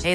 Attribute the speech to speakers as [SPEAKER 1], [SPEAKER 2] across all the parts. [SPEAKER 1] Hey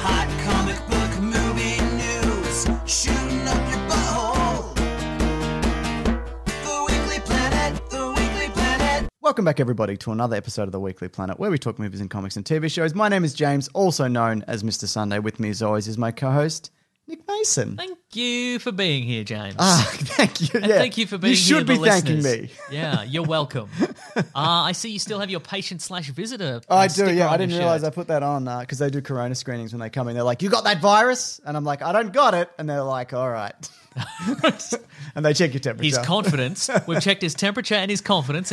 [SPEAKER 2] hot comic book movie news, shooting up your butthole. The Weekly Planet, The Weekly Planet.
[SPEAKER 3] Welcome back, everybody, to another episode of the Weekly Planet, where we talk movies and comics and TV shows. My name is James, also known as Mr. Sunday. With me, as always, is my co-host Nick Mason.
[SPEAKER 4] Thank you for being here, James.
[SPEAKER 3] Ah, thank you.
[SPEAKER 4] and
[SPEAKER 3] yeah.
[SPEAKER 4] thank you for being
[SPEAKER 3] You
[SPEAKER 4] here.
[SPEAKER 3] should
[SPEAKER 4] to
[SPEAKER 3] be
[SPEAKER 4] the
[SPEAKER 3] thanking
[SPEAKER 4] listeners.
[SPEAKER 3] me.
[SPEAKER 4] yeah, you're welcome. Uh, I see you still have your patient slash visitor. uh,
[SPEAKER 3] Oh, I do,
[SPEAKER 4] sticker
[SPEAKER 3] yeah.
[SPEAKER 4] on
[SPEAKER 3] I
[SPEAKER 4] your
[SPEAKER 3] didn't realize I
[SPEAKER 4] shirt.
[SPEAKER 3] put that on because they do corona screenings when they come in. They're like, "You got that virus?" And I'm like, "I don't got it." And they're like, "All right." and they check your temperature.
[SPEAKER 4] His confidence. We've checked his temperature and his confidence,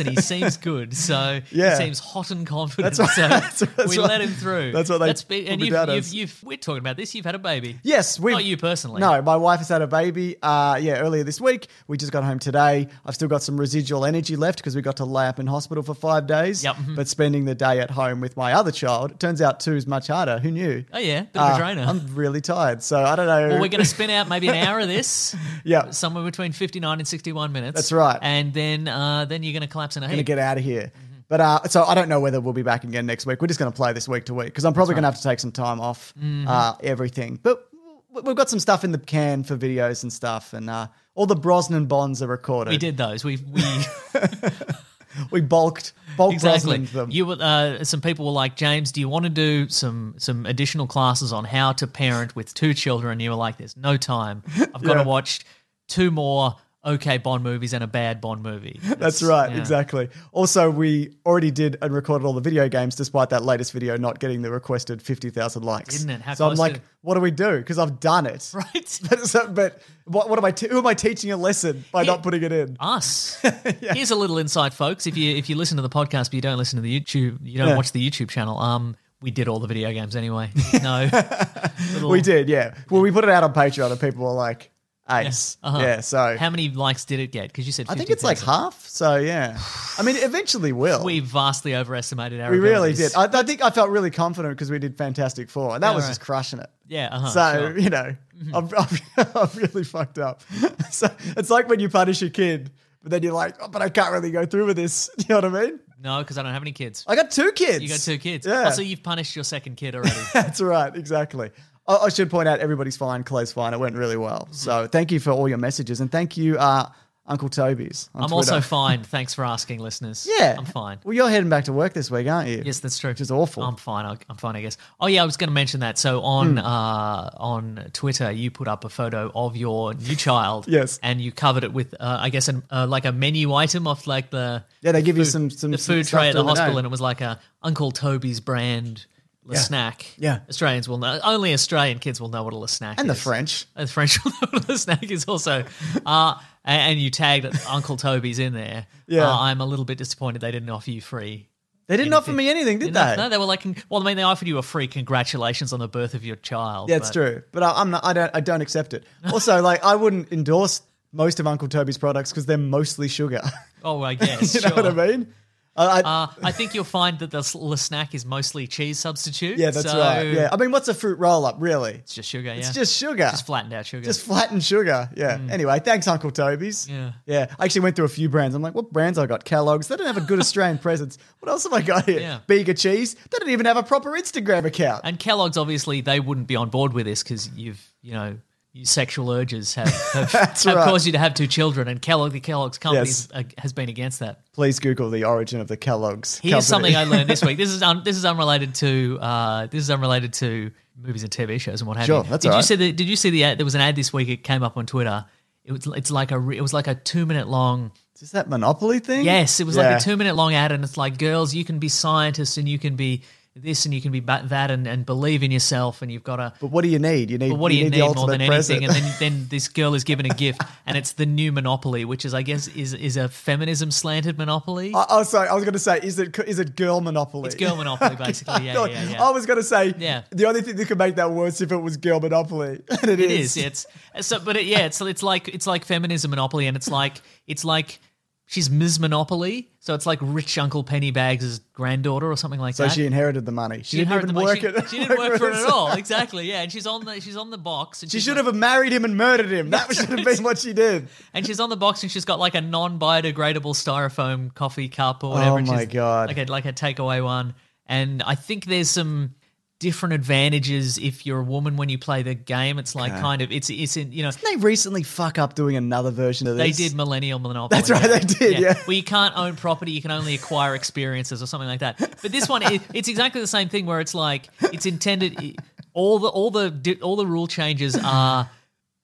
[SPEAKER 4] and he seems good. So
[SPEAKER 3] Yeah.
[SPEAKER 4] he seems hot and confident.
[SPEAKER 3] That's
[SPEAKER 4] so
[SPEAKER 3] what- that's- that's
[SPEAKER 4] we
[SPEAKER 3] what-
[SPEAKER 4] let him through.
[SPEAKER 3] that's what they
[SPEAKER 4] be-
[SPEAKER 3] put
[SPEAKER 4] and
[SPEAKER 3] me
[SPEAKER 4] you've,
[SPEAKER 3] down
[SPEAKER 4] you've,
[SPEAKER 3] as.
[SPEAKER 4] you've- we're talking about this. You've had a baby.
[SPEAKER 3] Yes, we
[SPEAKER 4] Not you personally.
[SPEAKER 3] No, my wife has had a baby. Uh, yeah, earlier this week. We just got home today. I've still got some residual energy left because we got to lay up in hospital for five days.
[SPEAKER 4] Yep. Mhm.
[SPEAKER 3] But spending the day at home with my other child, it turns out two is much harder. Who knew?
[SPEAKER 4] Oh yeah, bit
[SPEAKER 3] Uh,
[SPEAKER 4] of a drainer.
[SPEAKER 3] I'm really tired, so I don't know.
[SPEAKER 4] well, we're going to spin out maybe an hour of this.
[SPEAKER 3] yeah,
[SPEAKER 4] Somewhere between fifty nine and sixty one minutes.
[SPEAKER 3] That's right.
[SPEAKER 4] And then uh, then you're going to collapse in a
[SPEAKER 3] gonna
[SPEAKER 4] heap.
[SPEAKER 3] get out of here.
[SPEAKER 4] Mm-hmm.
[SPEAKER 3] But uh, so I don't know whether we'll be back again next week. We're just gonna play this week to week because I'm probably gonna have to take some time off
[SPEAKER 4] Mm-hmm.
[SPEAKER 3] uh, everything. But w- we've got some stuff in the can for videos and stuff, and uh, all the Brosnan bonds are recorded.
[SPEAKER 4] we did those. We we.
[SPEAKER 3] We bulked, bulked
[SPEAKER 4] exactly.
[SPEAKER 3] Brosnaned them.
[SPEAKER 4] You were- uh, some people were like, James, do you want to do some some additional classes on how to parent with two children? You were like, there's no time. I've got
[SPEAKER 3] Yeah.
[SPEAKER 4] to watch two more okay Bond movies and a bad Bond movie.
[SPEAKER 3] That's right,
[SPEAKER 4] yeah.
[SPEAKER 3] exactly. Also, we already did and recorded all the video games, despite that latest video not getting the requested fifty thousand likes.
[SPEAKER 4] Didn't it? How
[SPEAKER 3] so I'm
[SPEAKER 4] close
[SPEAKER 3] like,
[SPEAKER 4] to-
[SPEAKER 3] what do we do? Because I've done it.
[SPEAKER 4] Right.
[SPEAKER 3] But, so, but what, what am I? Te- who am I teaching a lesson by
[SPEAKER 4] Yeah.
[SPEAKER 3] not putting it in?
[SPEAKER 4] Us. Here's a little insight, folks. If you if you listen to the podcast but you don't listen to the YouTube, you don't
[SPEAKER 3] Yeah.
[SPEAKER 4] watch the YouTube channel. Um, we did all the video games anyway. No, Little-
[SPEAKER 3] We did, yeah. Well, we put it out on Patreon, and people were like, "Ace, yeah."
[SPEAKER 4] uh-huh.
[SPEAKER 3] so
[SPEAKER 4] How many likes did it get? Because you said
[SPEAKER 3] I think it's like
[SPEAKER 4] 50,000.
[SPEAKER 3] half. So yeah, I mean, eventually will.
[SPEAKER 4] We vastly overestimated our.
[SPEAKER 3] We really
[SPEAKER 4] abilities.
[SPEAKER 3] did. I, I think I felt really confident because we did Fantastic Four, and that was
[SPEAKER 4] right.
[SPEAKER 3] just crushing it.
[SPEAKER 4] yeah. Uh-huh,
[SPEAKER 3] so
[SPEAKER 4] sure. Mm-hmm.
[SPEAKER 3] you know, I've, I've, I've really fucked up. so it's like when you punish a kid, but then you're like, oh, "But I can't really go through with this." You know what I mean?
[SPEAKER 4] No, because I don't have any kids.
[SPEAKER 3] I got two kids.
[SPEAKER 4] You got two kids.
[SPEAKER 3] Yeah,
[SPEAKER 4] Also, you've punished your second kid already.
[SPEAKER 3] That's right, exactly. I, I should point out everybody's fine, Chloe's fine. It went really
[SPEAKER 4] Mm-hmm.
[SPEAKER 3] well. So thank you for all your messages and thank you, uh, Uncle Toby's. on
[SPEAKER 4] I'm
[SPEAKER 3] Twitter.
[SPEAKER 4] also fine. Thanks for asking, listeners.
[SPEAKER 3] Yeah,
[SPEAKER 4] I'm fine.
[SPEAKER 3] Well, you're heading back to work this week, aren't you?
[SPEAKER 4] Yes, that's true.
[SPEAKER 3] Which is awful. Hmm.
[SPEAKER 4] I'm fine. I- I'm fine. I guess. Oh yeah, I was going to mention that. So on uh, on Twitter, you put up a photo of your new child.
[SPEAKER 3] Yes.
[SPEAKER 4] and you covered it with, uh, I guess, an, uh, like a menu item off like the
[SPEAKER 3] Yeah, they give you
[SPEAKER 4] food-
[SPEAKER 3] some- some
[SPEAKER 4] the food
[SPEAKER 3] stuff
[SPEAKER 4] tray at
[SPEAKER 3] to
[SPEAKER 4] the
[SPEAKER 3] the
[SPEAKER 4] hospital,
[SPEAKER 3] name.
[SPEAKER 4] and it was like a Uncle Toby's brand. La snack.
[SPEAKER 3] Yeah.
[SPEAKER 4] Australians will know. Only Australian kids will know what a la snack
[SPEAKER 3] and the
[SPEAKER 4] is.
[SPEAKER 3] French.
[SPEAKER 4] The French little snack is also, uh, and and you tagged Uncle Toby's in there.
[SPEAKER 3] Yeah.
[SPEAKER 4] Uh, I'm a little bit disappointed they didn't offer you free.
[SPEAKER 3] They didn't offer me anything, did
[SPEAKER 4] No,
[SPEAKER 3] they?
[SPEAKER 4] no, they were like, con- well, I mean, they offered you a free congratulations on the birth of your child.
[SPEAKER 3] yeah, it's
[SPEAKER 4] but-
[SPEAKER 3] true. But I, I'm not. I don't. I don't accept it. Also, like I wouldn't endorse most of Uncle Toby's products because they're mostly sugar.
[SPEAKER 4] Oh, I guess.
[SPEAKER 3] you know
[SPEAKER 4] sure.
[SPEAKER 3] what I mean? Uh, I,
[SPEAKER 4] Uh, I think you'll find that the, s- the snack is mostly cheese substitute.
[SPEAKER 3] yeah, that's
[SPEAKER 4] so
[SPEAKER 3] right. Yeah, I mean, what's a fruit roll up really?
[SPEAKER 4] It's just sugar, yeah.
[SPEAKER 3] It's just sugar.
[SPEAKER 4] Just flattened out sugar. Mm.
[SPEAKER 3] Just flattened sugar. Yeah. Anyway, thanks, Uncle Toby's.
[SPEAKER 4] Yeah.
[SPEAKER 3] Yeah. I actually went through a few brands. I'm like, what brands I got? Kellogg's. They don't have a good Australian presence. What else have I got here?
[SPEAKER 4] Yeah.
[SPEAKER 3] Bega Cheese. They don't even have a proper Instagram account.
[SPEAKER 4] and Kellogg's, obviously, they wouldn't be on board with this because you've, you know, your sexual urges have, have,
[SPEAKER 3] That's
[SPEAKER 4] have
[SPEAKER 3] right.
[SPEAKER 4] caused you to have two children. And Kellogg, the Kellogg's company
[SPEAKER 3] Yes.
[SPEAKER 4] uh, has been against that.
[SPEAKER 3] Please Google the origin of the Kellogg's.
[SPEAKER 4] Here's
[SPEAKER 3] company.
[SPEAKER 4] something I learned this week. This is un- this is unrelated to uh, this is unrelated to movies and TV shows and what have
[SPEAKER 3] Sure,
[SPEAKER 4] you.
[SPEAKER 3] that's
[SPEAKER 4] did
[SPEAKER 3] all
[SPEAKER 4] you
[SPEAKER 3] right.
[SPEAKER 4] see the Did you see the ad? There was an ad this week. It came up on Twitter. It was it's like a re- it was like a two minute long.
[SPEAKER 3] Is that Monopoly thing?
[SPEAKER 4] Yes, it was
[SPEAKER 3] Yeah.
[SPEAKER 4] like a two minute long ad, and it's like girls, you can be scientists and you can be this and you can be ba- that and, and believe in yourself and you've got to.
[SPEAKER 3] But what do you need? You need.
[SPEAKER 4] But what do you,
[SPEAKER 3] the
[SPEAKER 4] need more
[SPEAKER 3] ultimate
[SPEAKER 4] than
[SPEAKER 3] present.
[SPEAKER 4] anything? And then, then this girl is given a gift, and it's the new Monopoly, which is, I guess, is is a feminism slanted Monopoly.
[SPEAKER 3] I, oh, sorry. I was going to say, is it is it girl monopoly?
[SPEAKER 4] It's girl Monopoly, basically. Yeah,
[SPEAKER 3] I,
[SPEAKER 4] yeah, yeah.
[SPEAKER 3] I was going to say,
[SPEAKER 4] Yeah.
[SPEAKER 3] the only thing that could make that worse if it was girl monopoly, and it
[SPEAKER 4] It
[SPEAKER 3] is.
[SPEAKER 4] is. It's uh, so, but it, yeah, it's it's like it's like feminism monopoly, and it's like it's like she's Ms. Monopoly, so it's like rich Uncle Pennybags' granddaughter or something like
[SPEAKER 3] So
[SPEAKER 4] that.
[SPEAKER 3] she inherited the money. She, didn't
[SPEAKER 4] inherited
[SPEAKER 3] even
[SPEAKER 4] the
[SPEAKER 3] work
[SPEAKER 4] money. She-
[SPEAKER 3] it.
[SPEAKER 4] She didn't work for it at all. Exactly. Yeah, and she's on the she's on the box. And
[SPEAKER 3] She
[SPEAKER 4] she's
[SPEAKER 3] should
[SPEAKER 4] like-
[SPEAKER 3] have married him and murdered him. That should have been what she did.
[SPEAKER 4] And she's on the box, and she's got like a non-biodegradable styrofoam coffee cup or whatever.
[SPEAKER 3] Oh
[SPEAKER 4] and
[SPEAKER 3] my
[SPEAKER 4] she's-
[SPEAKER 3] God.
[SPEAKER 4] Like a like a takeaway one. And I think there's some different advantages if you're a woman when you play the game. It's like kind of it's it's in you know
[SPEAKER 3] Didn't they recently fuck up doing another version of
[SPEAKER 4] They
[SPEAKER 3] this?
[SPEAKER 4] did millennial monopoly.
[SPEAKER 3] That's right, they did, yeah.
[SPEAKER 4] Well, you can't own property; you can only acquire experiences or something like that. But this one, it, it's exactly the same thing, where it's like it's intended. i- All the all the di- all the rule changes are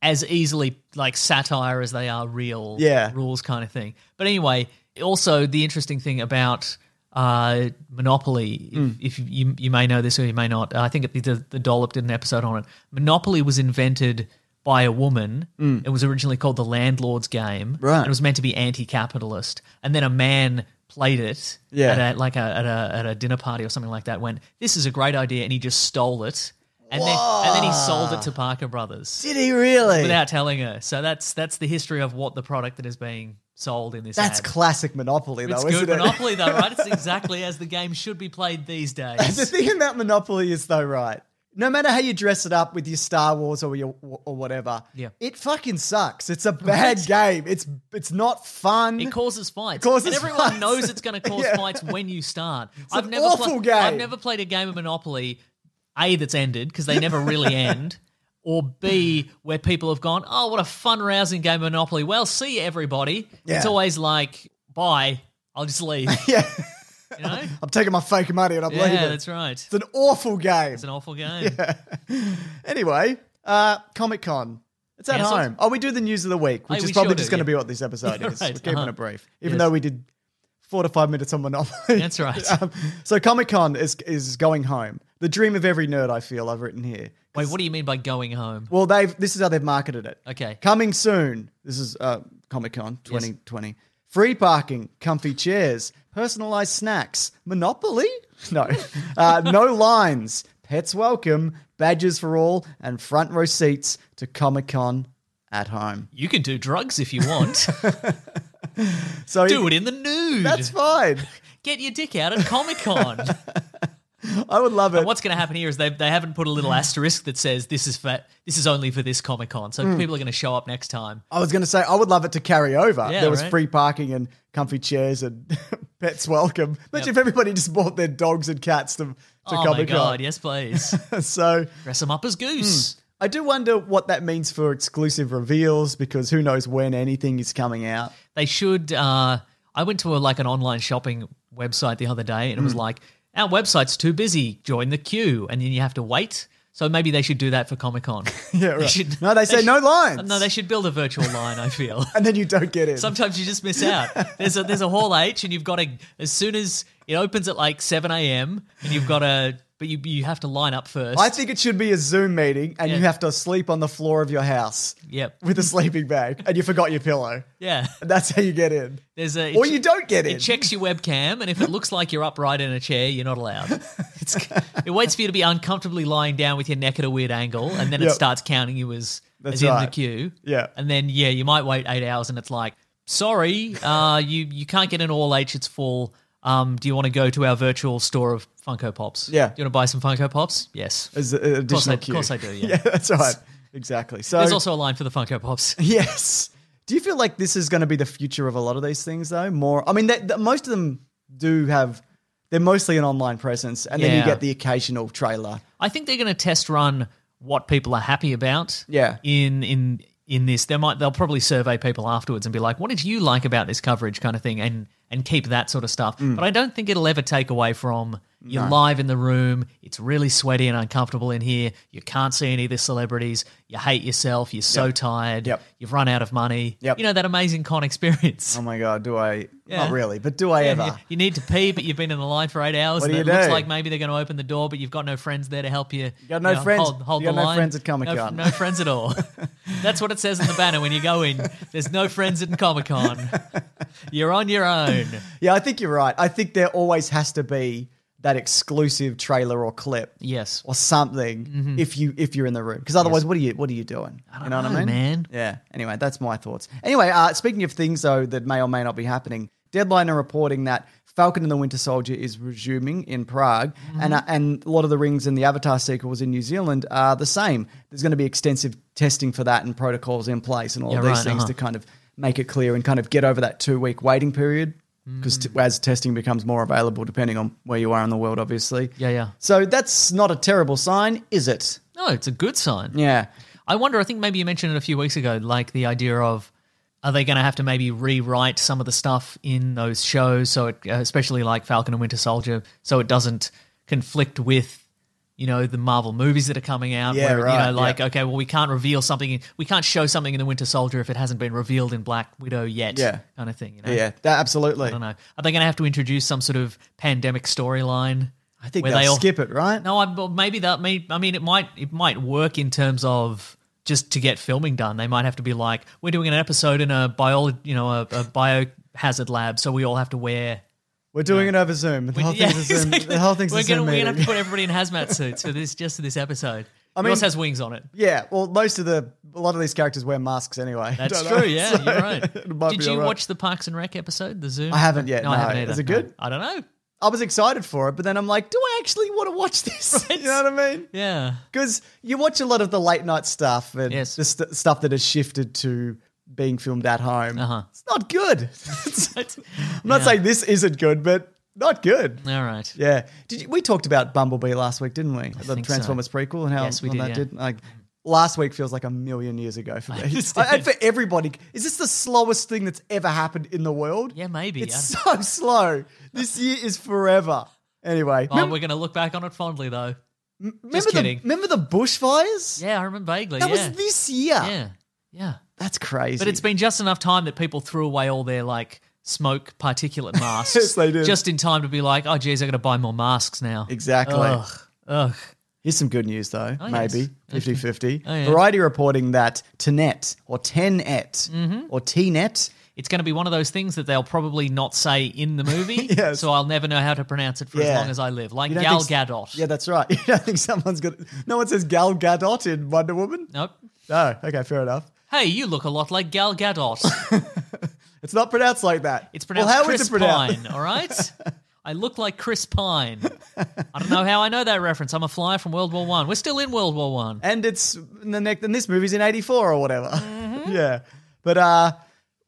[SPEAKER 4] as easily like satire as they are real
[SPEAKER 3] Yeah.
[SPEAKER 4] rules, kind of thing. But anyway, also the interesting thing about uh, Monopoly,
[SPEAKER 3] Hmm.
[SPEAKER 4] if, if you you may know this or you may not, uh, I think it, the, the Dollop did an episode on it. Monopoly was invented by a woman. It was originally called the Landlord's Game.
[SPEAKER 3] Hmm. Right.
[SPEAKER 4] And it was meant to be anti-capitalist, and then a man played it
[SPEAKER 3] Yeah.
[SPEAKER 4] at a, like a, at a at a dinner party or something like that. Went, this is a great idea, and he just stole it, and then and then he sold it to Parker Brothers
[SPEAKER 3] Did he really?
[SPEAKER 4] without telling her. So that's that's the history of what the product that is being sold in this.
[SPEAKER 3] That's
[SPEAKER 4] ad.
[SPEAKER 3] classic Monopoly, though,
[SPEAKER 4] It's
[SPEAKER 3] isn't
[SPEAKER 4] good
[SPEAKER 3] it?
[SPEAKER 4] Monopoly though, right? It's exactly as the game should be played these
[SPEAKER 3] the
[SPEAKER 4] days.
[SPEAKER 3] thing about Monopoly is though, right? No matter how you dress it up with your Star Wars or your or whatever,
[SPEAKER 4] Yeah.
[SPEAKER 3] it fucking sucks. It's a bad game. It's it's not fun.
[SPEAKER 4] It causes fights.
[SPEAKER 3] It causes
[SPEAKER 4] and everyone
[SPEAKER 3] fights.
[SPEAKER 4] knows it's going to cause
[SPEAKER 3] Yeah.
[SPEAKER 4] fights when you start.
[SPEAKER 3] an awful
[SPEAKER 4] played,
[SPEAKER 3] game.
[SPEAKER 4] I've never played a game of Monopoly, A, that's ended, because they never really end, or B, where people have gone, oh, what a fun, rousing game of Monopoly. Well, see you, everybody. It's
[SPEAKER 3] Yeah.
[SPEAKER 4] always like, bye, I'll just leave.
[SPEAKER 3] yeah,
[SPEAKER 4] You know?
[SPEAKER 3] I'm taking my fake money and I'm
[SPEAKER 4] yeah,
[SPEAKER 3] leaving.
[SPEAKER 4] that's right.
[SPEAKER 3] It's an awful game.
[SPEAKER 4] It's an awful game.
[SPEAKER 3] anyway, uh, Comic Con. It's at
[SPEAKER 4] Cancelled?
[SPEAKER 3] home. Oh, we do the news of the week,
[SPEAKER 4] Hey,
[SPEAKER 3] which
[SPEAKER 4] we
[SPEAKER 3] is probably
[SPEAKER 4] sure do,
[SPEAKER 3] just going to be
[SPEAKER 4] yeah.
[SPEAKER 3] what this episode is.
[SPEAKER 4] Right,
[SPEAKER 3] We're keeping
[SPEAKER 4] uh-huh.
[SPEAKER 3] it brief, even
[SPEAKER 4] Yes.
[SPEAKER 3] though we did four to five minutes on Monopoly.
[SPEAKER 4] That's right.
[SPEAKER 3] um, so Comic Con is is going home. The dream of every nerd, I feel. I've written here.
[SPEAKER 4] Wait, what do you mean by going home?
[SPEAKER 3] Well, they've this is how they've marketed it.
[SPEAKER 4] Okay.
[SPEAKER 3] Coming soon. This is uh, Comic Con 2020. Free parking, comfy chairs, personalized snacks, Monopoly? No. Uh, no lines, pets welcome, badges for all, and front row seats to Comic Con at home.
[SPEAKER 4] You can do drugs if you want.
[SPEAKER 3] So
[SPEAKER 4] do it in the nude.
[SPEAKER 3] That's fine.
[SPEAKER 4] Get your dick out at Comic Con.
[SPEAKER 3] I would love it.
[SPEAKER 4] And what's going to happen here is they they haven't put a little asterisk that says this is for this is only for this Comic Con, so people are going to show up next time.
[SPEAKER 3] I was going Hmm. to say, I would love it to carry over.
[SPEAKER 4] Yeah,
[SPEAKER 3] there was
[SPEAKER 4] right.
[SPEAKER 3] free parking and comfy chairs and pets welcome. Imagine if everybody just bought their dogs and cats to, to
[SPEAKER 4] oh my
[SPEAKER 3] Comic
[SPEAKER 4] god,
[SPEAKER 3] Con.
[SPEAKER 4] yes please,
[SPEAKER 3] So
[SPEAKER 4] dress them up as goose.
[SPEAKER 3] I do wonder what that means for exclusive reveals because who knows when anything is coming out.
[SPEAKER 4] They should. Uh, I went to a, like an online shopping website the other day, and
[SPEAKER 3] Hmm.
[SPEAKER 4] it was like our website's too busy. Join the queue, and then you have to wait. So maybe they should do that for Comic Con.
[SPEAKER 3] Yeah, right. No, they say no lines.
[SPEAKER 4] No, they should build a virtual line. I feel.
[SPEAKER 3] And then you don't get in.
[SPEAKER 4] Sometimes you just miss out. There's a there's a hall H, and you've got to as soon as it opens at like seven a.m. and you've got to, but you you have to line up first.
[SPEAKER 3] I think it should be a Zoom meeting and you
[SPEAKER 4] Yeah.
[SPEAKER 3] have to sleep on the floor of your house
[SPEAKER 4] Yep.
[SPEAKER 3] with a sleeping bag and you forgot your pillow.
[SPEAKER 4] Yeah.
[SPEAKER 3] And that's how you get in.
[SPEAKER 4] There's a. it
[SPEAKER 3] Or
[SPEAKER 4] che-
[SPEAKER 3] you don't get in.
[SPEAKER 4] It checks your webcam, and if it looks like you're upright in a chair, you're not allowed. It's, it waits for you to be uncomfortably lying down with your neck at a weird angle, and then
[SPEAKER 3] Yep.
[SPEAKER 4] it starts counting you as
[SPEAKER 3] That's
[SPEAKER 4] as in the
[SPEAKER 3] right.
[SPEAKER 4] queue.
[SPEAKER 3] Yeah.
[SPEAKER 4] And then yeah, you might wait eight hours, and it's like, sorry, uh, you you can't get an all H. It's full. Um, do you want to go to our virtual store of Funko Pops?
[SPEAKER 3] Yeah.
[SPEAKER 4] Do you want to buy some Funko Pops? Yes.
[SPEAKER 3] As a- an
[SPEAKER 4] Of course, I,
[SPEAKER 3] additional
[SPEAKER 4] of
[SPEAKER 3] queue.
[SPEAKER 4] course I do. Yeah.
[SPEAKER 3] Yeah, that's right. Exactly. So
[SPEAKER 4] There's also a line for the Funko Pops.
[SPEAKER 3] Yes. Do you feel like this is going to be the future of a lot of these things, though? More, I mean, that that- most of them do have. They're mostly an online presence, and then you
[SPEAKER 4] Yeah.
[SPEAKER 3] get the occasional trailer.
[SPEAKER 4] I think they're going to test run what people are happy about.
[SPEAKER 3] Yeah.
[SPEAKER 4] In in in this, they might they'll probably survey people afterwards and be like, "What did you like about this coverage?" kind of thing, and and keep that sort of stuff.
[SPEAKER 3] Mm.
[SPEAKER 4] But I don't think it'll ever take away from you're live in the room. It's really sweaty and uncomfortable in here. You can't see any of the celebrities. You hate yourself. You're so tired.
[SPEAKER 3] Yep.
[SPEAKER 4] You've run out of money.
[SPEAKER 3] Yep.
[SPEAKER 4] You know that amazing con experience.
[SPEAKER 3] Oh my god, do I?
[SPEAKER 4] Yeah.
[SPEAKER 3] Not really, but do I
[SPEAKER 4] You,
[SPEAKER 3] ever?
[SPEAKER 4] you need to pee, but you've been in the line for eight hours.
[SPEAKER 3] What
[SPEAKER 4] and
[SPEAKER 3] do
[SPEAKER 4] it
[SPEAKER 3] you
[SPEAKER 4] looks
[SPEAKER 3] do?
[SPEAKER 4] like maybe they're going to open the door, but you've got no friends there to help you. You
[SPEAKER 3] got no friends.
[SPEAKER 4] Hold, hold
[SPEAKER 3] You got
[SPEAKER 4] the
[SPEAKER 3] no
[SPEAKER 4] line.
[SPEAKER 3] friends at Comic-Con.
[SPEAKER 4] No, no friends at all. That's what it says in the banner when you go in. There's no friends in Comic Con. You're on your own.
[SPEAKER 3] Yeah, I think you're right. I think there always has to be that exclusive trailer or clip
[SPEAKER 4] Yes. Mm-hmm.
[SPEAKER 3] or something if you if you're in the room, because otherwise, what are you what are you doing?
[SPEAKER 4] I don't know, man.
[SPEAKER 3] Yeah. Anyway, that's my thoughts. Anyway, uh, speaking of things though that may or may not be happening, Deadline are reporting that Falcon and the Winter Soldier is resuming in Prague,
[SPEAKER 4] Mm-hmm.
[SPEAKER 3] and uh, and Lord of the Rings and the Avatar sequels in New Zealand are the same. There's going to be extensive testing for that and protocols in place and all
[SPEAKER 4] Yeah,
[SPEAKER 3] these
[SPEAKER 4] right,
[SPEAKER 3] things
[SPEAKER 4] uh-huh.
[SPEAKER 3] to kind of make it clear and kind of get over that two week waiting period. Because t-
[SPEAKER 4] Mm.
[SPEAKER 3] as testing becomes more available, depending on where you are in the world, obviously.
[SPEAKER 4] Yeah, yeah.
[SPEAKER 3] So that's not a terrible sign, is it?
[SPEAKER 4] No, it's a good sign.
[SPEAKER 3] Yeah.
[SPEAKER 4] I wonder. I think maybe you mentioned it a few weeks ago, like the idea of are they going to have to maybe rewrite some of the stuff in those shows, so it, uh, especially like Falcon and Winter Soldier, so it doesn't conflict with you know the Marvel movies that are coming out.
[SPEAKER 3] Yeah,
[SPEAKER 4] where,
[SPEAKER 3] right,
[SPEAKER 4] You know, like
[SPEAKER 3] yeah.
[SPEAKER 4] okay, well we can't reveal something, we can't show something in the Winter Soldier if it hasn't been revealed in Black Widow yet.
[SPEAKER 3] Yeah.
[SPEAKER 4] kind of thing. You know?
[SPEAKER 3] Yeah, that, absolutely.
[SPEAKER 4] I don't know. Are they going to have to introduce some sort of pandemic storyline?
[SPEAKER 3] I think
[SPEAKER 4] where
[SPEAKER 3] they'll
[SPEAKER 4] they all-
[SPEAKER 3] skip it, right?
[SPEAKER 4] No, I, well, maybe that. May, I mean, it might it might work in terms of just to get filming done. They might have to be like, we're doing an episode in a bio, you know, a, a biohazard lab, so we all have to wear.
[SPEAKER 3] We're doing it over Zoom. The whole thing's a Zoom.
[SPEAKER 4] exactly.
[SPEAKER 3] The whole thing's
[SPEAKER 4] we're
[SPEAKER 3] a
[SPEAKER 4] gonna,
[SPEAKER 3] Zoom
[SPEAKER 4] we're gonna have
[SPEAKER 3] meeting.
[SPEAKER 4] to put everybody in hazmat suits for this just for this episode. I
[SPEAKER 3] mean-
[SPEAKER 4] mean, it also has wings on it.
[SPEAKER 3] yeah, well, most of the a lot of these characters wear masks anyway.
[SPEAKER 4] That's
[SPEAKER 3] Don't know.
[SPEAKER 4] true. Yeah,
[SPEAKER 3] So
[SPEAKER 4] you're right.
[SPEAKER 3] it might
[SPEAKER 4] Did
[SPEAKER 3] be
[SPEAKER 4] you
[SPEAKER 3] all right.
[SPEAKER 4] watch the Parks and Rec episode, the Zoom?
[SPEAKER 3] I haven't yet,
[SPEAKER 4] I
[SPEAKER 3] no.
[SPEAKER 4] haven't either.
[SPEAKER 3] Is it
[SPEAKER 4] No.
[SPEAKER 3] good?
[SPEAKER 4] I don't know.
[SPEAKER 3] I was excited for it, but then I'm like, do I actually want to watch this? You know what I mean?
[SPEAKER 4] Yeah.
[SPEAKER 3] Because you watch a lot of the late night stuff and
[SPEAKER 4] Yes.
[SPEAKER 3] the st- stuff that has shifted to being filmed at home.
[SPEAKER 4] Uh-huh.
[SPEAKER 3] It's not good. It's- I'm not
[SPEAKER 4] Yeah.
[SPEAKER 3] saying this isn't good, but not good.
[SPEAKER 4] All right.
[SPEAKER 3] Yeah. Did you, we talked about Bumblebee last week, didn't we? the
[SPEAKER 4] think so.
[SPEAKER 3] Transformers prequel and how
[SPEAKER 4] Yes, we
[SPEAKER 3] how
[SPEAKER 4] did,
[SPEAKER 3] that
[SPEAKER 4] yeah.
[SPEAKER 3] did. Like last week feels like a million years ago for me.
[SPEAKER 4] understand.
[SPEAKER 3] and for everybody. Is this the slowest thing that's ever happened in the world?
[SPEAKER 4] Yeah, maybe.
[SPEAKER 3] It's
[SPEAKER 4] I don't-
[SPEAKER 3] so slow. This year is forever. Anyway,
[SPEAKER 4] Oh, we're going to look back on it fondly, though.
[SPEAKER 3] remember, the,
[SPEAKER 4] kidding.
[SPEAKER 3] remember the bushfires?
[SPEAKER 4] Yeah, I remember vaguely.
[SPEAKER 3] That
[SPEAKER 4] yeah.
[SPEAKER 3] was this year.
[SPEAKER 4] Yeah, yeah.
[SPEAKER 3] That's crazy.
[SPEAKER 4] But it's been just enough time that people threw away all their like smoke particulate masks.
[SPEAKER 3] Yes, they did.
[SPEAKER 4] Just in time to be like, oh, geez, I got to buy more masks now.
[SPEAKER 3] Exactly.
[SPEAKER 4] Ugh. Ugh.
[SPEAKER 3] Here's some good news, though.
[SPEAKER 4] Oh, yes.
[SPEAKER 3] maybe 50 50.
[SPEAKER 4] Oh, yeah.
[SPEAKER 3] Variety reporting that Tenet or Tenet
[SPEAKER 4] Mm-hmm.
[SPEAKER 3] or Tnet.
[SPEAKER 4] It's going to be one of those things that they'll probably not say in the movie,
[SPEAKER 3] Yes.
[SPEAKER 4] so I'll never know how to pronounce it for
[SPEAKER 3] Yeah.
[SPEAKER 4] as long as I live. Like
[SPEAKER 3] You don't
[SPEAKER 4] Gal
[SPEAKER 3] think s-
[SPEAKER 4] Gadot.
[SPEAKER 3] Yeah, that's right. You don't think someone's got no one says Gal Gadot in Wonder Woman?
[SPEAKER 4] Nope.
[SPEAKER 3] No. Okay, fair enough.
[SPEAKER 4] Hey, you look a lot like Gal Gadot.
[SPEAKER 3] It's not pronounced like that.
[SPEAKER 4] It's pronounced
[SPEAKER 3] how is
[SPEAKER 4] Chris
[SPEAKER 3] it pronounced?
[SPEAKER 4] Pine, all right? I look like Chris Pine. I don't know how I know that reference. I'm a flyer from World War One. We're still in World War One.
[SPEAKER 3] And it's in the next. And this movie's in '84 or whatever.
[SPEAKER 4] Mm-hmm.
[SPEAKER 3] yeah, but uh,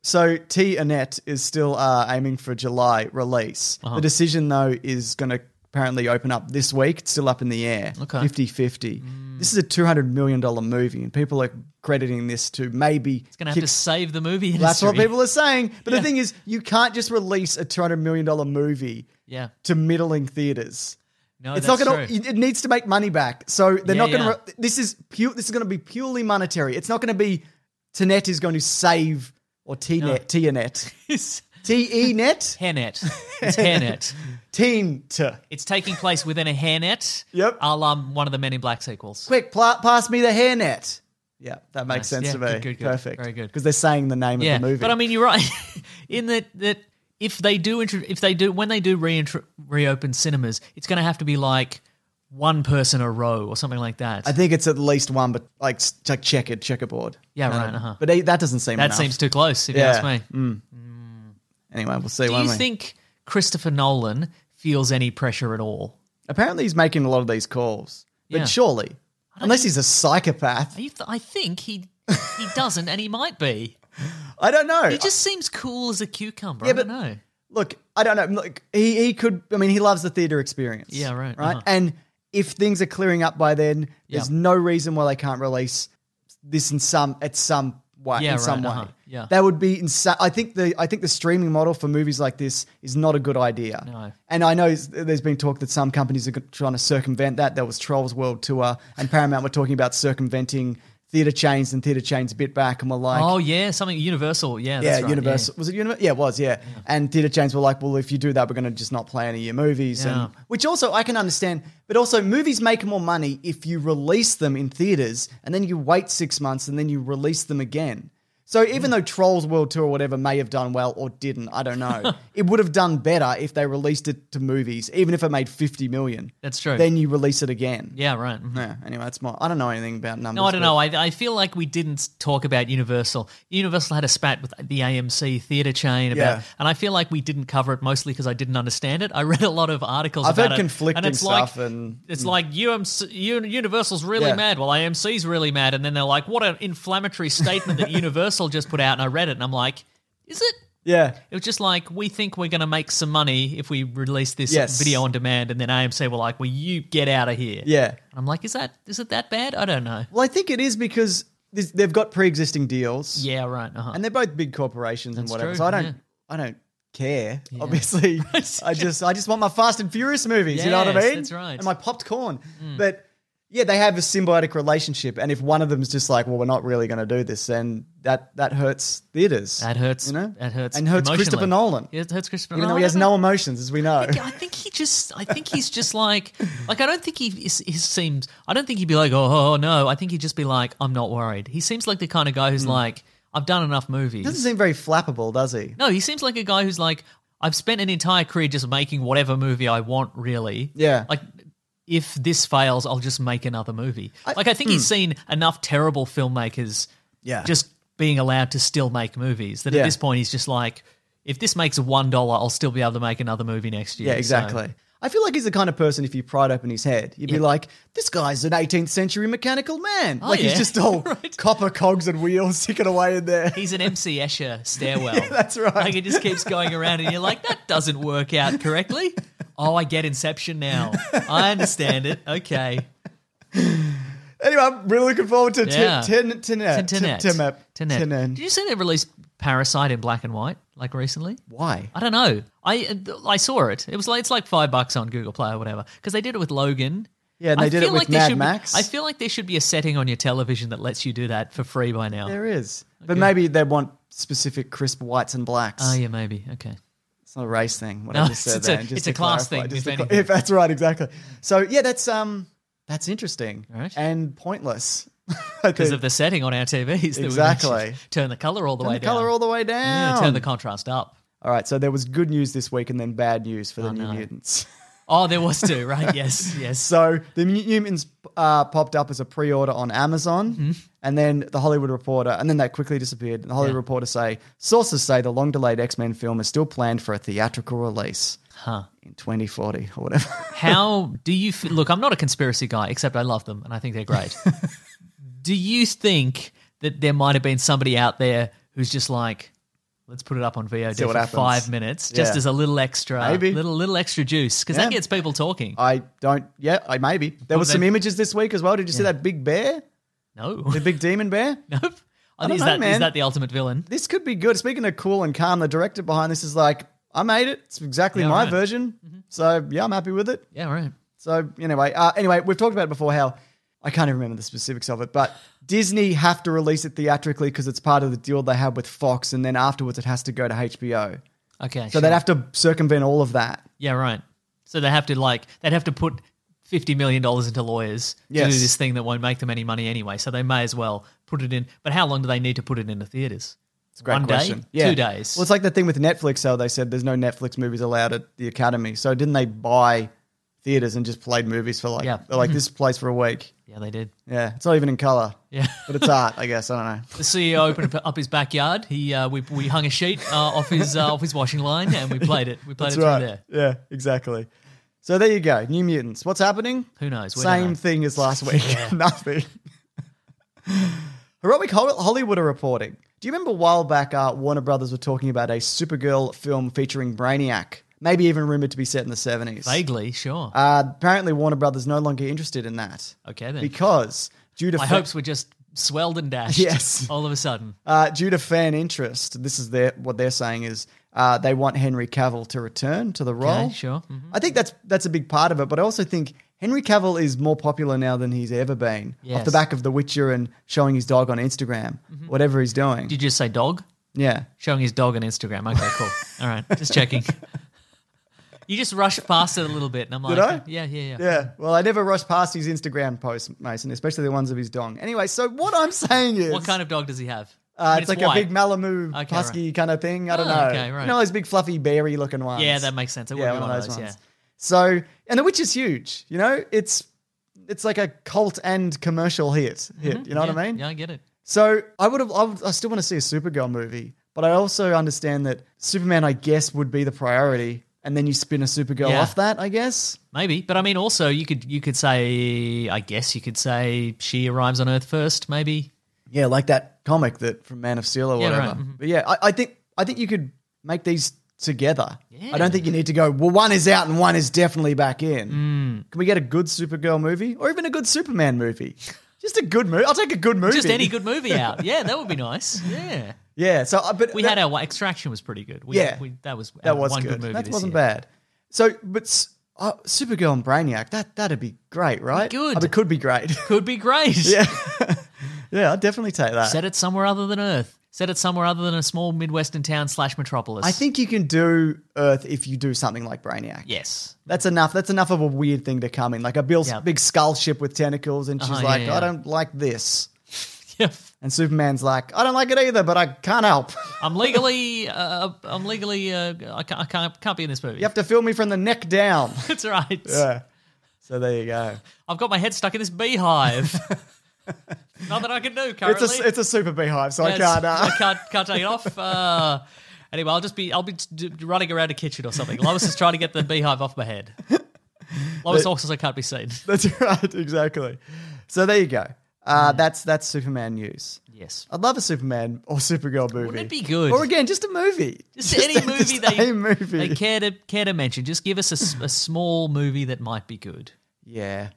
[SPEAKER 3] so T Annette is still uh, aiming for July release.
[SPEAKER 4] Uh-huh.
[SPEAKER 3] The decision though is going to apparently open up this week. It's still up in the air.
[SPEAKER 4] Okay. Mm.
[SPEAKER 3] 50-50. This is a two hundred million dollar movie, and people are crediting this to maybe
[SPEAKER 4] It's going to have to save the movie industry.
[SPEAKER 3] That's what people are saying. But the thing is, you can't just release a two hundred million dollar movie
[SPEAKER 4] Yeah.
[SPEAKER 3] to middling theaters.
[SPEAKER 4] No,
[SPEAKER 3] it's
[SPEAKER 4] Oh, that's
[SPEAKER 3] not going
[SPEAKER 4] true.
[SPEAKER 3] to. It needs to make money back. So they're
[SPEAKER 4] Yeah,
[SPEAKER 3] not going
[SPEAKER 4] yeah.
[SPEAKER 3] to. This is pure. This is going to be purely monetary. It's not going to be. Tenet is going to save or Tnet
[SPEAKER 4] No.
[SPEAKER 3] Tnet
[SPEAKER 4] It's
[SPEAKER 3] T E net
[SPEAKER 4] hairnet. It's hairnet.
[SPEAKER 3] Teen T.
[SPEAKER 4] It's taking place within a hairnet.
[SPEAKER 3] Yep.
[SPEAKER 4] A la one of the Men in Black sequels.
[SPEAKER 3] Quick, pla- pass me the hairnet. Yeah, that makes sense
[SPEAKER 4] Nice. Yeah,
[SPEAKER 3] to me.
[SPEAKER 4] good, good, good.
[SPEAKER 3] Perfect.
[SPEAKER 4] Very good.
[SPEAKER 3] Because they're saying the name
[SPEAKER 4] yeah.
[SPEAKER 3] of the movie.
[SPEAKER 4] But I mean, you're right. in that that if they do intro, if they do when they do reintro, reopen cinemas, it's going to have to be like one person a row or something like that.
[SPEAKER 3] I think it's at least one, but like s- like checkered checkerboard.
[SPEAKER 4] Yeah,
[SPEAKER 3] Kind
[SPEAKER 4] right,
[SPEAKER 3] of.
[SPEAKER 4] uh-huh.
[SPEAKER 3] But eh, that doesn't seem
[SPEAKER 4] that
[SPEAKER 3] enough.
[SPEAKER 4] seems too close, if
[SPEAKER 3] Yeah. Mm.
[SPEAKER 4] you ask me.
[SPEAKER 3] Anyway, we'll see.
[SPEAKER 4] Mm. Do
[SPEAKER 3] won't
[SPEAKER 4] you
[SPEAKER 3] we?
[SPEAKER 4] think Christopher Nolan feels any pressure at all?
[SPEAKER 3] Apparently, he's making a lot of these calls, but
[SPEAKER 4] Yeah.
[SPEAKER 3] surely, unless he's a psychopath,
[SPEAKER 4] Are you th- I think he he doesn't, and he might be.
[SPEAKER 3] I don't know.
[SPEAKER 4] He just seems cool as a cucumber.
[SPEAKER 3] Yeah,
[SPEAKER 4] I don't
[SPEAKER 3] but-
[SPEAKER 4] know.
[SPEAKER 3] look, I don't know. Look, he he could. I mean, he loves the theater experience.
[SPEAKER 4] Yeah, right,
[SPEAKER 3] Right,
[SPEAKER 4] uh-huh.
[SPEAKER 3] and if things are clearing up by then, there's
[SPEAKER 4] Yeah.
[SPEAKER 3] no reason why they can't release this in some at some way.
[SPEAKER 4] Yeah,
[SPEAKER 3] in some
[SPEAKER 4] right,
[SPEAKER 3] way,
[SPEAKER 4] uh-huh, yeah.
[SPEAKER 3] that would be insane. I think the I think the streaming model for movies like this is not a good idea.
[SPEAKER 4] No.
[SPEAKER 3] And I know s- there's been talk that some companies are g- trying to circumvent that. There was Trolls World Tour, and Paramount were talking about circumventing theater chains and theater chains bit back, and we're like,
[SPEAKER 4] oh yeah, something universal. Yeah,
[SPEAKER 3] yeah,
[SPEAKER 4] that's right,
[SPEAKER 3] Universal. Was it Universal? Yeah, it was, yeah. And theatre chains were like, well, if you do that, we're going to just not play any of your movies.
[SPEAKER 4] Yeah.
[SPEAKER 3] And, which also I can understand. But also, movies make more money if you release them in theatres and then you wait six months and then you release them again. So
[SPEAKER 4] Mm.
[SPEAKER 3] even though Trolls World Tour or whatever may have done well or didn't, I don't know. it would have done better if they released it to movies, even if it made 50 million.
[SPEAKER 4] That's true.
[SPEAKER 3] Then you release it again.
[SPEAKER 4] Yeah, right. mhm.
[SPEAKER 3] Yeah, anyway, that's my. I don't know anything about numbers.
[SPEAKER 4] No, I don't
[SPEAKER 3] but-
[SPEAKER 4] know. I, I feel like we didn't talk about Universal. Universal had a spat with the AMC theater chain about,
[SPEAKER 3] Yeah.
[SPEAKER 4] and I feel like we didn't cover it mostly because I didn't understand it. I read a lot of articles.
[SPEAKER 3] I've
[SPEAKER 4] about
[SPEAKER 3] heard
[SPEAKER 4] it,
[SPEAKER 3] conflicting
[SPEAKER 4] and it's
[SPEAKER 3] stuff
[SPEAKER 4] Like,
[SPEAKER 3] and-
[SPEAKER 4] it's like UMC, Un- Universal's really
[SPEAKER 3] Yeah.
[SPEAKER 4] mad. Well, AMC's really mad, and then they're like, "What an inflammatory statement that Universal just put out." And I read it, and I'm like, "Is it?"
[SPEAKER 3] Yeah.
[SPEAKER 4] It was just like we think we're going to make some money if we release this
[SPEAKER 3] Yes.
[SPEAKER 4] video on demand, and then AMC were like, "Well, you get out of here."
[SPEAKER 3] Yeah.
[SPEAKER 4] I'm like, "Is that is it that bad?" I don't know.
[SPEAKER 3] Well, I think it is because this- they've got pre-existing deals.
[SPEAKER 4] Yeah, right. Uh-huh.
[SPEAKER 3] and they're both big corporations and
[SPEAKER 4] That's
[SPEAKER 3] whatever.
[SPEAKER 4] true,
[SPEAKER 3] So I don't,
[SPEAKER 4] yeah.
[SPEAKER 3] I don't care. Obviously, I just, I just want my Fast and Furious movies. you know what I
[SPEAKER 4] Yes,
[SPEAKER 3] mean?
[SPEAKER 4] that's right. Mm.
[SPEAKER 3] And my popped corn. But yeah, they have a symbiotic relationship, and if one of them's just like, well, we're not really going to do this, then that that hurts theaters.
[SPEAKER 4] That hurts.
[SPEAKER 3] You know,
[SPEAKER 4] that hurts.
[SPEAKER 3] and hurts
[SPEAKER 4] emotionally.
[SPEAKER 3] Christopher Nolan,
[SPEAKER 4] It hurts Christopher
[SPEAKER 3] even though
[SPEAKER 4] Nolan.
[SPEAKER 3] he has no emotions, as we know.
[SPEAKER 4] I think, I think he just. I think he's just like. Like I don't think he, is, he seems. I don't think he'd be like, oh, oh, no. I think he'd just be like, I'm not worried. He seems like the kind of guy who's like, I've done enough movies.
[SPEAKER 3] Hmm. Doesn't seem very flappable, does he?
[SPEAKER 4] no, he seems like a guy who's like, I've spent an entire career just making whatever movie I want. Really.
[SPEAKER 3] Yeah.
[SPEAKER 4] Like. If this fails, I'll just make another movie. like I think he's seen enough terrible filmmakers
[SPEAKER 3] Hmm. Yeah.
[SPEAKER 4] just being allowed to still make movies. That
[SPEAKER 3] Yeah.
[SPEAKER 4] at this point he's just like, if this makes one dollar, I'll still be able to make another movie next year.
[SPEAKER 3] Yeah,
[SPEAKER 4] So-
[SPEAKER 3] exactly. I feel like he's the kind of person if you pried open his head, you'd be like, "This guy's an 18th century mechanical man. like he's
[SPEAKER 4] Oh, yeah.
[SPEAKER 3] just all
[SPEAKER 4] Right.
[SPEAKER 3] copper cogs and wheels sticking away in there."
[SPEAKER 4] He's an MC Escher stairwell.
[SPEAKER 3] that's right.
[SPEAKER 4] Like it just keeps going around, and you're like, that doesn't work out correctly. Oh, I get Inception now. I understand it. Okay.
[SPEAKER 3] Anyway, I'm really looking forward to
[SPEAKER 4] Yeah.
[SPEAKER 3] ten ten ten
[SPEAKER 4] Tenet.
[SPEAKER 3] ten
[SPEAKER 4] Tenet. Did you see they released Parasite in black and white like recently?
[SPEAKER 3] Why?
[SPEAKER 4] I don't know. I I saw it. It was like it's like five bucks on Google Play or whatever because they did it with Logan.
[SPEAKER 3] Yeah, and they
[SPEAKER 4] I
[SPEAKER 3] did it
[SPEAKER 4] feel
[SPEAKER 3] with
[SPEAKER 4] there
[SPEAKER 3] Mad
[SPEAKER 4] should be-
[SPEAKER 3] Max.
[SPEAKER 4] I feel like there should be a setting on your television that lets you do that for free by now.
[SPEAKER 3] There is, but maybe they want specific crisp whites and blacks.
[SPEAKER 4] Oh yeah, maybe. Okay.
[SPEAKER 3] It's not a race thing. What
[SPEAKER 4] No,
[SPEAKER 3] I just said
[SPEAKER 4] it's a-
[SPEAKER 3] there, just
[SPEAKER 4] it's
[SPEAKER 3] to
[SPEAKER 4] a class
[SPEAKER 3] clarify,
[SPEAKER 4] thing,
[SPEAKER 3] just
[SPEAKER 4] if
[SPEAKER 3] to cla-
[SPEAKER 4] anything.
[SPEAKER 3] if that's right, exactly. So yeah, that's um, that's interesting
[SPEAKER 4] All right.
[SPEAKER 3] and pointless I
[SPEAKER 4] Because
[SPEAKER 3] think.
[SPEAKER 4] of the setting on our TVs. that we
[SPEAKER 3] Exactly.
[SPEAKER 4] mentioned. turn the color all the
[SPEAKER 3] Turn
[SPEAKER 4] way
[SPEAKER 3] the
[SPEAKER 4] down.
[SPEAKER 3] color all the way
[SPEAKER 4] yeah,
[SPEAKER 3] down.
[SPEAKER 4] turn the contrast up.
[SPEAKER 3] All right, so there was good news this week and then bad news for the New
[SPEAKER 4] no.
[SPEAKER 3] Mutants.
[SPEAKER 4] Oh, there was two, right? Yes, yes.
[SPEAKER 3] So the New Mutants uh, popped up as a pre-order on Amazon,
[SPEAKER 4] Mm-hmm.
[SPEAKER 3] and then the Hollywood Reporter, and then that quickly disappeared. The Hollywood
[SPEAKER 4] Yeah.
[SPEAKER 3] Reporter say sources say the long-delayed X-Men film is still planned for a theatrical release
[SPEAKER 4] Huh.
[SPEAKER 3] in 2040 or whatever.
[SPEAKER 4] How do you f- look? I'm not a conspiracy guy, except I love them and I think they're great. do you think that there might have been somebody out there who's just like, let's put it up on VOD
[SPEAKER 3] See what
[SPEAKER 4] for
[SPEAKER 3] happens."
[SPEAKER 4] five minutes, just
[SPEAKER 3] Yeah.
[SPEAKER 4] as a little extra,
[SPEAKER 3] Maybe.
[SPEAKER 4] little little extra juice, because that
[SPEAKER 3] Yeah.
[SPEAKER 4] gets people talking.
[SPEAKER 3] I don't. Yeah, I maybe there was
[SPEAKER 4] they-
[SPEAKER 3] some images this week as well. Did you see that big bear,
[SPEAKER 4] no,
[SPEAKER 3] the big demon bear?
[SPEAKER 4] nope. I
[SPEAKER 3] don't
[SPEAKER 4] is
[SPEAKER 3] know,
[SPEAKER 4] that is
[SPEAKER 3] man.
[SPEAKER 4] that the ultimate villain?
[SPEAKER 3] This could be good. Speaking of cool and calm, the director behind this is like, I made it. It's exactly
[SPEAKER 4] Yeah, Mm-hmm.
[SPEAKER 3] my
[SPEAKER 4] right.
[SPEAKER 3] version. So yeah, I'm happy with it.
[SPEAKER 4] Yeah, right.
[SPEAKER 3] So anyway, uh, anyway, we've talked about it before how I can't even remember the specifics of it, but Disney have to release it theatrically because it's part of the deal they had with Fox, and then afterwards it has to go to HBO.
[SPEAKER 4] Okay,
[SPEAKER 3] So
[SPEAKER 4] sure.
[SPEAKER 3] they'd have to circumvent all of that.
[SPEAKER 4] Yeah, right. So they have to like they'd have to put fifty million dollars into lawyers to
[SPEAKER 3] Yes.
[SPEAKER 4] do this thing that won't make them any money anyway. So they may as well put it in. But how long do they need to put it in the theaters? It's
[SPEAKER 3] Great
[SPEAKER 4] One
[SPEAKER 3] question.
[SPEAKER 4] day,
[SPEAKER 3] Yeah.
[SPEAKER 4] two days.
[SPEAKER 3] Well, it's like the thing with Netflix. How they said there's no Netflix movies allowed at the Academy. So didn't they buy theaters and just played movies for like
[SPEAKER 4] Yeah. Mm-hmm.
[SPEAKER 3] they're like this plays for a week.
[SPEAKER 4] Yeah, they did.
[SPEAKER 3] Yeah, it's not even in color,
[SPEAKER 4] Yeah.
[SPEAKER 3] but it's art, I guess. I don't know.
[SPEAKER 4] The CEO opened up- up his backyard. He uh, we, we hung a sheet uh, off his uh, off his washing line and we played it. We played
[SPEAKER 3] That's
[SPEAKER 4] it through
[SPEAKER 3] right.
[SPEAKER 4] there.
[SPEAKER 3] Yeah, exactly. So there you go, New Mutants. What's happening?
[SPEAKER 4] Who knows? We don't
[SPEAKER 3] Same
[SPEAKER 4] know.
[SPEAKER 3] thing as last week. Nothing. Heroic Hol- Hollywood are reporting. Do you remember a while back uh, Warner Brothers were talking about a Supergirl film featuring Brainiac, maybe even rumored to be set in the 70s?
[SPEAKER 4] Vaguely, sure.
[SPEAKER 3] Uh, apparently, Warner Brothers no longer interested in that
[SPEAKER 4] okay then.
[SPEAKER 3] because due to
[SPEAKER 4] My
[SPEAKER 3] fa-
[SPEAKER 4] hopes were just swelled and dashed.
[SPEAKER 3] Yes.
[SPEAKER 4] All of a sudden.
[SPEAKER 3] uh, due to fan interest, this is their what they're saying is uh, they want Henry Cavill to return to the role.
[SPEAKER 4] Okay, sure. Mhm.
[SPEAKER 3] I think that's that's a big part of it, but I also think Henry Cavill is more popular now than he's ever been. Off
[SPEAKER 4] Yes. Mm-hmm.
[SPEAKER 3] the back of The Witcher and showing his dog on Instagram, whatever he's doing.
[SPEAKER 4] Did you just say dog?
[SPEAKER 3] yeah.
[SPEAKER 4] Showing his dog on Instagram. Okay, cool. All right, just checking. You just rushed past it a little bit, and I'm like,
[SPEAKER 3] I?
[SPEAKER 4] yeah, yeah, yeah.
[SPEAKER 3] Yeah. Well, I never rush past his Instagram posts, Mason, especially the ones of his dong. Anyway, so what I'm saying is
[SPEAKER 4] What kind of dog does he have?
[SPEAKER 3] uh,
[SPEAKER 4] And
[SPEAKER 3] it's, like
[SPEAKER 4] white.
[SPEAKER 3] a big Malamu
[SPEAKER 4] Okay,
[SPEAKER 3] husky kind of thing. I don't
[SPEAKER 4] Oh,
[SPEAKER 3] know.
[SPEAKER 4] okay, right.
[SPEAKER 3] You know those big fluffy berry looking ones.
[SPEAKER 4] Yeah, that makes sense. It would
[SPEAKER 3] yeah,
[SPEAKER 4] be
[SPEAKER 3] one of those,
[SPEAKER 4] Yeah.
[SPEAKER 3] ones. So, and The Witch is huge. You know, it's it's like a cult and commercial hit. Hit. You know
[SPEAKER 4] yeah,
[SPEAKER 3] what I mean?
[SPEAKER 4] Yeah, I get it.
[SPEAKER 3] So I would have. I, would, I still want to see a Supergirl movie, but I also understand that Superman, I guess, would be the priority, and then you spin a Supergirl
[SPEAKER 4] Yeah.
[SPEAKER 3] off that. I guess.
[SPEAKER 4] Maybe, but I mean, also you could you could say, I guess you could say she arrives on Earth first. Maybe
[SPEAKER 3] Yeah, like that comic that from Man of Steel or
[SPEAKER 4] Yeah,
[SPEAKER 3] whatever.
[SPEAKER 4] right, mhm.
[SPEAKER 3] But yeah, I, I think I think you could make these together. I
[SPEAKER 4] Yeah.
[SPEAKER 3] don't think you need to go. Well, one is out and one is definitely back in.
[SPEAKER 4] Mm.
[SPEAKER 3] Can we get a good Supergirl movie or even a good Superman movie? Just a good movie. I'll take a good movie.
[SPEAKER 4] just any good movie out. Yeah, that would be nice. Yeah,
[SPEAKER 3] Yeah. So, uh, but
[SPEAKER 4] we
[SPEAKER 3] that-
[SPEAKER 4] had our well, Extraction was pretty good. We,
[SPEAKER 3] Yeah.
[SPEAKER 4] we, that was
[SPEAKER 3] that
[SPEAKER 4] our
[SPEAKER 3] was
[SPEAKER 4] one
[SPEAKER 3] good.
[SPEAKER 4] good, movie.
[SPEAKER 3] that
[SPEAKER 4] this
[SPEAKER 3] wasn't
[SPEAKER 4] year.
[SPEAKER 3] bad. So, but s- uh, Supergirl and Brainiac, that that'd be great, right?
[SPEAKER 4] Good.
[SPEAKER 3] I mean, it could be great.
[SPEAKER 4] Could be great.
[SPEAKER 3] yeah, yeah, I'd definitely take that.
[SPEAKER 4] Set it somewhere other than Earth. Set it somewhere other than a small midwestern town slash metropolis.
[SPEAKER 3] I think you can do Earth if you do something like Brainiac.
[SPEAKER 4] yes.
[SPEAKER 3] That's enough. That's enough of a weird thing to come in, like a Bill's
[SPEAKER 4] Yeah.
[SPEAKER 3] big skull ship with tentacles, and she's
[SPEAKER 4] Uh-huh, yeah,
[SPEAKER 3] like,
[SPEAKER 4] yeah.
[SPEAKER 3] "I don't like this,"
[SPEAKER 4] Yeah.
[SPEAKER 3] and Superman's like, "I don't like it either, but I can't help.
[SPEAKER 4] I'm legally, uh, I'm legally, uh, I, can't, I can't, can't be in this movie.
[SPEAKER 3] you have to film me from the neck down."
[SPEAKER 4] That's right.
[SPEAKER 3] yeah. So there you go.
[SPEAKER 4] I've got my head stuck in this beehive. Nothing I can do currently.
[SPEAKER 3] It's a it's a super beehive, so I
[SPEAKER 4] That's-
[SPEAKER 3] can't. Uh,
[SPEAKER 4] I can't, can't take it off. Uh, anyway, I'll just be, I'll be d- d- running around a kitchen or something. Lois is trying to get the beehive off my head. Lois also can't be seen.
[SPEAKER 3] That's right, exactly. So there you go. Uh, That's that's Superman news.
[SPEAKER 4] Mm. Yes.
[SPEAKER 3] I'd love a Superman or Supergirl movie.
[SPEAKER 4] Wouldn't it be good?
[SPEAKER 3] Or again, just a movie.
[SPEAKER 4] Just any movie
[SPEAKER 3] just
[SPEAKER 4] they
[SPEAKER 3] a movie.
[SPEAKER 4] they care to care to mention. Just give us a s a a small movie that might be good.
[SPEAKER 3] Yeah.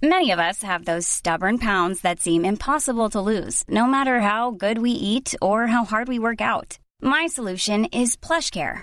[SPEAKER 5] Many of us have those stubborn pounds that seem impossible to lose, no matter how good we eat or how hard we work out. My solution is PlushCare.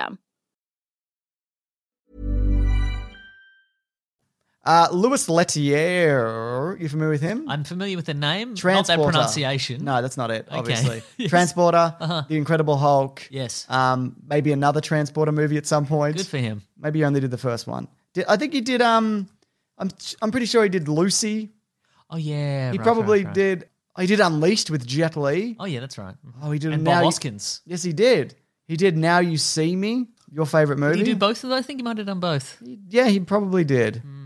[SPEAKER 3] Uh, Louis Lettier, you familiar with him?
[SPEAKER 4] I'm familiar with the name,
[SPEAKER 3] Transporter.
[SPEAKER 4] not that pronunciation.
[SPEAKER 3] No, that's not it.
[SPEAKER 4] Okay.
[SPEAKER 3] Obviously,
[SPEAKER 4] Yes.
[SPEAKER 3] Transporter,
[SPEAKER 4] Uh-huh.
[SPEAKER 3] The Incredible Hulk.
[SPEAKER 4] Yes.
[SPEAKER 3] Um, maybe another Transporter movie at some point.
[SPEAKER 4] Good for him.
[SPEAKER 3] Maybe he only did the first one. Did, I think he did. Um, I'm I'm pretty sure he did Lucy.
[SPEAKER 4] Oh yeah,
[SPEAKER 3] he
[SPEAKER 4] right,
[SPEAKER 3] probably
[SPEAKER 4] right, right.
[SPEAKER 3] did. oh, He did Unleashed with Jet Li.
[SPEAKER 4] Oh yeah, that's right.
[SPEAKER 3] Oh, he did
[SPEAKER 4] And
[SPEAKER 3] now
[SPEAKER 4] Bob
[SPEAKER 3] You-
[SPEAKER 4] Hoskins.
[SPEAKER 3] yes, he did. He did Now You See Me, your favorite movie.
[SPEAKER 4] Did he do both of those? I think he might have done both.
[SPEAKER 3] Yeah, he probably did.
[SPEAKER 4] Hmm.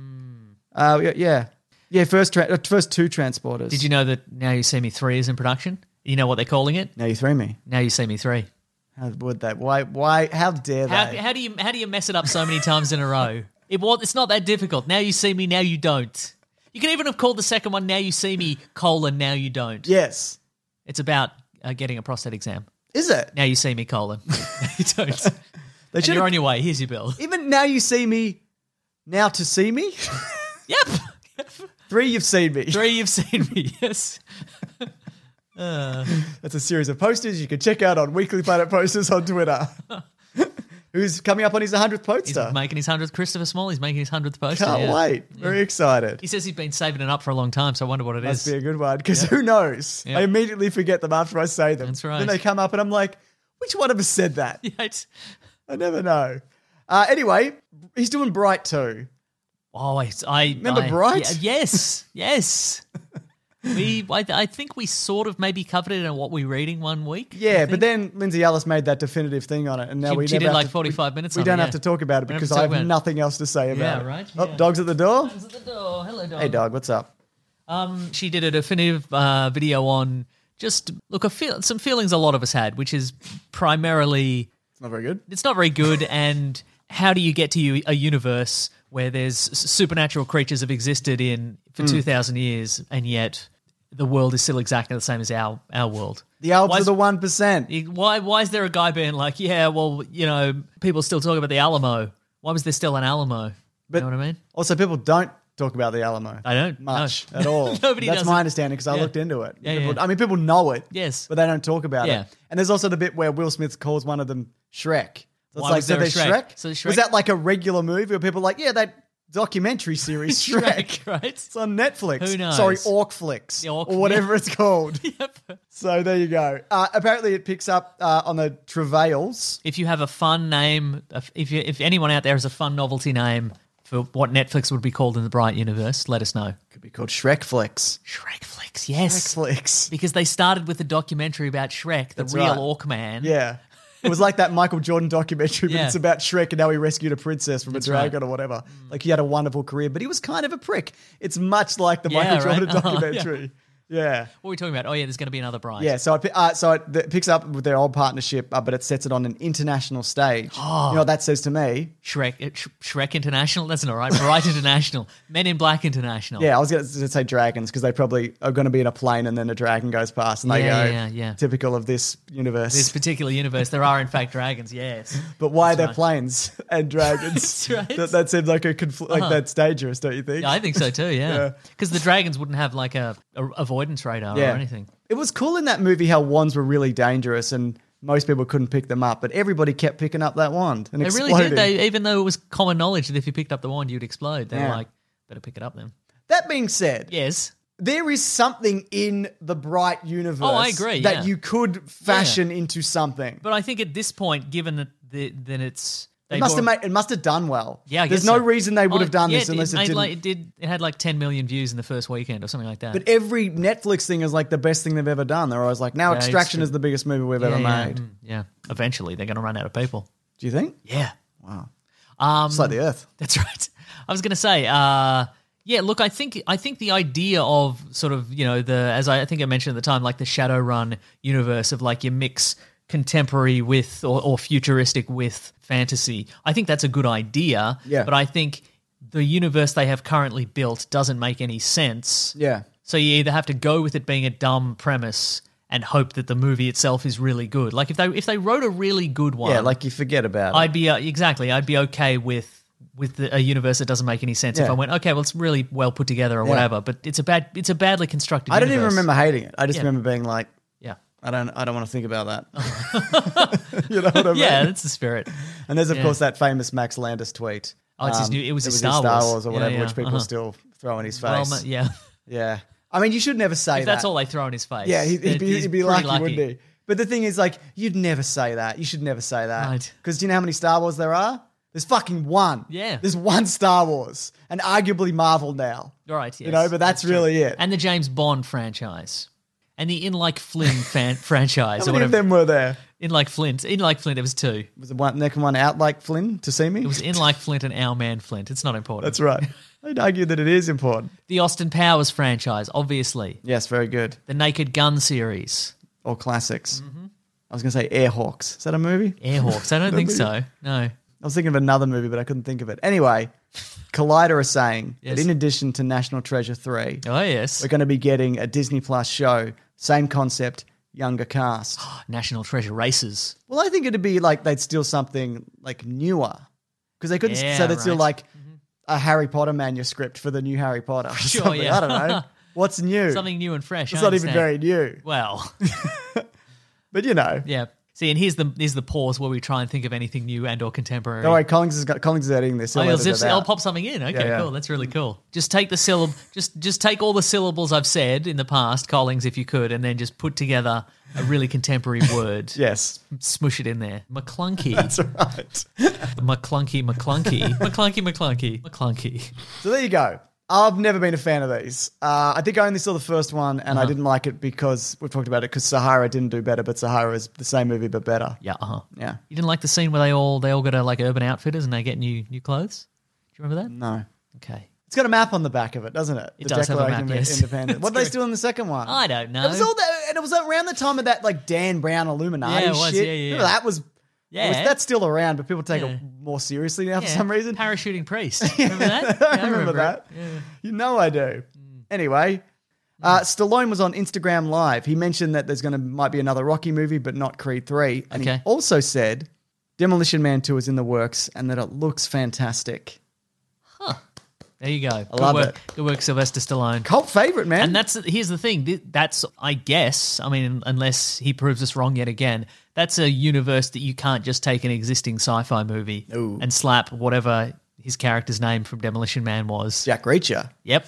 [SPEAKER 3] Uh, yeah, yeah, yeah. First, tra- uh, first two transporters.
[SPEAKER 4] Did you know that Now You See Me Three is in production? You know what they're calling it?
[SPEAKER 3] Now you threw me.
[SPEAKER 4] Now You See Me Three.
[SPEAKER 3] How would they? Why? Why? How dare
[SPEAKER 4] How,
[SPEAKER 3] they?
[SPEAKER 4] how do you how do you mess it up so many times in a row? It was it's not that difficult. Now you see me, now you don't. You can even have called the second one "Now you see me" colon "Now you don't."
[SPEAKER 3] yes.
[SPEAKER 4] It's about uh, getting a prostate exam.
[SPEAKER 3] Is it?
[SPEAKER 4] Now you see me colon. Now you don't.
[SPEAKER 3] They
[SPEAKER 4] and
[SPEAKER 3] should
[SPEAKER 4] you're on your way. Here's your bill.
[SPEAKER 3] even now you see me. Now to see me.
[SPEAKER 4] Yep.
[SPEAKER 3] Three, you've seen me.
[SPEAKER 4] Three, you've seen me. Yes.
[SPEAKER 3] That's a series of posters you can check out on Weekly Planet Posters on Twitter. Who's coming up on his 100th
[SPEAKER 4] He's
[SPEAKER 3] poster?
[SPEAKER 4] making his hundredth. Christopher Small. He's making his hundredth poster.
[SPEAKER 3] Can't
[SPEAKER 4] yeah.
[SPEAKER 3] wait. Very excited.
[SPEAKER 4] He says he's been saving it up for a long time, so I wonder what it is.
[SPEAKER 3] Must be a good one because who knows?
[SPEAKER 4] Yeah.
[SPEAKER 3] I immediately forget them after I say them.
[SPEAKER 4] That's right.
[SPEAKER 3] Then they come up and I'm like, which one of us said that?
[SPEAKER 4] Yeah, it's-
[SPEAKER 3] I never know. Uh, anyway, he's doing Bright too.
[SPEAKER 4] Oh, I, I
[SPEAKER 3] Remember
[SPEAKER 4] I-
[SPEAKER 3] Bright?
[SPEAKER 4] yeah, yes, yes. we, I, I think we sort of maybe covered it in what we reading one week. I
[SPEAKER 3] Yeah, but then
[SPEAKER 4] think.
[SPEAKER 3] Lindsay Ellis made that definitive thing on it, and now
[SPEAKER 4] She-
[SPEAKER 3] we
[SPEAKER 4] she
[SPEAKER 3] never
[SPEAKER 4] did
[SPEAKER 3] have
[SPEAKER 4] like
[SPEAKER 3] to-
[SPEAKER 4] 45
[SPEAKER 3] we,
[SPEAKER 4] minutes
[SPEAKER 3] We
[SPEAKER 4] of it,
[SPEAKER 3] don't
[SPEAKER 4] yeah.
[SPEAKER 3] have to talk about it
[SPEAKER 4] We don't
[SPEAKER 3] because
[SPEAKER 4] have to
[SPEAKER 3] I
[SPEAKER 4] talk
[SPEAKER 3] have
[SPEAKER 4] about it.
[SPEAKER 3] nothing else to say about
[SPEAKER 4] Yeah,
[SPEAKER 3] it.
[SPEAKER 4] right,
[SPEAKER 3] Oh,
[SPEAKER 4] yeah.
[SPEAKER 3] dogs at the door.
[SPEAKER 4] Dogs at the door. Hello, dog.
[SPEAKER 3] Hey, dog, what's up?
[SPEAKER 4] Um, she did a definitive uh, video on just look a feel, some feelings a lot of us had, which is primarily
[SPEAKER 3] It's not very good.
[SPEAKER 4] it's not very good. and how do you get to u- a universe where there's s- supernatural creatures have existed in for
[SPEAKER 3] Hmm.
[SPEAKER 4] two thousand years, and yet the world is still exactly the same as our our world?
[SPEAKER 3] The Alps
[SPEAKER 4] Why
[SPEAKER 3] are
[SPEAKER 4] is-
[SPEAKER 3] the one percent.
[SPEAKER 4] You- Why why is there a guy being like, yeah, well, you know, people still talk about the Alamo. Why was there still an Alamo?
[SPEAKER 3] But-
[SPEAKER 4] you know what I mean?
[SPEAKER 3] Also, people don't talk about the Alamo.
[SPEAKER 4] I don't no.
[SPEAKER 3] much at all.
[SPEAKER 4] Nobody
[SPEAKER 3] That's
[SPEAKER 4] does
[SPEAKER 3] my
[SPEAKER 4] it.
[SPEAKER 3] understanding because I
[SPEAKER 4] Yeah.
[SPEAKER 3] looked into it.
[SPEAKER 4] Yeah,
[SPEAKER 3] People-
[SPEAKER 4] yeah.
[SPEAKER 3] I mean, people know it.
[SPEAKER 4] Yes.
[SPEAKER 3] but they don't talk about
[SPEAKER 4] Yeah.
[SPEAKER 3] it. And there's also the bit where Will Smith calls one of them Shrek. So it's
[SPEAKER 4] Why
[SPEAKER 3] like,
[SPEAKER 4] was
[SPEAKER 3] so
[SPEAKER 4] there a
[SPEAKER 3] there's
[SPEAKER 4] Shrek?
[SPEAKER 3] Shrek?
[SPEAKER 4] So Shrek-
[SPEAKER 3] Was that like a regular movie where people are like, yeah, that documentary series Shrek.
[SPEAKER 4] Shrek, right?
[SPEAKER 3] It's on Netflix.
[SPEAKER 4] Who knows?
[SPEAKER 3] Sorry, Orc Flicks
[SPEAKER 4] The Orc-
[SPEAKER 3] or whatever it's called.
[SPEAKER 4] Yep.
[SPEAKER 3] So there you go. Uh, apparently, it picks up uh, on the travails.
[SPEAKER 4] If you have a fun name, if if you, if anyone out there has a fun novelty name for what Netflix would be called in the Bright universe, let us know.
[SPEAKER 3] Could be called Shrek Flicks.
[SPEAKER 4] Shrekflix, yes.
[SPEAKER 3] Shrek Flicks.
[SPEAKER 4] Because they started with a documentary about Shrek, the
[SPEAKER 3] That's
[SPEAKER 4] real
[SPEAKER 3] right.
[SPEAKER 4] orc man.
[SPEAKER 3] Yeah. It was like that Michael Jordan documentary, but
[SPEAKER 4] Yeah.
[SPEAKER 3] it's about Shrek and how he rescued a princess from a
[SPEAKER 4] right. Mm.
[SPEAKER 3] dragon or whatever. Like he had a wonderful career, but he was kind of a prick. It's much like the
[SPEAKER 4] Yeah,
[SPEAKER 3] Michael
[SPEAKER 4] right.
[SPEAKER 3] Jordan
[SPEAKER 4] Uh-huh, yeah.
[SPEAKER 3] documentary. yeah.
[SPEAKER 4] What are we talking about? Oh yeah, there's going to be another Bright.
[SPEAKER 3] Yeah, so it, pi- uh, so it, it picks up with their old partnership, uh, but it sets it on an international stage. You know what that says to me?
[SPEAKER 4] Shrek, uh, Sh- Shrek International. That's not right. Bright International, Men in Black International.
[SPEAKER 3] Yeah, I was going to say dragons because they probably are going to be in a plane and then a dragon goes past and they
[SPEAKER 4] Yeah,
[SPEAKER 3] go,
[SPEAKER 4] yeah, yeah.
[SPEAKER 3] typical of this universe.
[SPEAKER 4] this particular universe, there are in fact dragons. Yes,
[SPEAKER 3] but why are there
[SPEAKER 4] right.
[SPEAKER 3] planes and dragons?
[SPEAKER 4] That's right. Uh-huh.
[SPEAKER 3] that, that seems like a confl- like that's dangerous, don't you think?
[SPEAKER 4] Yeah, I think so too. Yeah, because the dragons wouldn't have like a, a avoidance radar
[SPEAKER 3] Yeah.
[SPEAKER 4] or anything.
[SPEAKER 3] It was cool in that movie how wands were really dangerous and most people couldn't pick them up, but everybody kept picking up that wand and
[SPEAKER 4] They
[SPEAKER 3] exploding.
[SPEAKER 4] really did. They even though it was common knowledge that if you picked up the wand, you'd explode. They were
[SPEAKER 3] Yeah.
[SPEAKER 4] like, better pick it up then.
[SPEAKER 3] that being said,
[SPEAKER 4] Yes,
[SPEAKER 3] there is something in the bright universe
[SPEAKER 4] Oh, I agree,
[SPEAKER 3] that
[SPEAKER 4] yeah.
[SPEAKER 3] you could fashion into something.
[SPEAKER 4] but I think at this point, given that the, then it's they
[SPEAKER 3] it must have
[SPEAKER 4] brought-
[SPEAKER 3] made, it must have done well.
[SPEAKER 4] Yeah, I
[SPEAKER 3] there's
[SPEAKER 4] guess
[SPEAKER 3] no
[SPEAKER 4] so.
[SPEAKER 3] reason they would
[SPEAKER 4] Oh,
[SPEAKER 3] have done
[SPEAKER 4] yeah,
[SPEAKER 3] this unless it,
[SPEAKER 4] made,
[SPEAKER 3] didn't.
[SPEAKER 4] Like, it did. It had like 10 million views in the first weekend or something like that.
[SPEAKER 3] but every Netflix thing is like the best thing they've ever done. They're always like, now
[SPEAKER 4] it's
[SPEAKER 3] Extraction
[SPEAKER 4] true.
[SPEAKER 3] is the biggest movie we've
[SPEAKER 4] yeah,
[SPEAKER 3] ever
[SPEAKER 4] yeah,
[SPEAKER 3] made.
[SPEAKER 4] mm, yeah. Eventually, they're going to run out of people.
[SPEAKER 3] Do you think?
[SPEAKER 4] Yeah.
[SPEAKER 3] Wow,
[SPEAKER 4] Um,
[SPEAKER 3] it's like the Earth.
[SPEAKER 4] That's right. I was going to say, uh, yeah. Look, I think I think the idea of sort of you know the as I, I think I mentioned at the time, like the Shadowrun universe of like you mix contemporary with or, or futuristic with fantasy. I think that's a good idea.
[SPEAKER 3] Yeah.
[SPEAKER 4] But I think the universe they have currently built doesn't make any sense.
[SPEAKER 3] Yeah.
[SPEAKER 4] So you either have to go with it being a dumb premise and hope that the movie itself is really good. Like if they if they wrote a really good one,
[SPEAKER 3] Yeah, like you forget about it.
[SPEAKER 4] I'd be uh, exactly. I'd be okay with with the, a universe that doesn't make any sense. If
[SPEAKER 3] Yeah.
[SPEAKER 4] I went, okay, well, it's really well put together or
[SPEAKER 3] Yeah.
[SPEAKER 4] whatever, but it's a bad, it's a badly constructed.
[SPEAKER 3] I don't even
[SPEAKER 4] universe.
[SPEAKER 3] remember hating it. I just
[SPEAKER 4] Yeah.
[SPEAKER 3] remember being like,
[SPEAKER 4] Yeah,
[SPEAKER 3] I don't, I don't want to think about that. you know what I mean?
[SPEAKER 4] Oh. yeah, that's the spirit.
[SPEAKER 3] And there's of
[SPEAKER 4] Yeah.
[SPEAKER 3] course that famous Max Landis tweet. Um,
[SPEAKER 4] Oh, it's his new- it was his
[SPEAKER 3] in
[SPEAKER 4] Star
[SPEAKER 3] Star
[SPEAKER 4] Wars.
[SPEAKER 3] Wars or
[SPEAKER 4] Yeah,
[SPEAKER 3] whatever,
[SPEAKER 4] yeah,
[SPEAKER 3] which people
[SPEAKER 4] uh-huh.
[SPEAKER 3] still throw in his face.
[SPEAKER 4] Well, ma- yeah,
[SPEAKER 3] yeah. I mean, you should never say
[SPEAKER 4] if
[SPEAKER 3] that.
[SPEAKER 4] that's all they throw in his face.
[SPEAKER 3] Yeah, he'd, he'd
[SPEAKER 4] then
[SPEAKER 3] be,
[SPEAKER 4] he's
[SPEAKER 3] he'd be
[SPEAKER 4] pretty
[SPEAKER 3] lucky, wouldn't he? But the thing is, like, you'd never say that. You should never say that.
[SPEAKER 4] Right.
[SPEAKER 3] Because do you know how many Star Wars there are? There's fucking one.
[SPEAKER 4] Yeah.
[SPEAKER 3] There's one Star Wars, and arguably Marvel now.
[SPEAKER 4] All right, yes,
[SPEAKER 3] You know, but that's,
[SPEAKER 4] true.
[SPEAKER 3] really it.
[SPEAKER 4] And the James Bond franchise, and the In Like Flynn fan- franchise,
[SPEAKER 3] how
[SPEAKER 4] or
[SPEAKER 3] many of
[SPEAKER 4] whatever.
[SPEAKER 3] them were there?
[SPEAKER 4] In Like Flint, In Like Flint, there was two.
[SPEAKER 3] Was it one, neck and one out like Flynn to see me?
[SPEAKER 4] It was In Like Flint and Our Man Flint. It's not important.
[SPEAKER 3] That's right. I'd argue that it is important.
[SPEAKER 4] The Austin Powers franchise, obviously.
[SPEAKER 3] Yes, very good.
[SPEAKER 4] The Naked Gun series.
[SPEAKER 3] Or classics. I was going to say Airhawks. Is that a movie?
[SPEAKER 4] Airhawks. I don't think so. No.
[SPEAKER 3] I was thinking of another movie, but I couldn't think of it. Anyway, Collider is saying
[SPEAKER 4] Yes.
[SPEAKER 3] that in addition to National Treasure 3,
[SPEAKER 4] Oh yes.
[SPEAKER 3] we're going to be getting a Disney Plus show, same concept, younger cast.
[SPEAKER 4] Oh, National Treasure races.
[SPEAKER 3] Well, I think it'd be like they'd steal something like newer because they couldn't.
[SPEAKER 4] Yeah,
[SPEAKER 3] so they'd steal
[SPEAKER 4] right. Mm-hmm.
[SPEAKER 3] like a Harry Potter manuscript for the new Harry Potter. or
[SPEAKER 4] Sure,
[SPEAKER 3] something.
[SPEAKER 4] yeah.
[SPEAKER 3] I don't know what's new.
[SPEAKER 4] Something new and fresh.
[SPEAKER 3] it's
[SPEAKER 4] I
[SPEAKER 3] not even
[SPEAKER 4] understand.
[SPEAKER 3] very new,
[SPEAKER 4] well.
[SPEAKER 3] but you know.
[SPEAKER 4] Yeah. See, and here's the here's the pause where we try and think of anything new and or contemporary.
[SPEAKER 3] Don't worry, Collins is got, Collins is editing this.
[SPEAKER 4] Oh,
[SPEAKER 3] He'll
[SPEAKER 4] I'll,
[SPEAKER 3] edit
[SPEAKER 4] zip,
[SPEAKER 3] it
[SPEAKER 4] I'll
[SPEAKER 3] out.
[SPEAKER 4] pop something in. Okay,
[SPEAKER 3] Yeah, yeah.
[SPEAKER 4] cool. That's really cool. Just take the syllable. Just just take all the syllables I've said in the past, Collings, if you could, and then just put together a really contemporary word.
[SPEAKER 3] Yes,
[SPEAKER 4] Smush it in there. McClunky.
[SPEAKER 3] that's right.
[SPEAKER 4] McClunky. McClunky. McClunky. McClunky. McClunky.
[SPEAKER 3] So there you go. I've never been a fan of these. Uh, I think I only saw the first one and
[SPEAKER 4] Uh-huh.
[SPEAKER 3] I didn't like it because we've talked about it because Sahara didn't do better, but Sahara is the same movie but better.
[SPEAKER 4] Yeah. Uh huh.
[SPEAKER 3] Yeah.
[SPEAKER 4] You didn't like the scene where they all they all go to like Urban Outfitters and they get new new clothes. Do you remember that?
[SPEAKER 3] No.
[SPEAKER 4] Okay.
[SPEAKER 3] It's got a map on the back of it, doesn't it?
[SPEAKER 4] It does have a map,
[SPEAKER 3] of
[SPEAKER 4] yes.
[SPEAKER 3] Independence. what did they do in the second one?
[SPEAKER 4] I don't know.
[SPEAKER 3] It was all that, and it was around the time of that like Dan Brown Illuminati
[SPEAKER 4] Yeah, it was.
[SPEAKER 3] shit.
[SPEAKER 4] Yeah, yeah,
[SPEAKER 3] Remember
[SPEAKER 4] yeah.
[SPEAKER 3] that was,
[SPEAKER 4] Yeah.
[SPEAKER 3] yeah. that's still around, but people take
[SPEAKER 4] Yeah.
[SPEAKER 3] it more seriously now for
[SPEAKER 4] Yeah,
[SPEAKER 3] some reason.
[SPEAKER 4] Parachuting priest. Remember that? Yeah, Mm.
[SPEAKER 3] I remember, that. You know I do. Anyway, uh, Stallone was on Instagram Live. He mentioned that there's going to might be another Rocky movie, but not Creed three. And
[SPEAKER 4] Okay.
[SPEAKER 3] he also said Demolition Man two is in the works and that it looks fantastic.
[SPEAKER 4] There you go. I Good
[SPEAKER 3] love
[SPEAKER 4] work.
[SPEAKER 3] it.
[SPEAKER 4] Good work, Sylvester Stallone.
[SPEAKER 3] Cult favorite man.
[SPEAKER 4] And that's here's the thing. Th- That's I guess. I mean, unless he proves us wrong yet again. That's a universe that you can't just take an existing sci-fi movie and slap whatever his character's name from Demolition Man was.
[SPEAKER 3] Jack Reacher.
[SPEAKER 4] Yep.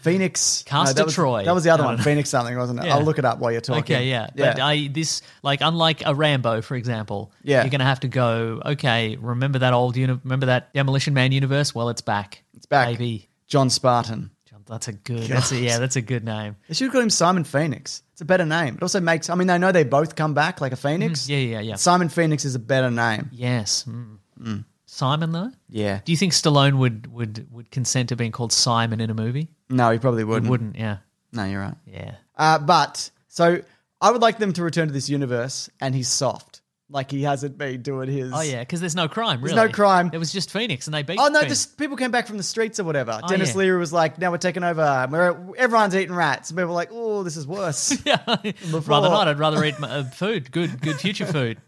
[SPEAKER 3] Phoenix.
[SPEAKER 4] Cast
[SPEAKER 3] that
[SPEAKER 4] of
[SPEAKER 3] was,
[SPEAKER 4] Troy.
[SPEAKER 3] That was the other
[SPEAKER 4] No,
[SPEAKER 3] one.
[SPEAKER 4] no.
[SPEAKER 3] Phoenix something, wasn't it?
[SPEAKER 4] Yeah.
[SPEAKER 3] I'll look it up while you're talking.
[SPEAKER 4] Okay, yeah. But uh, I this like unlike a Rambo, for example,
[SPEAKER 3] Yeah.
[SPEAKER 4] you're gonna have to go, okay, remember that old uni- remember that Demolition Man universe? Well it's back. It's
[SPEAKER 3] back.
[SPEAKER 4] Baby.
[SPEAKER 3] John Spartan.
[SPEAKER 4] That's a good that's a, yeah, that's a good name.
[SPEAKER 3] They should have called him Simon Phoenix. It's a better name. It also makes. I mean, they know they both come back like a phoenix.
[SPEAKER 4] Mm-hmm. yeah, yeah, yeah.
[SPEAKER 3] Simon Phoenix is a better name.
[SPEAKER 4] Yes. Mm. Simon though?
[SPEAKER 3] Yeah.
[SPEAKER 4] Do you think Stallone would would would consent to being called Simon in a movie?
[SPEAKER 3] No, he probably wouldn't.
[SPEAKER 4] Wouldn't, yeah.
[SPEAKER 3] No, you're right.
[SPEAKER 4] Yeah.
[SPEAKER 3] Uh, but so I would like them to return to this universe, and he's soft, like he hasn't been doing his.
[SPEAKER 4] Oh yeah, because there's no crime, really.
[SPEAKER 3] There's no crime.
[SPEAKER 4] It was just Phoenix and they beat
[SPEAKER 3] Oh no!
[SPEAKER 4] Phoenix.
[SPEAKER 3] Just people came back from the streets or whatever.
[SPEAKER 4] Oh,
[SPEAKER 3] Dennis
[SPEAKER 4] yeah.
[SPEAKER 3] Leary was like, "Now we're taking over. and We're, everyone's eating rats." And people were like, "Oh, this is worse."
[SPEAKER 4] yeah, rather not. I'd rather eat my, uh, food, good, good future food,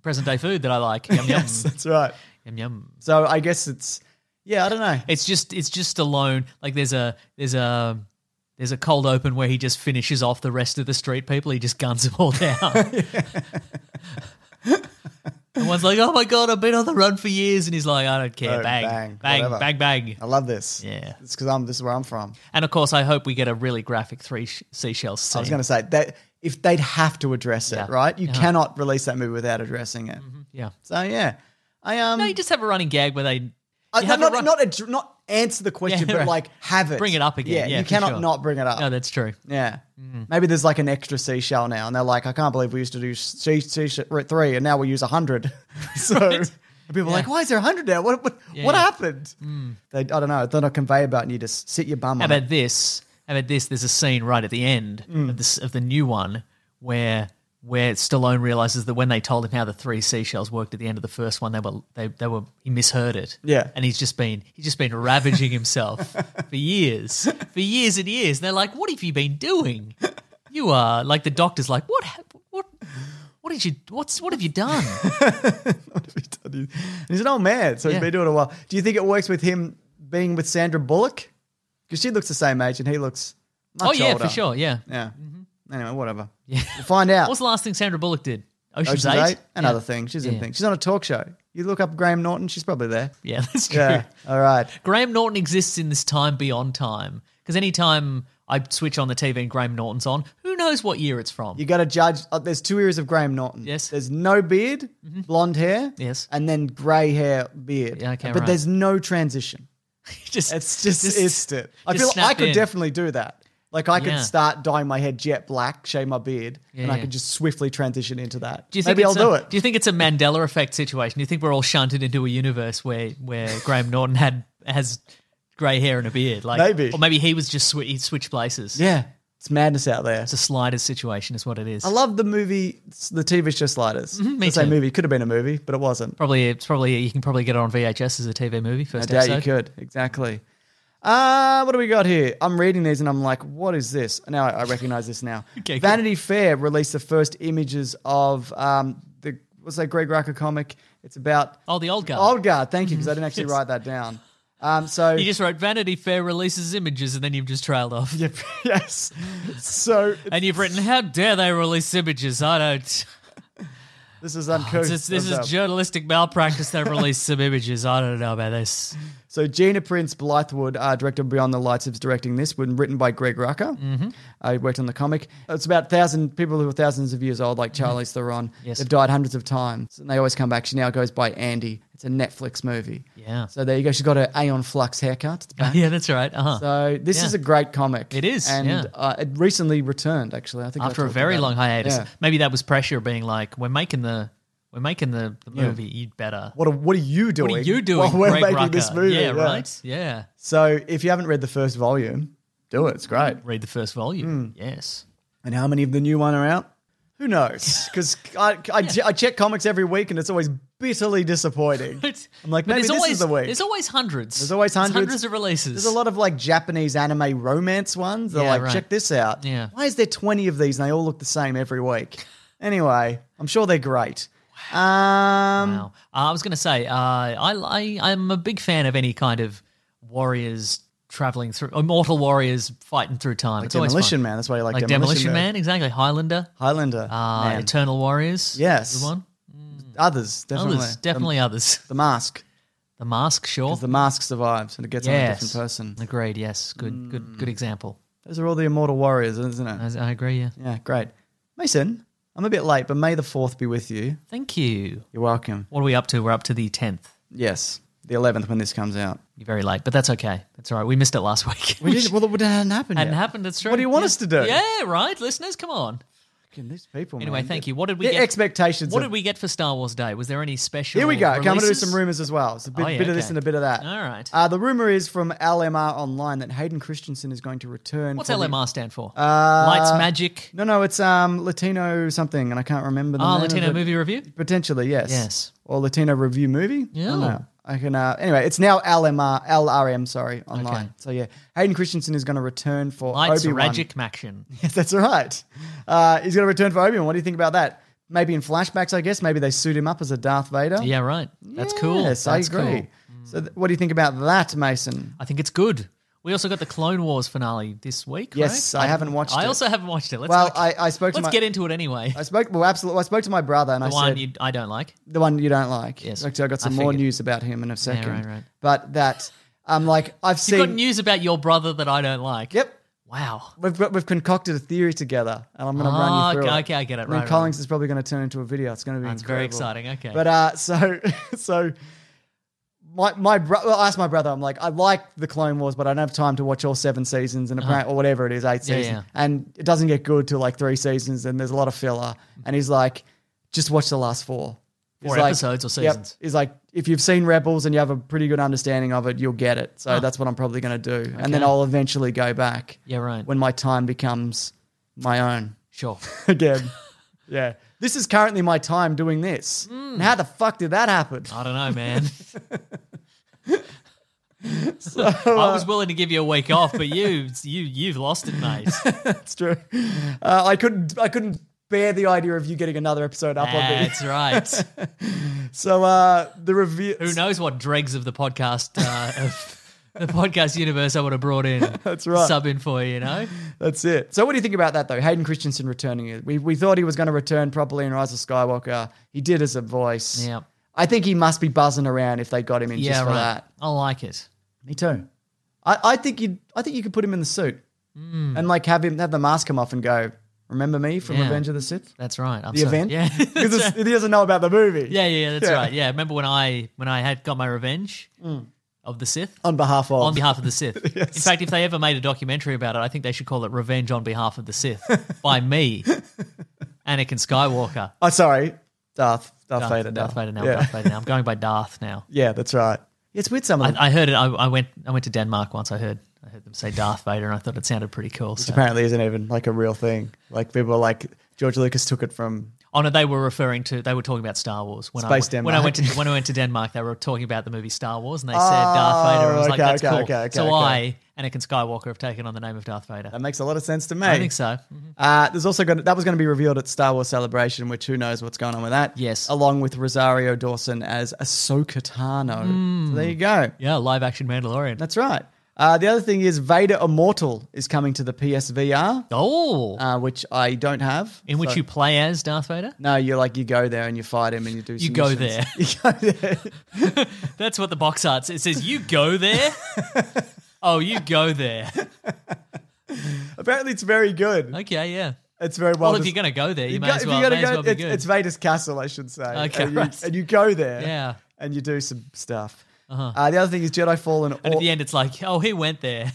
[SPEAKER 4] present day food that I like. Yum
[SPEAKER 3] yes,
[SPEAKER 4] yum
[SPEAKER 3] that's right.
[SPEAKER 4] yum yum.
[SPEAKER 3] So I guess it's yeah. I don't know.
[SPEAKER 4] It's just it's just alone. Like there's a there's a there's a cold open where he just finishes off the rest of the street people. He just guns them all down. and one's like, "Oh my god, I've been on the run for years," and he's like, "I don't care."
[SPEAKER 3] Oh,
[SPEAKER 4] bang,
[SPEAKER 3] bang,
[SPEAKER 4] bang,
[SPEAKER 3] whatever.
[SPEAKER 4] bang, bang.
[SPEAKER 3] I love this.
[SPEAKER 4] Yeah.
[SPEAKER 3] it's because I'm this is where I'm from.
[SPEAKER 4] And of course, I hope we get a really graphic three sh- seashells scene.
[SPEAKER 3] I was going to say that if they'd have to address it,
[SPEAKER 4] Yeah.
[SPEAKER 3] right? You
[SPEAKER 4] Uh-huh.
[SPEAKER 3] cannot release that movie without addressing it.
[SPEAKER 4] yeah.
[SPEAKER 3] So yeah, I um,
[SPEAKER 4] No, you just have a running gag where they
[SPEAKER 3] Uh,
[SPEAKER 4] you
[SPEAKER 3] no,
[SPEAKER 4] have a
[SPEAKER 3] not,
[SPEAKER 4] run-
[SPEAKER 3] not, ad- not answer the question,
[SPEAKER 4] Yeah,
[SPEAKER 3] but
[SPEAKER 4] right.
[SPEAKER 3] like have it.
[SPEAKER 4] Bring it up again. Yeah,
[SPEAKER 3] you
[SPEAKER 4] for
[SPEAKER 3] cannot
[SPEAKER 4] sure.
[SPEAKER 3] not bring it up.
[SPEAKER 4] No, Mm. that's true.
[SPEAKER 3] yeah. Maybe there's like an extra seashell now, and they're like, I can't believe we used to do sea, sea, sea, three, and now we use 100. so and people are like, why is there 100 now? What what, what
[SPEAKER 4] yeah. Mm.
[SPEAKER 3] happened? They, I don't know. They're not conveyor belt, and you just sit your bum
[SPEAKER 4] How
[SPEAKER 3] on it.
[SPEAKER 4] about
[SPEAKER 3] Mm.
[SPEAKER 4] this? How about this? There's a scene right at the end of this of the new one where where Stallone realizes that when they told him how the three seashells worked at the end of the first one, they were they, they were he misheard it.
[SPEAKER 3] Yeah.
[SPEAKER 4] and he's just been he's just been ravaging himself for years, for years and years. And they're like, "What have you been doing? You are like the doctor's like, what hap- what what did you what's what have you done?"
[SPEAKER 3] And he's an old man, so
[SPEAKER 4] Yeah.
[SPEAKER 3] he's been doing it a while. Do you think it works with him being with Sandra Bullock? Because she looks the same age and he looks much
[SPEAKER 4] oh yeah,
[SPEAKER 3] older.
[SPEAKER 4] for sure, Mm-hmm. yeah.
[SPEAKER 3] Yeah. Anyway, whatever. Yeah. We'll find out.
[SPEAKER 4] What's the last thing Sandra Bullock did? Ocean's,
[SPEAKER 3] Ocean's Eight?
[SPEAKER 4] Yeah.
[SPEAKER 3] Another thing. She's in
[SPEAKER 4] Yeah.
[SPEAKER 3] things. She's on a talk show. You look up Graham Norton, she's probably there.
[SPEAKER 4] Yeah, that's true.
[SPEAKER 3] Yeah. All right.
[SPEAKER 4] Graham Norton exists in this time beyond time. Because anytime I switch on the TV and Graham Norton's on, who knows what year it's from?
[SPEAKER 3] You got to judge. Uh, there's two areas of Graham Norton.
[SPEAKER 4] Yes. Mm-hmm.
[SPEAKER 3] There's no beard, blonde hair.
[SPEAKER 4] Yes.
[SPEAKER 3] And then grey hair, beard.
[SPEAKER 4] Yeah, okay,
[SPEAKER 3] But
[SPEAKER 4] right.
[SPEAKER 3] there's no transition.
[SPEAKER 4] just,
[SPEAKER 3] It's just, it's it. I
[SPEAKER 4] just
[SPEAKER 3] feel I
[SPEAKER 4] snap
[SPEAKER 3] could
[SPEAKER 4] in.
[SPEAKER 3] definitely do that. Like I could
[SPEAKER 4] Yeah.
[SPEAKER 3] start dyeing my hair jet black, shave my beard,
[SPEAKER 4] Yeah,
[SPEAKER 3] and I
[SPEAKER 4] yeah.
[SPEAKER 3] could just swiftly transition into that.
[SPEAKER 4] Do you think
[SPEAKER 3] Maybe I'll
[SPEAKER 4] it's
[SPEAKER 3] do
[SPEAKER 4] a,
[SPEAKER 3] it.
[SPEAKER 4] Do you think it's a Mandela effect situation? Do you think we're all shunted into a universe where where Graham Norton had has grey hair and a beard? Like
[SPEAKER 3] Maybe.
[SPEAKER 4] or maybe he was just swi he switched places.
[SPEAKER 3] yeah. It's madness out there.
[SPEAKER 4] it's a sliders situation, is what it is.
[SPEAKER 3] I love the movie, the TV show Sliders.
[SPEAKER 4] Mm-hmm, me
[SPEAKER 3] It's a
[SPEAKER 4] too.
[SPEAKER 3] movie could have been a movie, but it wasn't.
[SPEAKER 4] probably it's probably you can probably get it on VHS as a TV movie.
[SPEAKER 3] I
[SPEAKER 4] First
[SPEAKER 3] doubt
[SPEAKER 4] episode.
[SPEAKER 3] you could. Exactly. Uh, what do we got here? I'm reading these and I'm like, what is this? Now I, I recognize this now.
[SPEAKER 4] Okay, cool.
[SPEAKER 3] Vanity Fair released the first images of um, the, what's that Greg Rucker comic? It's about
[SPEAKER 4] Oh, the old guy.
[SPEAKER 3] Old Guard. Thank you, because I didn't actually write that down. Um, so,
[SPEAKER 4] You just wrote Vanity Fair releases images, and then you've just trailed off.
[SPEAKER 3] yes. So,
[SPEAKER 4] And you've written, "How dare they release images? I don't.
[SPEAKER 3] this is uncouth.
[SPEAKER 4] This, Oh, this
[SPEAKER 3] What's
[SPEAKER 4] is
[SPEAKER 3] up?
[SPEAKER 4] journalistic malpractice. They released some images. I don't know about this.
[SPEAKER 3] So Gina Prince Blythewood, uh, director of Beyond the Lights, is directing this. When written by Greg Rucker, mm-hmm. uh, he worked on the comic. It's about thousand people who are thousands of years old, like Charlize Theron.
[SPEAKER 4] Mm-hmm. Yes.
[SPEAKER 3] They've died hundreds of times, and they always come back. She now goes by Andy. It's a Netflix movie.
[SPEAKER 4] Yeah.
[SPEAKER 3] So there you go. She's got her Aeon Flux haircut. It's back.
[SPEAKER 4] Yeah, that's right. Uh huh.
[SPEAKER 3] So this
[SPEAKER 4] Yeah.
[SPEAKER 3] is a great comic.
[SPEAKER 4] It is,
[SPEAKER 3] and
[SPEAKER 4] yeah.
[SPEAKER 3] uh, it recently returned. Actually, I think I
[SPEAKER 4] After a
[SPEAKER 3] talked
[SPEAKER 4] very
[SPEAKER 3] about
[SPEAKER 4] long
[SPEAKER 3] it.
[SPEAKER 4] hiatus,
[SPEAKER 3] Yeah.
[SPEAKER 4] maybe that was pressure, being like, "We're making the, we're making the, the movie. You'd better.
[SPEAKER 3] What are, what are you doing?
[SPEAKER 4] What are you doing?
[SPEAKER 3] While we're
[SPEAKER 4] Greg
[SPEAKER 3] making
[SPEAKER 4] Rucka?
[SPEAKER 3] this movie,
[SPEAKER 4] Yeah, right. Yeah.
[SPEAKER 3] So if you haven't read the first volume, do it. It's great.
[SPEAKER 4] Read the first volume.
[SPEAKER 3] Hmm.
[SPEAKER 4] Yes.
[SPEAKER 3] And how many of the new one are out? Who knows? Because I, I, I check comics every week and it's always bitterly disappointing.
[SPEAKER 4] But-
[SPEAKER 3] I'm like,
[SPEAKER 4] but
[SPEAKER 3] maybe
[SPEAKER 4] there's
[SPEAKER 3] this
[SPEAKER 4] always,
[SPEAKER 3] is the week.
[SPEAKER 4] There's always hundreds.
[SPEAKER 3] There's always hundreds.
[SPEAKER 4] of releases.
[SPEAKER 3] There's a lot of like Japanese anime romance ones. They're
[SPEAKER 4] Yeah,
[SPEAKER 3] like,
[SPEAKER 4] right.
[SPEAKER 3] check this out.
[SPEAKER 4] Yeah.
[SPEAKER 3] Why is there 20 of these and they all look the same every week? Anyway, I'm sure they're great. Um,
[SPEAKER 4] Wow. Uh, I was going to say, uh, I, I, I'm a big fan of any kind of warriors traveling through, immortal warriors fighting through time. it's always
[SPEAKER 3] Demolition
[SPEAKER 4] fun.
[SPEAKER 3] Man. That's why you like,
[SPEAKER 4] Like Demolition Man, exactly. Highlander,
[SPEAKER 3] Highlander.
[SPEAKER 4] uh,
[SPEAKER 3] Man.
[SPEAKER 4] Eternal Warriors.
[SPEAKER 3] Yes.
[SPEAKER 4] is the one.
[SPEAKER 3] Others, definitely.
[SPEAKER 4] Others, definitely others.
[SPEAKER 3] The, the Mask.
[SPEAKER 4] The Mask, sure.
[SPEAKER 3] 'Cause The Mask survives and it gets on a different
[SPEAKER 4] yes.
[SPEAKER 3] person. Mm.
[SPEAKER 4] Agreed. Yes. Good. Good. Good example.
[SPEAKER 3] Those are all the immortal warriors, isn't it?
[SPEAKER 4] I, I agree. Yeah.
[SPEAKER 3] Yeah, great. Mason, I'm a bit late, but may the 4th be with you.
[SPEAKER 4] Thank you.
[SPEAKER 3] You're welcome.
[SPEAKER 4] What are we up to? We're up to the tenth.
[SPEAKER 3] Yes, the 11th when this comes out.
[SPEAKER 4] You're very late, but that's okay. That's all right. We missed it last week.
[SPEAKER 3] We didn't, well, it hadn't happened
[SPEAKER 4] hadn't
[SPEAKER 3] yet.
[SPEAKER 4] happened. That's true.
[SPEAKER 3] What do you want
[SPEAKER 4] Yeah.
[SPEAKER 3] us to do?
[SPEAKER 4] Yeah. Right, listeners. Come on.
[SPEAKER 3] Fucking these people,
[SPEAKER 4] Anyway,
[SPEAKER 3] man.
[SPEAKER 4] thank you. What did we
[SPEAKER 3] Their
[SPEAKER 4] get?
[SPEAKER 3] expectations.
[SPEAKER 4] What
[SPEAKER 3] are-
[SPEAKER 4] did we get for Star Wars Day? Was there any special?
[SPEAKER 3] Here we go. Okay, I'm going to do
[SPEAKER 4] releases?
[SPEAKER 3] some rumors as well. It's a bit,
[SPEAKER 4] Oh, yeah,
[SPEAKER 3] bit of this
[SPEAKER 4] okay.
[SPEAKER 3] and a bit of that.
[SPEAKER 4] All right.
[SPEAKER 3] Uh, the rumor is from LMR Online that Hayden Christensen is going to return.
[SPEAKER 4] What's
[SPEAKER 3] for the-
[SPEAKER 4] LMR stand for? Uh, Lights Magic.
[SPEAKER 3] No, no, it's um, Latino something, and I can't remember the
[SPEAKER 4] Ah,
[SPEAKER 3] name
[SPEAKER 4] Latino
[SPEAKER 3] of it.
[SPEAKER 4] movie review.
[SPEAKER 3] Potentially, yes.
[SPEAKER 4] Yes.
[SPEAKER 3] Or Latino review movie. I don't
[SPEAKER 4] Yeah.
[SPEAKER 3] know. I can. Uh, anyway, it's now LMR, LRM. Sorry, online.
[SPEAKER 4] Okay.
[SPEAKER 3] So yeah, Hayden Christensen is going to return for
[SPEAKER 4] Lights
[SPEAKER 3] Obi Wan.
[SPEAKER 4] Magic Maction.
[SPEAKER 3] Yes, that's right. Uh, he's going to return for Obi Wan. What do you think about that? Maybe in flashbacks, I guess. Maybe they suit him up as a Darth Vader.
[SPEAKER 4] Yeah, right. That's cool.
[SPEAKER 3] Yes,
[SPEAKER 4] That's
[SPEAKER 3] I agree.
[SPEAKER 4] cool.
[SPEAKER 3] So, th- what do you think about that, Mason?
[SPEAKER 4] I think it's good. We also got the Clone Wars finale this week.
[SPEAKER 3] Yes,
[SPEAKER 4] right?
[SPEAKER 3] I haven't watched
[SPEAKER 4] I
[SPEAKER 3] it.
[SPEAKER 4] also haven't watched it. Let's
[SPEAKER 3] well,
[SPEAKER 4] not-
[SPEAKER 3] I, I spoke to
[SPEAKER 4] let's
[SPEAKER 3] my.
[SPEAKER 4] get into it anyway.
[SPEAKER 3] I spoke. Well, absolutely. I spoke to my brother, and
[SPEAKER 4] the
[SPEAKER 3] I
[SPEAKER 4] one
[SPEAKER 3] said
[SPEAKER 4] you, I don't like.
[SPEAKER 3] the one you don't like.
[SPEAKER 4] Yes,
[SPEAKER 3] Actually, I got some
[SPEAKER 4] I
[SPEAKER 3] more
[SPEAKER 4] figured.
[SPEAKER 3] news about him in a second.
[SPEAKER 4] right, right.
[SPEAKER 3] But that, um, like I've
[SPEAKER 4] You've
[SPEAKER 3] seen.
[SPEAKER 4] got news about your brother that I don't like.
[SPEAKER 3] Yep.
[SPEAKER 4] Wow.
[SPEAKER 3] We've, got, we've concocted a theory together, and I'm going to
[SPEAKER 4] Ah,
[SPEAKER 3] run you through
[SPEAKER 4] okay,
[SPEAKER 3] it.
[SPEAKER 4] okay, I get it.
[SPEAKER 3] And then
[SPEAKER 4] Right,
[SPEAKER 3] Collings is probably going to turn into a video. It's going to be
[SPEAKER 4] That's very
[SPEAKER 3] incredible.
[SPEAKER 4] exciting. Okay.
[SPEAKER 3] But uh, so so my my brother. Well, I asked my brother. I'm like, I like the Clone Wars, but I don't have time to watch all seven seasons and apparent or whatever it is, eight
[SPEAKER 4] Uh-huh. Yeah,
[SPEAKER 3] seasons.
[SPEAKER 4] yeah.
[SPEAKER 3] And it doesn't get good till like three seasons, and there's a lot of filler. And he's like, just watch the last four. He's
[SPEAKER 4] Mm. Four
[SPEAKER 3] like-
[SPEAKER 4] episodes or
[SPEAKER 3] Yep.
[SPEAKER 4] seasons?
[SPEAKER 3] He's like, if you've seen Rebels and you have a pretty good understanding of it, you'll get it. So that's what I'm probably going to do, and then I'll eventually go back
[SPEAKER 4] yeah, right.
[SPEAKER 3] when my time becomes my own
[SPEAKER 4] sure.
[SPEAKER 3] again. Yeah. This is currently my time doing this.
[SPEAKER 4] Mm.
[SPEAKER 3] And how the fuck did that happen?
[SPEAKER 4] I don't know, man. I
[SPEAKER 3] uh,
[SPEAKER 4] was willing to give you a week off, but you, you, you've lost it, mate.
[SPEAKER 3] That's true. Uh, I couldn't. I couldn't bear the idea of you getting another episode up on me.
[SPEAKER 4] That's right.
[SPEAKER 3] So uh, the review.
[SPEAKER 4] Who knows what dregs of the podcast, uh, of the podcast universe I would have brought in.
[SPEAKER 3] That's right.
[SPEAKER 4] Sub in for you, you know?
[SPEAKER 3] That's it. So what do you think about that though? Hayden Christensen returning. We we thought he was going to return properly in Rise of Skywalker. He did as a voice.
[SPEAKER 4] Yep.
[SPEAKER 3] I think he must be buzzing around if they got him in
[SPEAKER 4] Yeah,
[SPEAKER 3] just for
[SPEAKER 4] right.
[SPEAKER 3] that.
[SPEAKER 4] I like it.
[SPEAKER 3] Me too. I, I think you I think you could put him in the suit and like have him have the mask come off and go. Remember me from
[SPEAKER 4] Mm. Yeah.
[SPEAKER 3] Revenge of the Sith?
[SPEAKER 4] That's right. I'm
[SPEAKER 3] The
[SPEAKER 4] so-
[SPEAKER 3] event,
[SPEAKER 4] Yeah.
[SPEAKER 3] because it's- he doesn't know about the movie.
[SPEAKER 4] Yeah, yeah, that's right. Yeah, remember when I when I had got my revenge
[SPEAKER 3] Mm.
[SPEAKER 4] of the Sith
[SPEAKER 3] On behalf of
[SPEAKER 4] on behalf of the Sith. In fact, if they ever made a documentary about it, I think they should call it "Revenge on Behalf of the Sith" by me, Anakin Skywalker.
[SPEAKER 3] Oh, sorry, Darth Darth,
[SPEAKER 4] Darth,
[SPEAKER 3] Vader.
[SPEAKER 4] Darth Vader now.
[SPEAKER 3] Yeah.
[SPEAKER 4] Darth Vader now. I'm going by Darth now.
[SPEAKER 3] yeah, that's right. It's weird. Some of them.
[SPEAKER 4] I, I heard it. I, I went. I went to Denmark once. I heard. I heard them say Darth Vader, and I thought it sounded pretty cool.
[SPEAKER 3] which
[SPEAKER 4] So.
[SPEAKER 3] apparently isn't even like a real thing. Like people are like George Lucas took it from.
[SPEAKER 4] Oh no, they were referring to. They were talking about Star Wars when
[SPEAKER 3] Space
[SPEAKER 4] I when I
[SPEAKER 3] Denmark.
[SPEAKER 4] went to when I went to Denmark. They were talking about the movie Star Wars, and they said
[SPEAKER 3] Oh,
[SPEAKER 4] Darth Vader. I was like,
[SPEAKER 3] okay,
[SPEAKER 4] that's
[SPEAKER 3] okay,
[SPEAKER 4] cool.
[SPEAKER 3] okay, okay,
[SPEAKER 4] so
[SPEAKER 3] okay.
[SPEAKER 4] I, Anakin Skywalker, have taken on the name of Darth Vader.
[SPEAKER 3] That makes a lot of sense to me.
[SPEAKER 4] I think so. Mm-hmm.
[SPEAKER 3] Uh, there's also going to, that was going to be revealed at Star Wars Celebration, which who knows what's going on with that.
[SPEAKER 4] Yes.
[SPEAKER 3] along with Rosario Dawson as Ahsoka Tano.
[SPEAKER 4] Mm.
[SPEAKER 3] So there you go.
[SPEAKER 4] Yeah, live action Mandalorian.
[SPEAKER 3] That's right. Uh, the other thing is Vader Immortal is coming to the PSVR,
[SPEAKER 4] oh,
[SPEAKER 3] uh, which I don't have.
[SPEAKER 4] in which
[SPEAKER 3] So-
[SPEAKER 4] you play as Darth Vader.
[SPEAKER 3] no, you're like you go there and you fight him and you do.
[SPEAKER 4] You
[SPEAKER 3] some
[SPEAKER 4] go
[SPEAKER 3] missions.
[SPEAKER 4] there.
[SPEAKER 3] You go there.
[SPEAKER 4] That's what the box art says. It says you go there. oh, you go there.
[SPEAKER 3] Apparently, it's very good.
[SPEAKER 4] Okay, yeah.
[SPEAKER 3] It's very well.
[SPEAKER 4] Well, if
[SPEAKER 3] dis-
[SPEAKER 4] you're gonna go there, you,
[SPEAKER 3] You
[SPEAKER 4] may
[SPEAKER 3] go-
[SPEAKER 4] as
[SPEAKER 3] if
[SPEAKER 4] well.
[SPEAKER 3] you're gonna
[SPEAKER 4] may as
[SPEAKER 3] go-
[SPEAKER 4] well be
[SPEAKER 3] it's,
[SPEAKER 4] good.
[SPEAKER 3] it's Vader's castle, I should say.
[SPEAKER 4] Okay,
[SPEAKER 3] and you,
[SPEAKER 4] right.
[SPEAKER 3] and you go there,
[SPEAKER 4] Yeah. Uh-huh.
[SPEAKER 3] and you do some stuff. uh the other thing is Jedi Fallen
[SPEAKER 4] and
[SPEAKER 3] Or-
[SPEAKER 4] at the end, it's like, oh, he went there.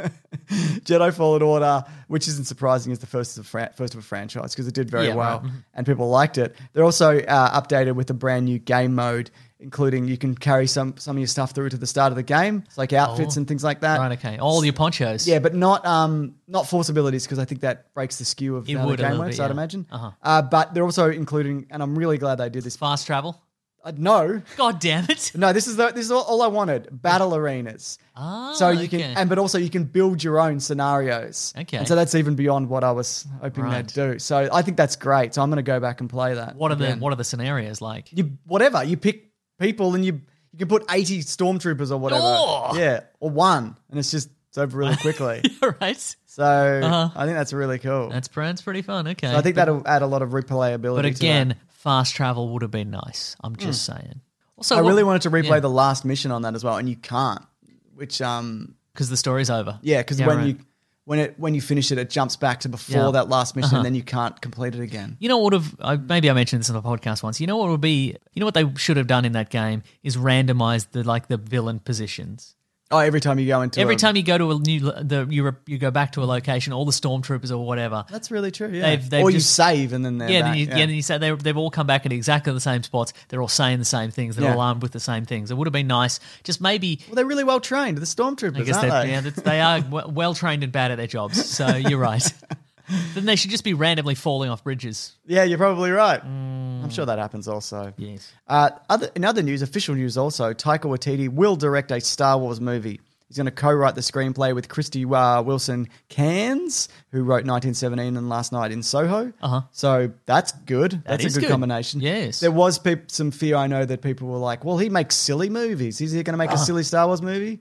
[SPEAKER 3] Jedi Fallen Order, which isn't surprising, is the first of a fran- first of a franchise because it did very
[SPEAKER 4] Yeah,
[SPEAKER 3] well
[SPEAKER 4] right. Mm-hmm.
[SPEAKER 3] and people liked it. They're also uh, updated with a brand new game mode, including you can carry some some of your stuff through to the start of the game, It's like outfits and things like that.
[SPEAKER 4] Oh. right. Okay. All your ponchos.
[SPEAKER 3] Uh, Yeah, but not um not force abilities because I think that breaks the skew of
[SPEAKER 4] It
[SPEAKER 3] how the
[SPEAKER 4] would a
[SPEAKER 3] game
[SPEAKER 4] little
[SPEAKER 3] works.
[SPEAKER 4] bit,
[SPEAKER 3] I'd
[SPEAKER 4] yeah.
[SPEAKER 3] imagine.
[SPEAKER 4] Uh-huh.
[SPEAKER 3] Uh, but they're also including, and I'm really glad they did this.
[SPEAKER 4] Fast travel.
[SPEAKER 3] Uh, no,
[SPEAKER 4] God damn it.
[SPEAKER 3] no, this is the, this is all, all I wanted. Battle arenas.
[SPEAKER 4] Ah,
[SPEAKER 3] so you can,
[SPEAKER 4] okay.
[SPEAKER 3] and but also you can build your own scenarios.
[SPEAKER 4] Okay.
[SPEAKER 3] And so that's even beyond what I was hoping
[SPEAKER 4] Right.
[SPEAKER 3] they'd do. So I think that's great. So I'm going to go back and play that.
[SPEAKER 4] What are the
[SPEAKER 3] again.
[SPEAKER 4] what are the scenarios like?
[SPEAKER 3] You whatever you pick people and you you can put 80 stormtroopers or whatever.
[SPEAKER 4] Oh!
[SPEAKER 3] Yeah, or one, and it's just it's over really quickly.
[SPEAKER 4] right.
[SPEAKER 3] so I think that's really cool.
[SPEAKER 4] Uh-huh. That's that's pretty fun. Okay.
[SPEAKER 3] so I think
[SPEAKER 4] but,
[SPEAKER 3] that'll add a lot of replayability.
[SPEAKER 4] But
[SPEAKER 3] to
[SPEAKER 4] again,
[SPEAKER 3] that.
[SPEAKER 4] fast travel would have been nice. I'm just saying. Also,
[SPEAKER 3] Hmm. I really wanted to replay the last mission on that as well, and you can't. Which um
[SPEAKER 4] because the story's over.
[SPEAKER 3] Yeah, because when
[SPEAKER 4] right.
[SPEAKER 3] you when it when you finish it, it jumps back to before
[SPEAKER 4] Yeah. Uh-huh.
[SPEAKER 3] that last mission, and then you can't complete it again.
[SPEAKER 4] You know what would have I, maybe I mentioned this on the podcast once. You know what would be you know what they should have done in that game is randomize the like the villain positions.
[SPEAKER 3] Oh, every time you go into
[SPEAKER 4] Every
[SPEAKER 3] a-
[SPEAKER 4] time you go to a new lo- the you re, you go back to a location, all the stormtroopers or whatever.
[SPEAKER 3] that's really true. Yeah,
[SPEAKER 4] They've- they've
[SPEAKER 3] or you
[SPEAKER 4] just-
[SPEAKER 3] save and then they're
[SPEAKER 4] Yeah,
[SPEAKER 3] back,
[SPEAKER 4] then you, yeah. then you say they, they've all come back at exactly the same spots. They're all saying the same things. They're
[SPEAKER 3] Yeah.
[SPEAKER 4] all armed with the same things. It would have been nice. Just maybe,
[SPEAKER 3] well, they're really well trained. The stormtroopers,
[SPEAKER 4] I guess
[SPEAKER 3] aren't
[SPEAKER 4] that
[SPEAKER 3] they?
[SPEAKER 4] yeah, that they are w- well trained and bad at their jobs. So you're right. then they should just be randomly falling off bridges.
[SPEAKER 3] Yeah, you're probably right. I'm sure that happens also.
[SPEAKER 4] Mm. Yes.
[SPEAKER 3] Uh, other, in other news, official news also, Taika Waititi will direct a Star Wars movie. He's going to co-write the screenplay with Christy uh, Wilson Cairns, who wrote 1917 and Last Night in Soho. Uh-huh. So that's good. that's
[SPEAKER 4] is
[SPEAKER 3] a good,
[SPEAKER 4] good.
[SPEAKER 3] combination.
[SPEAKER 4] Yes.
[SPEAKER 3] There was peop some fear, I know, that people were like, well, he makes silly movies. Is he going to make
[SPEAKER 4] Uh-huh.
[SPEAKER 3] a silly Star Wars movie?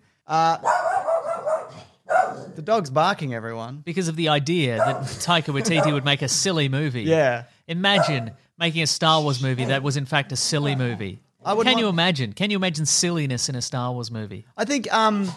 [SPEAKER 3] Uh, the dog's barking, everyone.
[SPEAKER 4] Because of the idea that Taika Waititi would make a silly movie.
[SPEAKER 3] Yeah.
[SPEAKER 4] Imagine making a Star Wars movie that was in fact a silly movie.
[SPEAKER 3] would
[SPEAKER 4] Can you
[SPEAKER 3] want-
[SPEAKER 4] imagine? Can you imagine silliness in a Star Wars movie?
[SPEAKER 3] I think um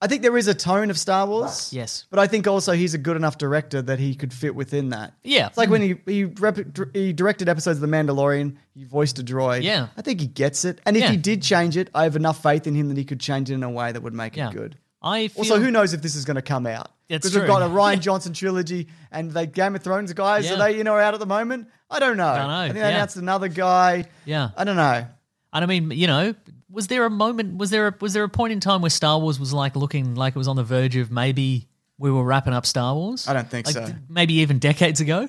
[SPEAKER 3] I think there is a tone of Star Wars.
[SPEAKER 4] Yes.
[SPEAKER 3] But I think also he's a good enough director that he could fit within that.
[SPEAKER 4] Yeah.
[SPEAKER 3] It's like when he he, rep- he directed episodes of The Mandalorian, he voiced a droid.
[SPEAKER 4] Yeah.
[SPEAKER 3] I think he gets it. And if
[SPEAKER 4] Yeah.
[SPEAKER 3] he did change it, I have enough faith in him that he could change it in a way that would make
[SPEAKER 4] Yeah.
[SPEAKER 3] it good.
[SPEAKER 4] I feel
[SPEAKER 3] Also, who knows if this is going to come out?
[SPEAKER 4] That's
[SPEAKER 3] we've
[SPEAKER 4] true.
[SPEAKER 3] got a Ryan Johnson trilogy and the Game of Thrones guys.
[SPEAKER 4] Yeah.
[SPEAKER 3] Are they in or out at the moment? I don't know. I
[SPEAKER 4] know,
[SPEAKER 3] I think they
[SPEAKER 4] yeah.
[SPEAKER 3] announced another guy.
[SPEAKER 4] Yeah.
[SPEAKER 3] I don't know.
[SPEAKER 4] And I mean, you know, was there a moment? Was there a was there a point in time where Star Wars was like looking like it was on the verge of maybe we were wrapping up Star Wars?
[SPEAKER 3] I don't think
[SPEAKER 4] Like,
[SPEAKER 3] so.
[SPEAKER 4] maybe even decades ago.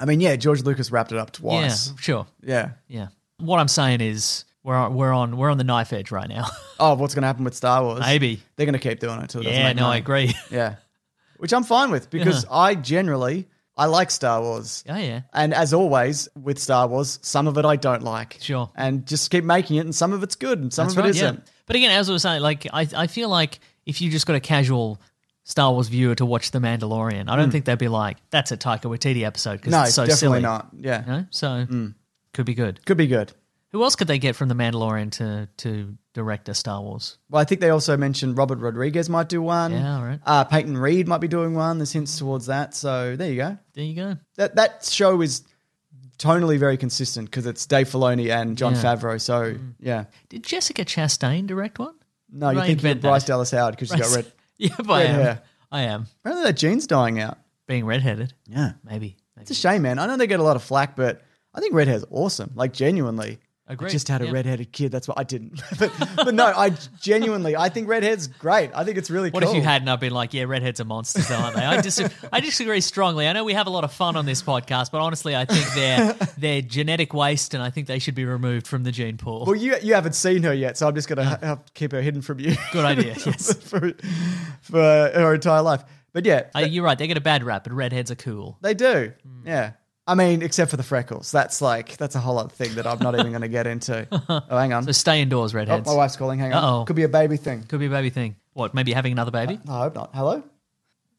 [SPEAKER 3] I mean, yeah, George Lucas wrapped it up twice.
[SPEAKER 4] Yeah, sure.
[SPEAKER 3] Yeah.
[SPEAKER 4] Yeah. What I'm saying is we're we're on we're on the knife edge right now.
[SPEAKER 3] Oh, what's going to happen with Star Wars?
[SPEAKER 4] Maybe.
[SPEAKER 3] They're going to keep doing it till it doesn't
[SPEAKER 4] yeah,
[SPEAKER 3] make
[SPEAKER 4] no, I
[SPEAKER 3] money.
[SPEAKER 4] agree.
[SPEAKER 3] Yeah. Which I'm fine with because I generally I like Star Wars.
[SPEAKER 4] Oh yeah.
[SPEAKER 3] And as always with Star Wars, some of it I don't like.
[SPEAKER 4] Sure.
[SPEAKER 3] And just keep making it and some of it's good and some
[SPEAKER 4] That's
[SPEAKER 3] of it
[SPEAKER 4] right,
[SPEAKER 3] not
[SPEAKER 4] yeah. But again, as I was saying, like I, I feel like if you just got a casual Star Wars viewer to watch The Mandalorian, I don't think they'd be like, "That's a Taika Waititi episode" because
[SPEAKER 3] Hmm. No,
[SPEAKER 4] it's so
[SPEAKER 3] definitely
[SPEAKER 4] silly.
[SPEAKER 3] not. Hmm. Yeah.
[SPEAKER 4] You know? So could be good.
[SPEAKER 3] Could be good.
[SPEAKER 4] Who else could they get from The Mandalorian to to direct a Star Wars?
[SPEAKER 3] Well, I think they also mentioned Robert Rodriguez might do one.
[SPEAKER 4] Yeah, all right.
[SPEAKER 3] Uh, Peyton Reed might be doing one. There's hints towards that. So there you go.
[SPEAKER 4] There you go.
[SPEAKER 3] That that show is tonally very consistent because it's Dave Filoni and John Favreau. So
[SPEAKER 4] Mm.
[SPEAKER 3] yeah.
[SPEAKER 4] Did Jessica Chastain direct one?
[SPEAKER 3] No, you
[SPEAKER 4] Right,
[SPEAKER 3] think
[SPEAKER 4] invent that.
[SPEAKER 3] Bryce Dallas Howard because she got red.
[SPEAKER 4] yeah, but I am.
[SPEAKER 3] yeah.
[SPEAKER 4] I am
[SPEAKER 3] Apparently, that gene's dying out.
[SPEAKER 4] being redheaded.
[SPEAKER 3] Yeah.
[SPEAKER 4] Maybe.
[SPEAKER 3] It's a shame, man. I know they get a lot of flack, but I think red hair's awesome. Like genuinely.
[SPEAKER 4] Agreed,
[SPEAKER 3] I just had a
[SPEAKER 4] yeah.
[SPEAKER 3] red-headed kid. That's what I didn't. but, but no, I genuinely, I think redhead's great. I think it's really
[SPEAKER 4] What
[SPEAKER 3] cool.
[SPEAKER 4] if you hadn't? I've been like, yeah, redheads are monsters, though, aren't they? I disagree, I disagree strongly. I know we have a lot of fun on this podcast, but honestly, I think they're they're genetic waste, and I think they should be removed from the gene pool.
[SPEAKER 3] Well, you you haven't seen her yet, so I'm just gonna ha- have to keep her hidden from you.
[SPEAKER 4] Good idea, yes.
[SPEAKER 3] for, for her entire life. But yeah,
[SPEAKER 4] Uh, you're right; they get a bad rap, but redheads are cool.
[SPEAKER 3] they do.
[SPEAKER 4] Hmm.
[SPEAKER 3] Yeah, I mean, except for the freckles. That's like that's a whole other thing that I'm not even gonna get into. Oh, hang on.
[SPEAKER 4] So stay indoors,
[SPEAKER 3] Oh,
[SPEAKER 4] redheads.
[SPEAKER 3] my wife's calling. Hang on.
[SPEAKER 4] Uh-oh.
[SPEAKER 3] Could be a baby thing.
[SPEAKER 4] Could be a baby thing. What? Maybe having another baby?
[SPEAKER 3] No, I hope not. Hello?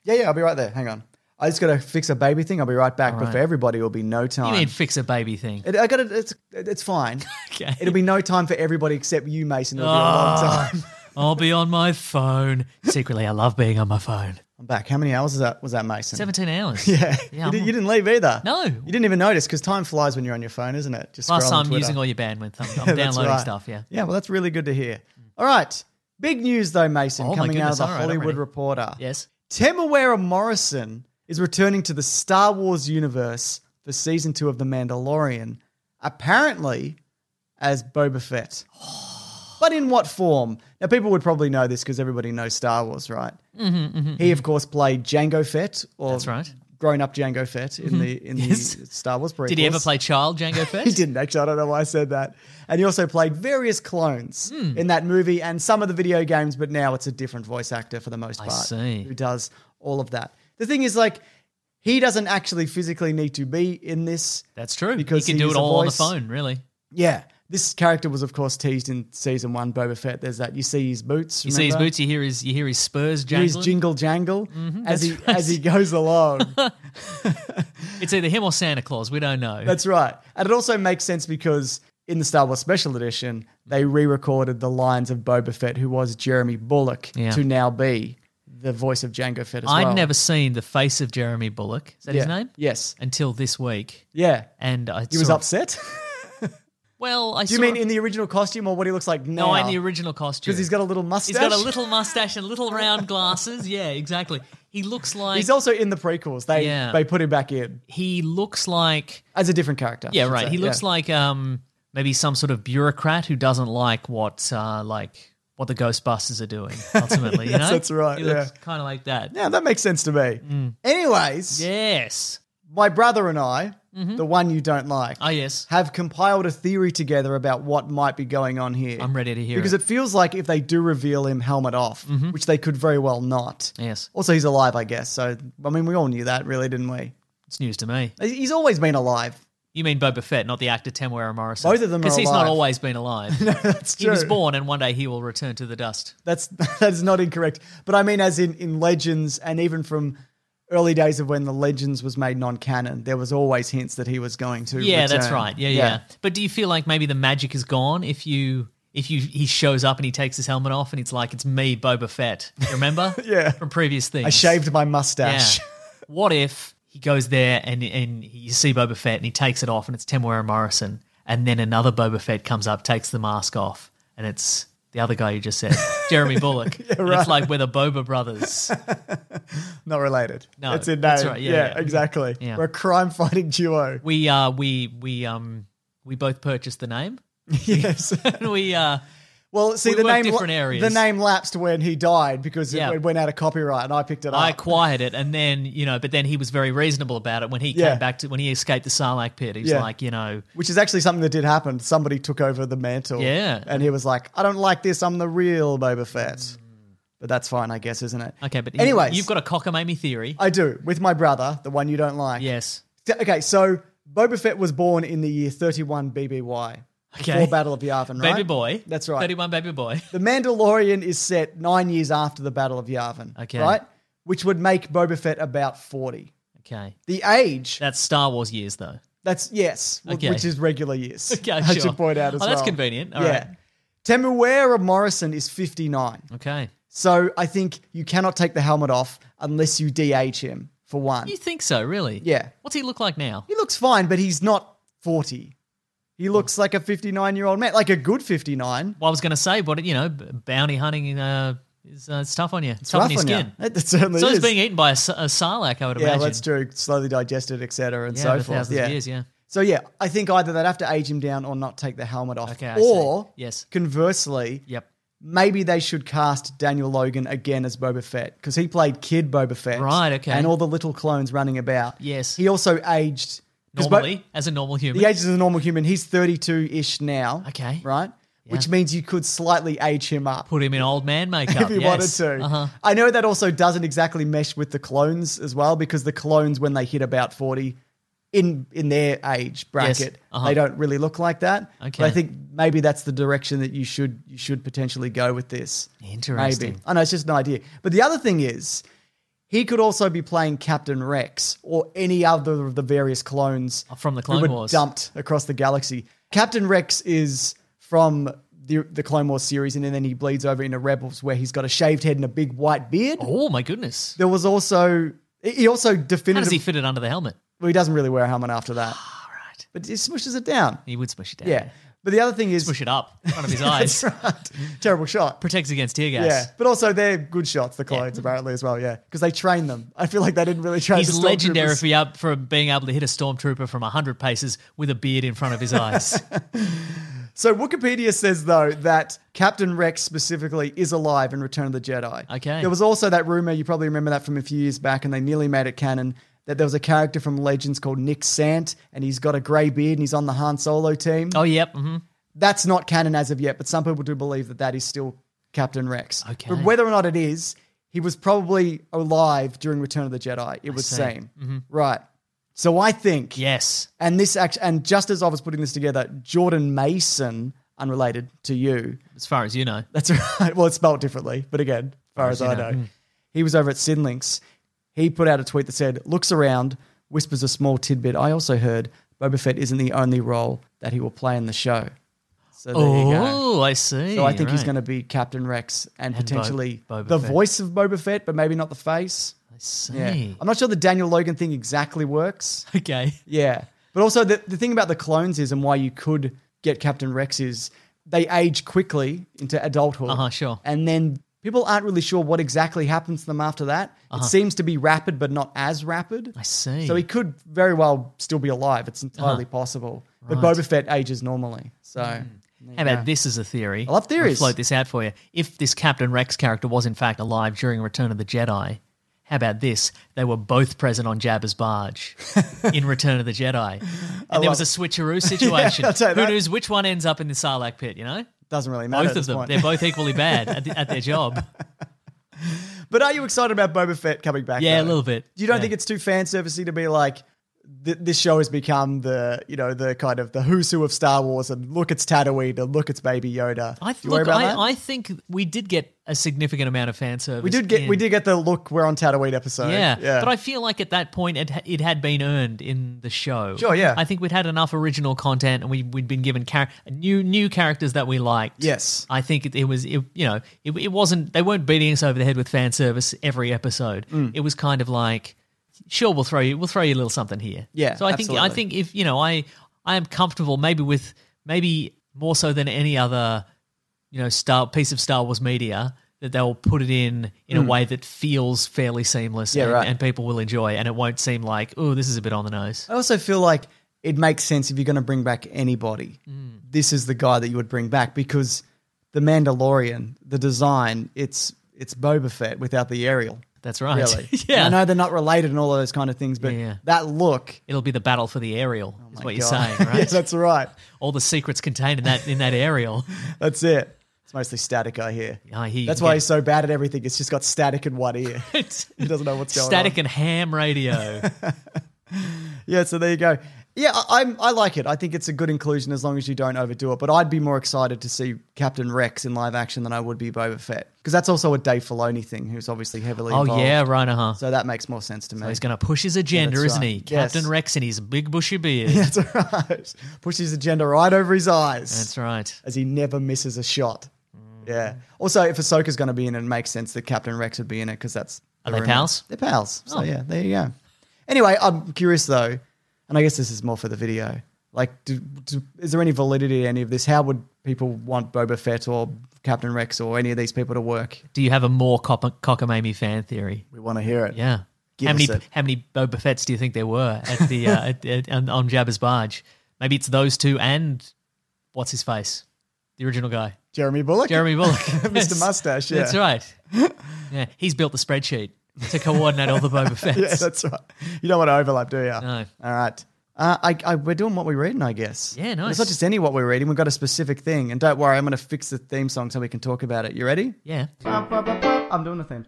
[SPEAKER 3] Yeah, yeah, I'll be right there. Hang on. I just got to fix a baby thing. I'll be right back. But for everybody, it'll be no
[SPEAKER 4] you
[SPEAKER 3] time.
[SPEAKER 4] mean fix a baby thing?
[SPEAKER 3] it, I got it. It's it's fine.
[SPEAKER 4] Okay.
[SPEAKER 3] It'll be no time for everybody except you, Mason. It'll be a long
[SPEAKER 4] Ah.
[SPEAKER 3] time.
[SPEAKER 4] I'll be on my phone. Secretly, I love being on my phone.
[SPEAKER 3] I'm back. How many hours is that? Was that Mason?
[SPEAKER 4] Seventeen hours.
[SPEAKER 3] Yeah.
[SPEAKER 4] Yeah,
[SPEAKER 3] you, did,
[SPEAKER 4] I'm-
[SPEAKER 3] you didn't leave either.
[SPEAKER 4] No.
[SPEAKER 3] You didn't even notice because time flies when you're on your phone, isn't it? Just
[SPEAKER 4] Plus,
[SPEAKER 3] scrolling
[SPEAKER 4] I'm
[SPEAKER 3] Twitter.
[SPEAKER 4] using all your bandwidth. I'm, I'm
[SPEAKER 3] That's
[SPEAKER 4] downloading
[SPEAKER 3] right.
[SPEAKER 4] stuff. Yeah.
[SPEAKER 3] Yeah. Well, that's really good to hear. All right. Big news though, Mason,
[SPEAKER 4] Oh, my
[SPEAKER 3] coming out
[SPEAKER 4] goodness.
[SPEAKER 3] of the
[SPEAKER 4] All right, I'm
[SPEAKER 3] Hollywood
[SPEAKER 4] ready.
[SPEAKER 3] Reporter.
[SPEAKER 4] Yes.
[SPEAKER 3] Temuera Morrison is returning to the Star Wars universe for season two of The Mandalorian, apparently as Boba Fett. But in what form? Now, people would probably know this because everybody knows Star Wars, right? he, of course, played Django Fett, or
[SPEAKER 4] Mm-hmm, That's right. Mm-hmm.
[SPEAKER 3] grown-up Django Fett in the in
[SPEAKER 4] Yes.
[SPEAKER 3] the Star Wars.
[SPEAKER 4] Did he ever
[SPEAKER 3] prequels.
[SPEAKER 4] play child Django Fett?
[SPEAKER 3] He didn't actually. I don't know why I said that. And he also played various clones in that movie and some of the video games, but now it's a different voice actor for the most part
[SPEAKER 4] see.
[SPEAKER 3] who does all of that. The thing is, like, he doesn't actually physically need to be in this.
[SPEAKER 4] That's true.
[SPEAKER 3] Because
[SPEAKER 4] he can
[SPEAKER 3] he
[SPEAKER 4] do
[SPEAKER 3] is
[SPEAKER 4] it
[SPEAKER 3] a
[SPEAKER 4] all on the
[SPEAKER 3] voice.
[SPEAKER 4] phone, really.
[SPEAKER 3] Yeah, this character was, of course, teased in season one. Boba Fett. There's that. You see his boots.
[SPEAKER 4] You see his
[SPEAKER 3] remember?
[SPEAKER 4] boots, you hear his you hear his spurs
[SPEAKER 3] You hear His
[SPEAKER 4] jangling. Mm-hmm.
[SPEAKER 3] jingle jangle as he as he goes along.
[SPEAKER 4] it's either him or Santa Claus. We don't know.
[SPEAKER 3] That's right. And it also makes sense because in the Star Wars Special Edition, they re recorded the lines of Boba Fett, who was Jeremy Bullock,
[SPEAKER 4] Yeah.
[SPEAKER 3] to now be the voice of Django Fett as
[SPEAKER 4] I'd
[SPEAKER 3] well.
[SPEAKER 4] never seen the face of Jeremy Bullock. Is that
[SPEAKER 3] yeah.
[SPEAKER 4] his name?
[SPEAKER 3] Yes.
[SPEAKER 4] Until this week,
[SPEAKER 3] Yeah.
[SPEAKER 4] and I
[SPEAKER 3] He was
[SPEAKER 4] saw-
[SPEAKER 3] upset.
[SPEAKER 4] Well, I
[SPEAKER 3] Do you
[SPEAKER 4] saw-
[SPEAKER 3] mean in the original costume or what he looks like now?
[SPEAKER 4] no, in the original costume
[SPEAKER 3] Because he's got a little mustache.
[SPEAKER 4] he's got a little mustache and little round glasses. Yeah, exactly. He looks like
[SPEAKER 3] He's also in the prequels. They
[SPEAKER 4] Yeah.
[SPEAKER 3] they put him back in
[SPEAKER 4] he looks like
[SPEAKER 3] as a different character.
[SPEAKER 4] yeah, right. He looks like um maybe some sort of bureaucrat who doesn't like what uh like what the Ghostbusters are doing. Ultimately, you
[SPEAKER 3] Yes,
[SPEAKER 4] know?
[SPEAKER 3] that's right,
[SPEAKER 4] He looks
[SPEAKER 3] yeah.
[SPEAKER 4] kind of like that.
[SPEAKER 3] Yeah, that makes sense to me.
[SPEAKER 4] Mm.
[SPEAKER 3] Anyways,
[SPEAKER 4] Yes.
[SPEAKER 3] my brother and I,
[SPEAKER 4] Mm-hmm.
[SPEAKER 3] the one you don't like,
[SPEAKER 4] Oh, yes.
[SPEAKER 3] have compiled a theory together about what might be going on here.
[SPEAKER 4] I'm ready to hear
[SPEAKER 3] because
[SPEAKER 4] it. Mm-hmm.
[SPEAKER 3] it feels like if they do reveal him helmet off, which they could very well not.
[SPEAKER 4] Yes.
[SPEAKER 3] Also, he's alive, I guess. So, I mean, we all knew that, really, didn't we?
[SPEAKER 4] It's news to me.
[SPEAKER 3] He's always been alive.
[SPEAKER 4] You mean Boba Fett, not the actor Tamuera Morrison?
[SPEAKER 3] Both of them are
[SPEAKER 4] Because he's not
[SPEAKER 3] alive.
[SPEAKER 4] always been alive.
[SPEAKER 3] That's
[SPEAKER 4] he
[SPEAKER 3] true.
[SPEAKER 4] was born, and one day he will return to the dust.
[SPEAKER 3] That's that is not incorrect. But I mean, as in in legends, and even from early days of when the legends was made non-canon, there was always hints that he was going to.
[SPEAKER 4] Yeah, that's
[SPEAKER 3] return.
[SPEAKER 4] right. Yeah, yeah, But do you feel like maybe the magic is gone if you if you he shows up and he takes his helmet off and it's like it's me, Boba Fett? You Remember?
[SPEAKER 3] Yeah.
[SPEAKER 4] from previous things.
[SPEAKER 3] I shaved my
[SPEAKER 4] Yeah.
[SPEAKER 3] mustache.
[SPEAKER 4] What if he goes there and and you see Boba Fett and he takes it off and it's Temuera Morrison and then another Boba Fett comes up, takes the mask off, and it's the other guy you just said, Jeremy Bullock. And it's like we're the Boba brothers.
[SPEAKER 3] Not related.
[SPEAKER 4] No,
[SPEAKER 3] it's in name.
[SPEAKER 4] that's right. Yeah, yeah.
[SPEAKER 3] exactly.
[SPEAKER 4] Yeah.
[SPEAKER 3] We're a crime-fighting duo.
[SPEAKER 4] We uh we we um we both purchased the name.
[SPEAKER 3] yes.
[SPEAKER 4] And we uh
[SPEAKER 3] Well, see,
[SPEAKER 4] We
[SPEAKER 3] the
[SPEAKER 4] work
[SPEAKER 3] name
[SPEAKER 4] different areas.
[SPEAKER 3] the name lapsed when he died because
[SPEAKER 4] Yeah.
[SPEAKER 3] it, it went out of copyright, and I picked it
[SPEAKER 4] I
[SPEAKER 3] up.
[SPEAKER 4] acquired it, and then you know, but then he was very reasonable about it when he
[SPEAKER 3] Yeah.
[SPEAKER 4] came back to when he escaped the Sarlacc pit. He was
[SPEAKER 3] Yeah.
[SPEAKER 4] like, you know,
[SPEAKER 3] which is actually something that did happen. Somebody took over the mantle.
[SPEAKER 4] Yeah.
[SPEAKER 3] And he was like, I don't like this. I'm the real Boba Fett. But that's fine, I guess, isn't it?
[SPEAKER 4] okay, but
[SPEAKER 3] Anyways.
[SPEAKER 4] anyways, you've got a cockamamie theory.
[SPEAKER 3] I do, with my brother, the one you don't like.
[SPEAKER 4] yes,
[SPEAKER 3] D- Okay, so Boba Fett was born in the year 31 BBY.
[SPEAKER 4] Okay.
[SPEAKER 3] Before Battle of Yavin, right?
[SPEAKER 4] baby boy.
[SPEAKER 3] That's right.
[SPEAKER 4] Thirty-one, baby boy.
[SPEAKER 3] The Mandalorian is set nine years after the Battle of Yavin.
[SPEAKER 4] Okay.
[SPEAKER 3] Right? Which would make Boba Fett about 40.
[SPEAKER 4] Okay,
[SPEAKER 3] The age,
[SPEAKER 4] that's Star Wars years, though.
[SPEAKER 3] that's yes, w-
[SPEAKER 4] Okay.
[SPEAKER 3] which is regular years.
[SPEAKER 4] Okay,
[SPEAKER 3] I
[SPEAKER 4] sure.
[SPEAKER 3] should point out as
[SPEAKER 4] Oh,
[SPEAKER 3] well.
[SPEAKER 4] that's convenient. All
[SPEAKER 3] yeah.
[SPEAKER 4] right.
[SPEAKER 3] Temuera Morrison is 59.
[SPEAKER 4] Okay,
[SPEAKER 3] So I think you cannot take the helmet off unless you de-age him, for one.
[SPEAKER 4] you think so, really?
[SPEAKER 3] Yeah.
[SPEAKER 4] What's he look like now?
[SPEAKER 3] He looks fine, but he's not 40. He looks like a 59 year old man, like a good 59.
[SPEAKER 4] Well, I was going to say, but you know, b- bounty hunting uh, is uh, it's tough on you. It's,
[SPEAKER 3] It's
[SPEAKER 4] tough on
[SPEAKER 3] rough
[SPEAKER 4] your
[SPEAKER 3] on
[SPEAKER 4] skin.
[SPEAKER 3] you. It, it certainly
[SPEAKER 4] So
[SPEAKER 3] is.
[SPEAKER 4] it's being eaten by a, s- a Sarlacc, I would
[SPEAKER 3] yeah,
[SPEAKER 4] imagine.
[SPEAKER 3] that's true. Slowly digested, etc., and
[SPEAKER 4] Yeah, over
[SPEAKER 3] so forth.
[SPEAKER 4] thousands
[SPEAKER 3] Yeah.
[SPEAKER 4] of years. Yeah.
[SPEAKER 3] So yeah, I think either they'd have to age him down or not take the helmet off.
[SPEAKER 4] Okay, I see.
[SPEAKER 3] or
[SPEAKER 4] Yes.
[SPEAKER 3] conversely,
[SPEAKER 4] Yep.
[SPEAKER 3] maybe they should cast Daniel Logan again as Boba Fett because he played Kid Boba Fett,
[SPEAKER 4] Right, okay.
[SPEAKER 3] and all the little clones running about.
[SPEAKER 4] Yes.
[SPEAKER 3] he also aged 'cause Bo-
[SPEAKER 4] Normally, as a normal human.
[SPEAKER 3] the age of a normal human. He's thirty-two ish now.
[SPEAKER 4] Okay.
[SPEAKER 3] right, which means you could slightly age him up.
[SPEAKER 4] put him in old man makeup
[SPEAKER 3] if you
[SPEAKER 4] yes.
[SPEAKER 3] wanted to.
[SPEAKER 4] Uh-huh.
[SPEAKER 3] I know that also doesn't exactly mesh with the clones as well, because the clones, when they hit about 40, in in their age bracket,
[SPEAKER 4] Uh-huh.
[SPEAKER 3] they don't really look like that.
[SPEAKER 4] Okay.
[SPEAKER 3] But I think maybe that's the direction that you should you should potentially go with this.
[SPEAKER 4] Interesting.
[SPEAKER 3] Maybe. I know it's just an idea. But the other thing is, he could also be playing Captain Rex or any other of the various clones
[SPEAKER 4] From the
[SPEAKER 3] who
[SPEAKER 4] Clone
[SPEAKER 3] were
[SPEAKER 4] Wars.
[SPEAKER 3] dumped across the galaxy. Captain Rex is from the the Clone Wars series, and then he bleeds over into Rebels, where he's got a shaved head and a big white beard.
[SPEAKER 4] Oh my goodness!
[SPEAKER 3] There was also he also
[SPEAKER 4] How does
[SPEAKER 3] definitively
[SPEAKER 4] he Ah, fit it under the helmet?
[SPEAKER 3] well, he doesn't really wear a helmet after that. But he smushes it down.
[SPEAKER 4] He would smush it down.
[SPEAKER 3] Yeah. But the other thing is
[SPEAKER 4] push it up in front of his eyes.
[SPEAKER 3] terrible shot.
[SPEAKER 4] Protects against tear
[SPEAKER 3] Yeah,
[SPEAKER 4] gas.
[SPEAKER 3] but also they're good shots, the clones apparently as well. Yeah, because they train them. I feel like they didn't really train.
[SPEAKER 4] He's
[SPEAKER 3] the
[SPEAKER 4] legendary
[SPEAKER 3] stormtroopers.
[SPEAKER 4] for, up for being able to hit a stormtrooper from hundred paces with a beard in front of his eyes.
[SPEAKER 3] So Wikipedia says though that Captain Rex specifically is alive in Return of the Jedi.
[SPEAKER 4] Okay.
[SPEAKER 3] There was also that rumor, you probably remember that from a few years back, and they nearly made it canon, that there was a character from Legends called Nick Sant, and he's got a grey beard and he's on the Han Solo team.
[SPEAKER 4] oh yep. hmm
[SPEAKER 3] That's not canon as of yet, but some people do believe that that is still Captain Rex.
[SPEAKER 4] Okay.
[SPEAKER 3] But whether or not it is, he was probably alive during Return of the Jedi. It would
[SPEAKER 4] see. Mm-hmm.
[SPEAKER 3] seem. Right. So I think
[SPEAKER 4] Yes.
[SPEAKER 3] and this act, and just as I was putting this together, Jordan Mason, unrelated to you,
[SPEAKER 4] As far as you know.
[SPEAKER 3] that's right. Well, it's spelled differently, but again, as far as I know,
[SPEAKER 4] Hmm.
[SPEAKER 3] he was over at Sinlinks. He put out a tweet that said, "Looks around, whispers a small tidbit. I also heard Boba Fett isn't the only role that he will play in the show." So there you go.
[SPEAKER 4] Oh, I see.
[SPEAKER 3] So I think he's
[SPEAKER 4] Right.
[SPEAKER 3] going to be Captain Rex and,
[SPEAKER 4] And Bo-
[SPEAKER 3] potentially
[SPEAKER 4] Boba
[SPEAKER 3] the
[SPEAKER 4] Fett.
[SPEAKER 3] voice of Boba Fett, but maybe not the face.
[SPEAKER 4] I see.
[SPEAKER 3] Yeah, I'm not sure the Daniel Logan thing exactly works.
[SPEAKER 4] Okay.
[SPEAKER 3] Yeah. But also, the, the thing about the clones is, and why you could get Captain Rex is they age quickly into adulthood.
[SPEAKER 4] Uh-huh, sure.
[SPEAKER 3] And then people aren't really sure what exactly happens to them after that. It seems to be rapid, but not as rapid.
[SPEAKER 4] Uh-huh. I see. Uh-huh.
[SPEAKER 3] So he could very well still be alive. It's entirely possible. But Boba Fett ages normally. So.
[SPEAKER 4] Hmm. How about this as a theory?
[SPEAKER 3] I love theories.
[SPEAKER 4] I'll float this out for you. If this Captain Rex character was in fact alive during Return of the Jedi, how about this? They were both present on Jabba's barge in Return of the Jedi, and there was a switcheroo situation.
[SPEAKER 3] I'll take
[SPEAKER 4] Who
[SPEAKER 3] that.
[SPEAKER 4] knows which one ends up in the Sarlacc pit? You know,
[SPEAKER 3] Doesn't really matter.
[SPEAKER 4] both
[SPEAKER 3] at
[SPEAKER 4] of
[SPEAKER 3] this
[SPEAKER 4] them.
[SPEAKER 3] point.
[SPEAKER 4] They're both equally bad at, the, at their job.
[SPEAKER 3] But are you excited about Boba Fett coming back?
[SPEAKER 4] Yeah, a
[SPEAKER 3] though?
[SPEAKER 4] little bit.
[SPEAKER 3] You don't
[SPEAKER 4] Yeah.
[SPEAKER 3] think it's too fan servicey to be like, th- this show has become the you know the kind of the who's who of Star Wars, and look it's Tatooine, and look it's Baby Yoda.
[SPEAKER 4] I
[SPEAKER 3] Do you worry
[SPEAKER 4] look.
[SPEAKER 3] about
[SPEAKER 4] I,
[SPEAKER 3] that?
[SPEAKER 4] I think we did get a significant amount of fan service.
[SPEAKER 3] we did get
[SPEAKER 4] in-
[SPEAKER 3] we did get the look we're on Tatooine episode.
[SPEAKER 4] Yeah, but I feel like at that point it, ha- it had been earned in the show.
[SPEAKER 3] Sure, yeah.
[SPEAKER 4] I think we'd had enough original content, and we we'd been given char- new new characters that we liked.
[SPEAKER 3] Yes.
[SPEAKER 4] I think it, it was it, you know it, it wasn't they weren't beating us over the head with fan service every episode.
[SPEAKER 3] Mm.
[SPEAKER 4] It was kind of like sure we'll throw you we'll throw you a little something here.
[SPEAKER 3] Yeah,
[SPEAKER 4] so I think I
[SPEAKER 3] absolutely.
[SPEAKER 4] think if you know I I am comfortable maybe with maybe more so than any other you know star piece of Star Wars media that they'll put it in in a way that feels fairly seamless
[SPEAKER 3] Mm. Yeah,
[SPEAKER 4] and,
[SPEAKER 3] right.
[SPEAKER 4] and people will enjoy and it won't seem like oh this is a bit on the nose
[SPEAKER 3] I also feel like
[SPEAKER 4] Mm.
[SPEAKER 3] it makes sense if you're going to bring back anybody. This is the guy that you would bring back because. the Mandalorian, the design, it's it's Boba Fett without the Ariel.
[SPEAKER 4] That's right.
[SPEAKER 3] Really.
[SPEAKER 4] yeah.
[SPEAKER 3] And I know they're not related and all of those kind of things, but
[SPEAKER 4] Yeah, yeah.
[SPEAKER 3] that look.
[SPEAKER 4] It'll be the battle for the aerial, is
[SPEAKER 3] Oh my
[SPEAKER 4] what
[SPEAKER 3] God.
[SPEAKER 4] you're saying, right?
[SPEAKER 3] yeah, that's right.
[SPEAKER 4] All the secrets contained in that in that aerial.
[SPEAKER 3] That's it. It's mostly static, I hear.
[SPEAKER 4] I hear you
[SPEAKER 3] That's
[SPEAKER 4] can
[SPEAKER 3] why
[SPEAKER 4] get-
[SPEAKER 3] he's so bad at everything. It's just got static in one ear. he doesn't know what's going
[SPEAKER 4] Static
[SPEAKER 3] on.
[SPEAKER 4] and ham radio.
[SPEAKER 3] Yeah, so there you go. Yeah, I, I'm, I like it. I think it's a good inclusion as long as you don't overdo it. But I'd be more excited to see Captain Rex in live action than I would be Boba Fett. Because that's also a Dave Filoni thing, who's obviously heavily
[SPEAKER 4] oh
[SPEAKER 3] involved.
[SPEAKER 4] yeah, right, uh-huh. Oh,
[SPEAKER 3] So that makes more sense to me.
[SPEAKER 4] He's going to push his agenda,
[SPEAKER 3] that's
[SPEAKER 4] isn't he?
[SPEAKER 3] right. Yes.
[SPEAKER 4] Captain Rex and his big bushy beard.
[SPEAKER 3] That's right. Push his agenda right over his eyes.
[SPEAKER 4] That's right.
[SPEAKER 3] As he never misses a shot.
[SPEAKER 4] Mm.
[SPEAKER 3] Yeah. Also, if Ahsoka's going to be in it, it makes sense that Captain Rex would be in it because that's.
[SPEAKER 4] Are
[SPEAKER 3] the
[SPEAKER 4] they
[SPEAKER 3] rumor.
[SPEAKER 4] pals?
[SPEAKER 3] They're pals. So,
[SPEAKER 4] Oh.
[SPEAKER 3] yeah, there you go. Anyway, I'm curious though, and I guess this is more for the video. Like, do, do, is there any validity to any of this? How would people want Boba Fett or Captain Rex or any of these people to work?
[SPEAKER 4] Do you have a more cop- cockamamie fan theory?
[SPEAKER 3] We want to hear it.
[SPEAKER 4] Yeah.
[SPEAKER 3] Give
[SPEAKER 4] how
[SPEAKER 3] us
[SPEAKER 4] many
[SPEAKER 3] it.
[SPEAKER 4] how many Boba Fett's do you think there were at the uh, at, at, on, on Jabba's barge? Maybe it's those two and what's his face, the original guy,
[SPEAKER 3] Jeremy Bullock?
[SPEAKER 4] Jeremy Bullock,
[SPEAKER 3] Mr. Mustache, yeah.
[SPEAKER 4] That's right. Yeah, he's built the spreadsheet to coordinate all the Boba Fett's.
[SPEAKER 3] Yeah, that's right. You don't want to overlap, do you?
[SPEAKER 4] No.
[SPEAKER 3] All right. Uh, I, I, we're doing what we're reading, I guess.
[SPEAKER 4] Yeah,
[SPEAKER 3] And It's
[SPEAKER 4] nice.
[SPEAKER 3] not just any what we're reading. We've got a specific thing. And don't worry, I'm going to fix the theme song so we can talk about it. You ready?
[SPEAKER 4] yeah.
[SPEAKER 3] I'm doing the theme.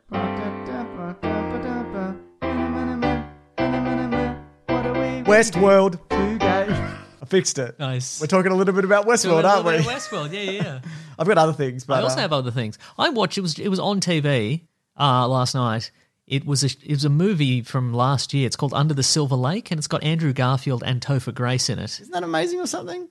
[SPEAKER 3] Westworld. I fixed it.
[SPEAKER 4] Nice.
[SPEAKER 3] We're talking a little bit about
[SPEAKER 4] Doing a
[SPEAKER 3] Westworld,
[SPEAKER 4] little
[SPEAKER 3] aren't we?
[SPEAKER 4] bit of Westworld, yeah, yeah. yeah.
[SPEAKER 3] I've got other things, but
[SPEAKER 4] I also
[SPEAKER 3] uh,
[SPEAKER 4] have other things. I watched it was it was on TV uh, last night. It was a it was a movie from last year. It's called Under the Silver Lake, and it's got Andrew Garfield and Topher Grace in it.
[SPEAKER 3] isn't that amazing or something?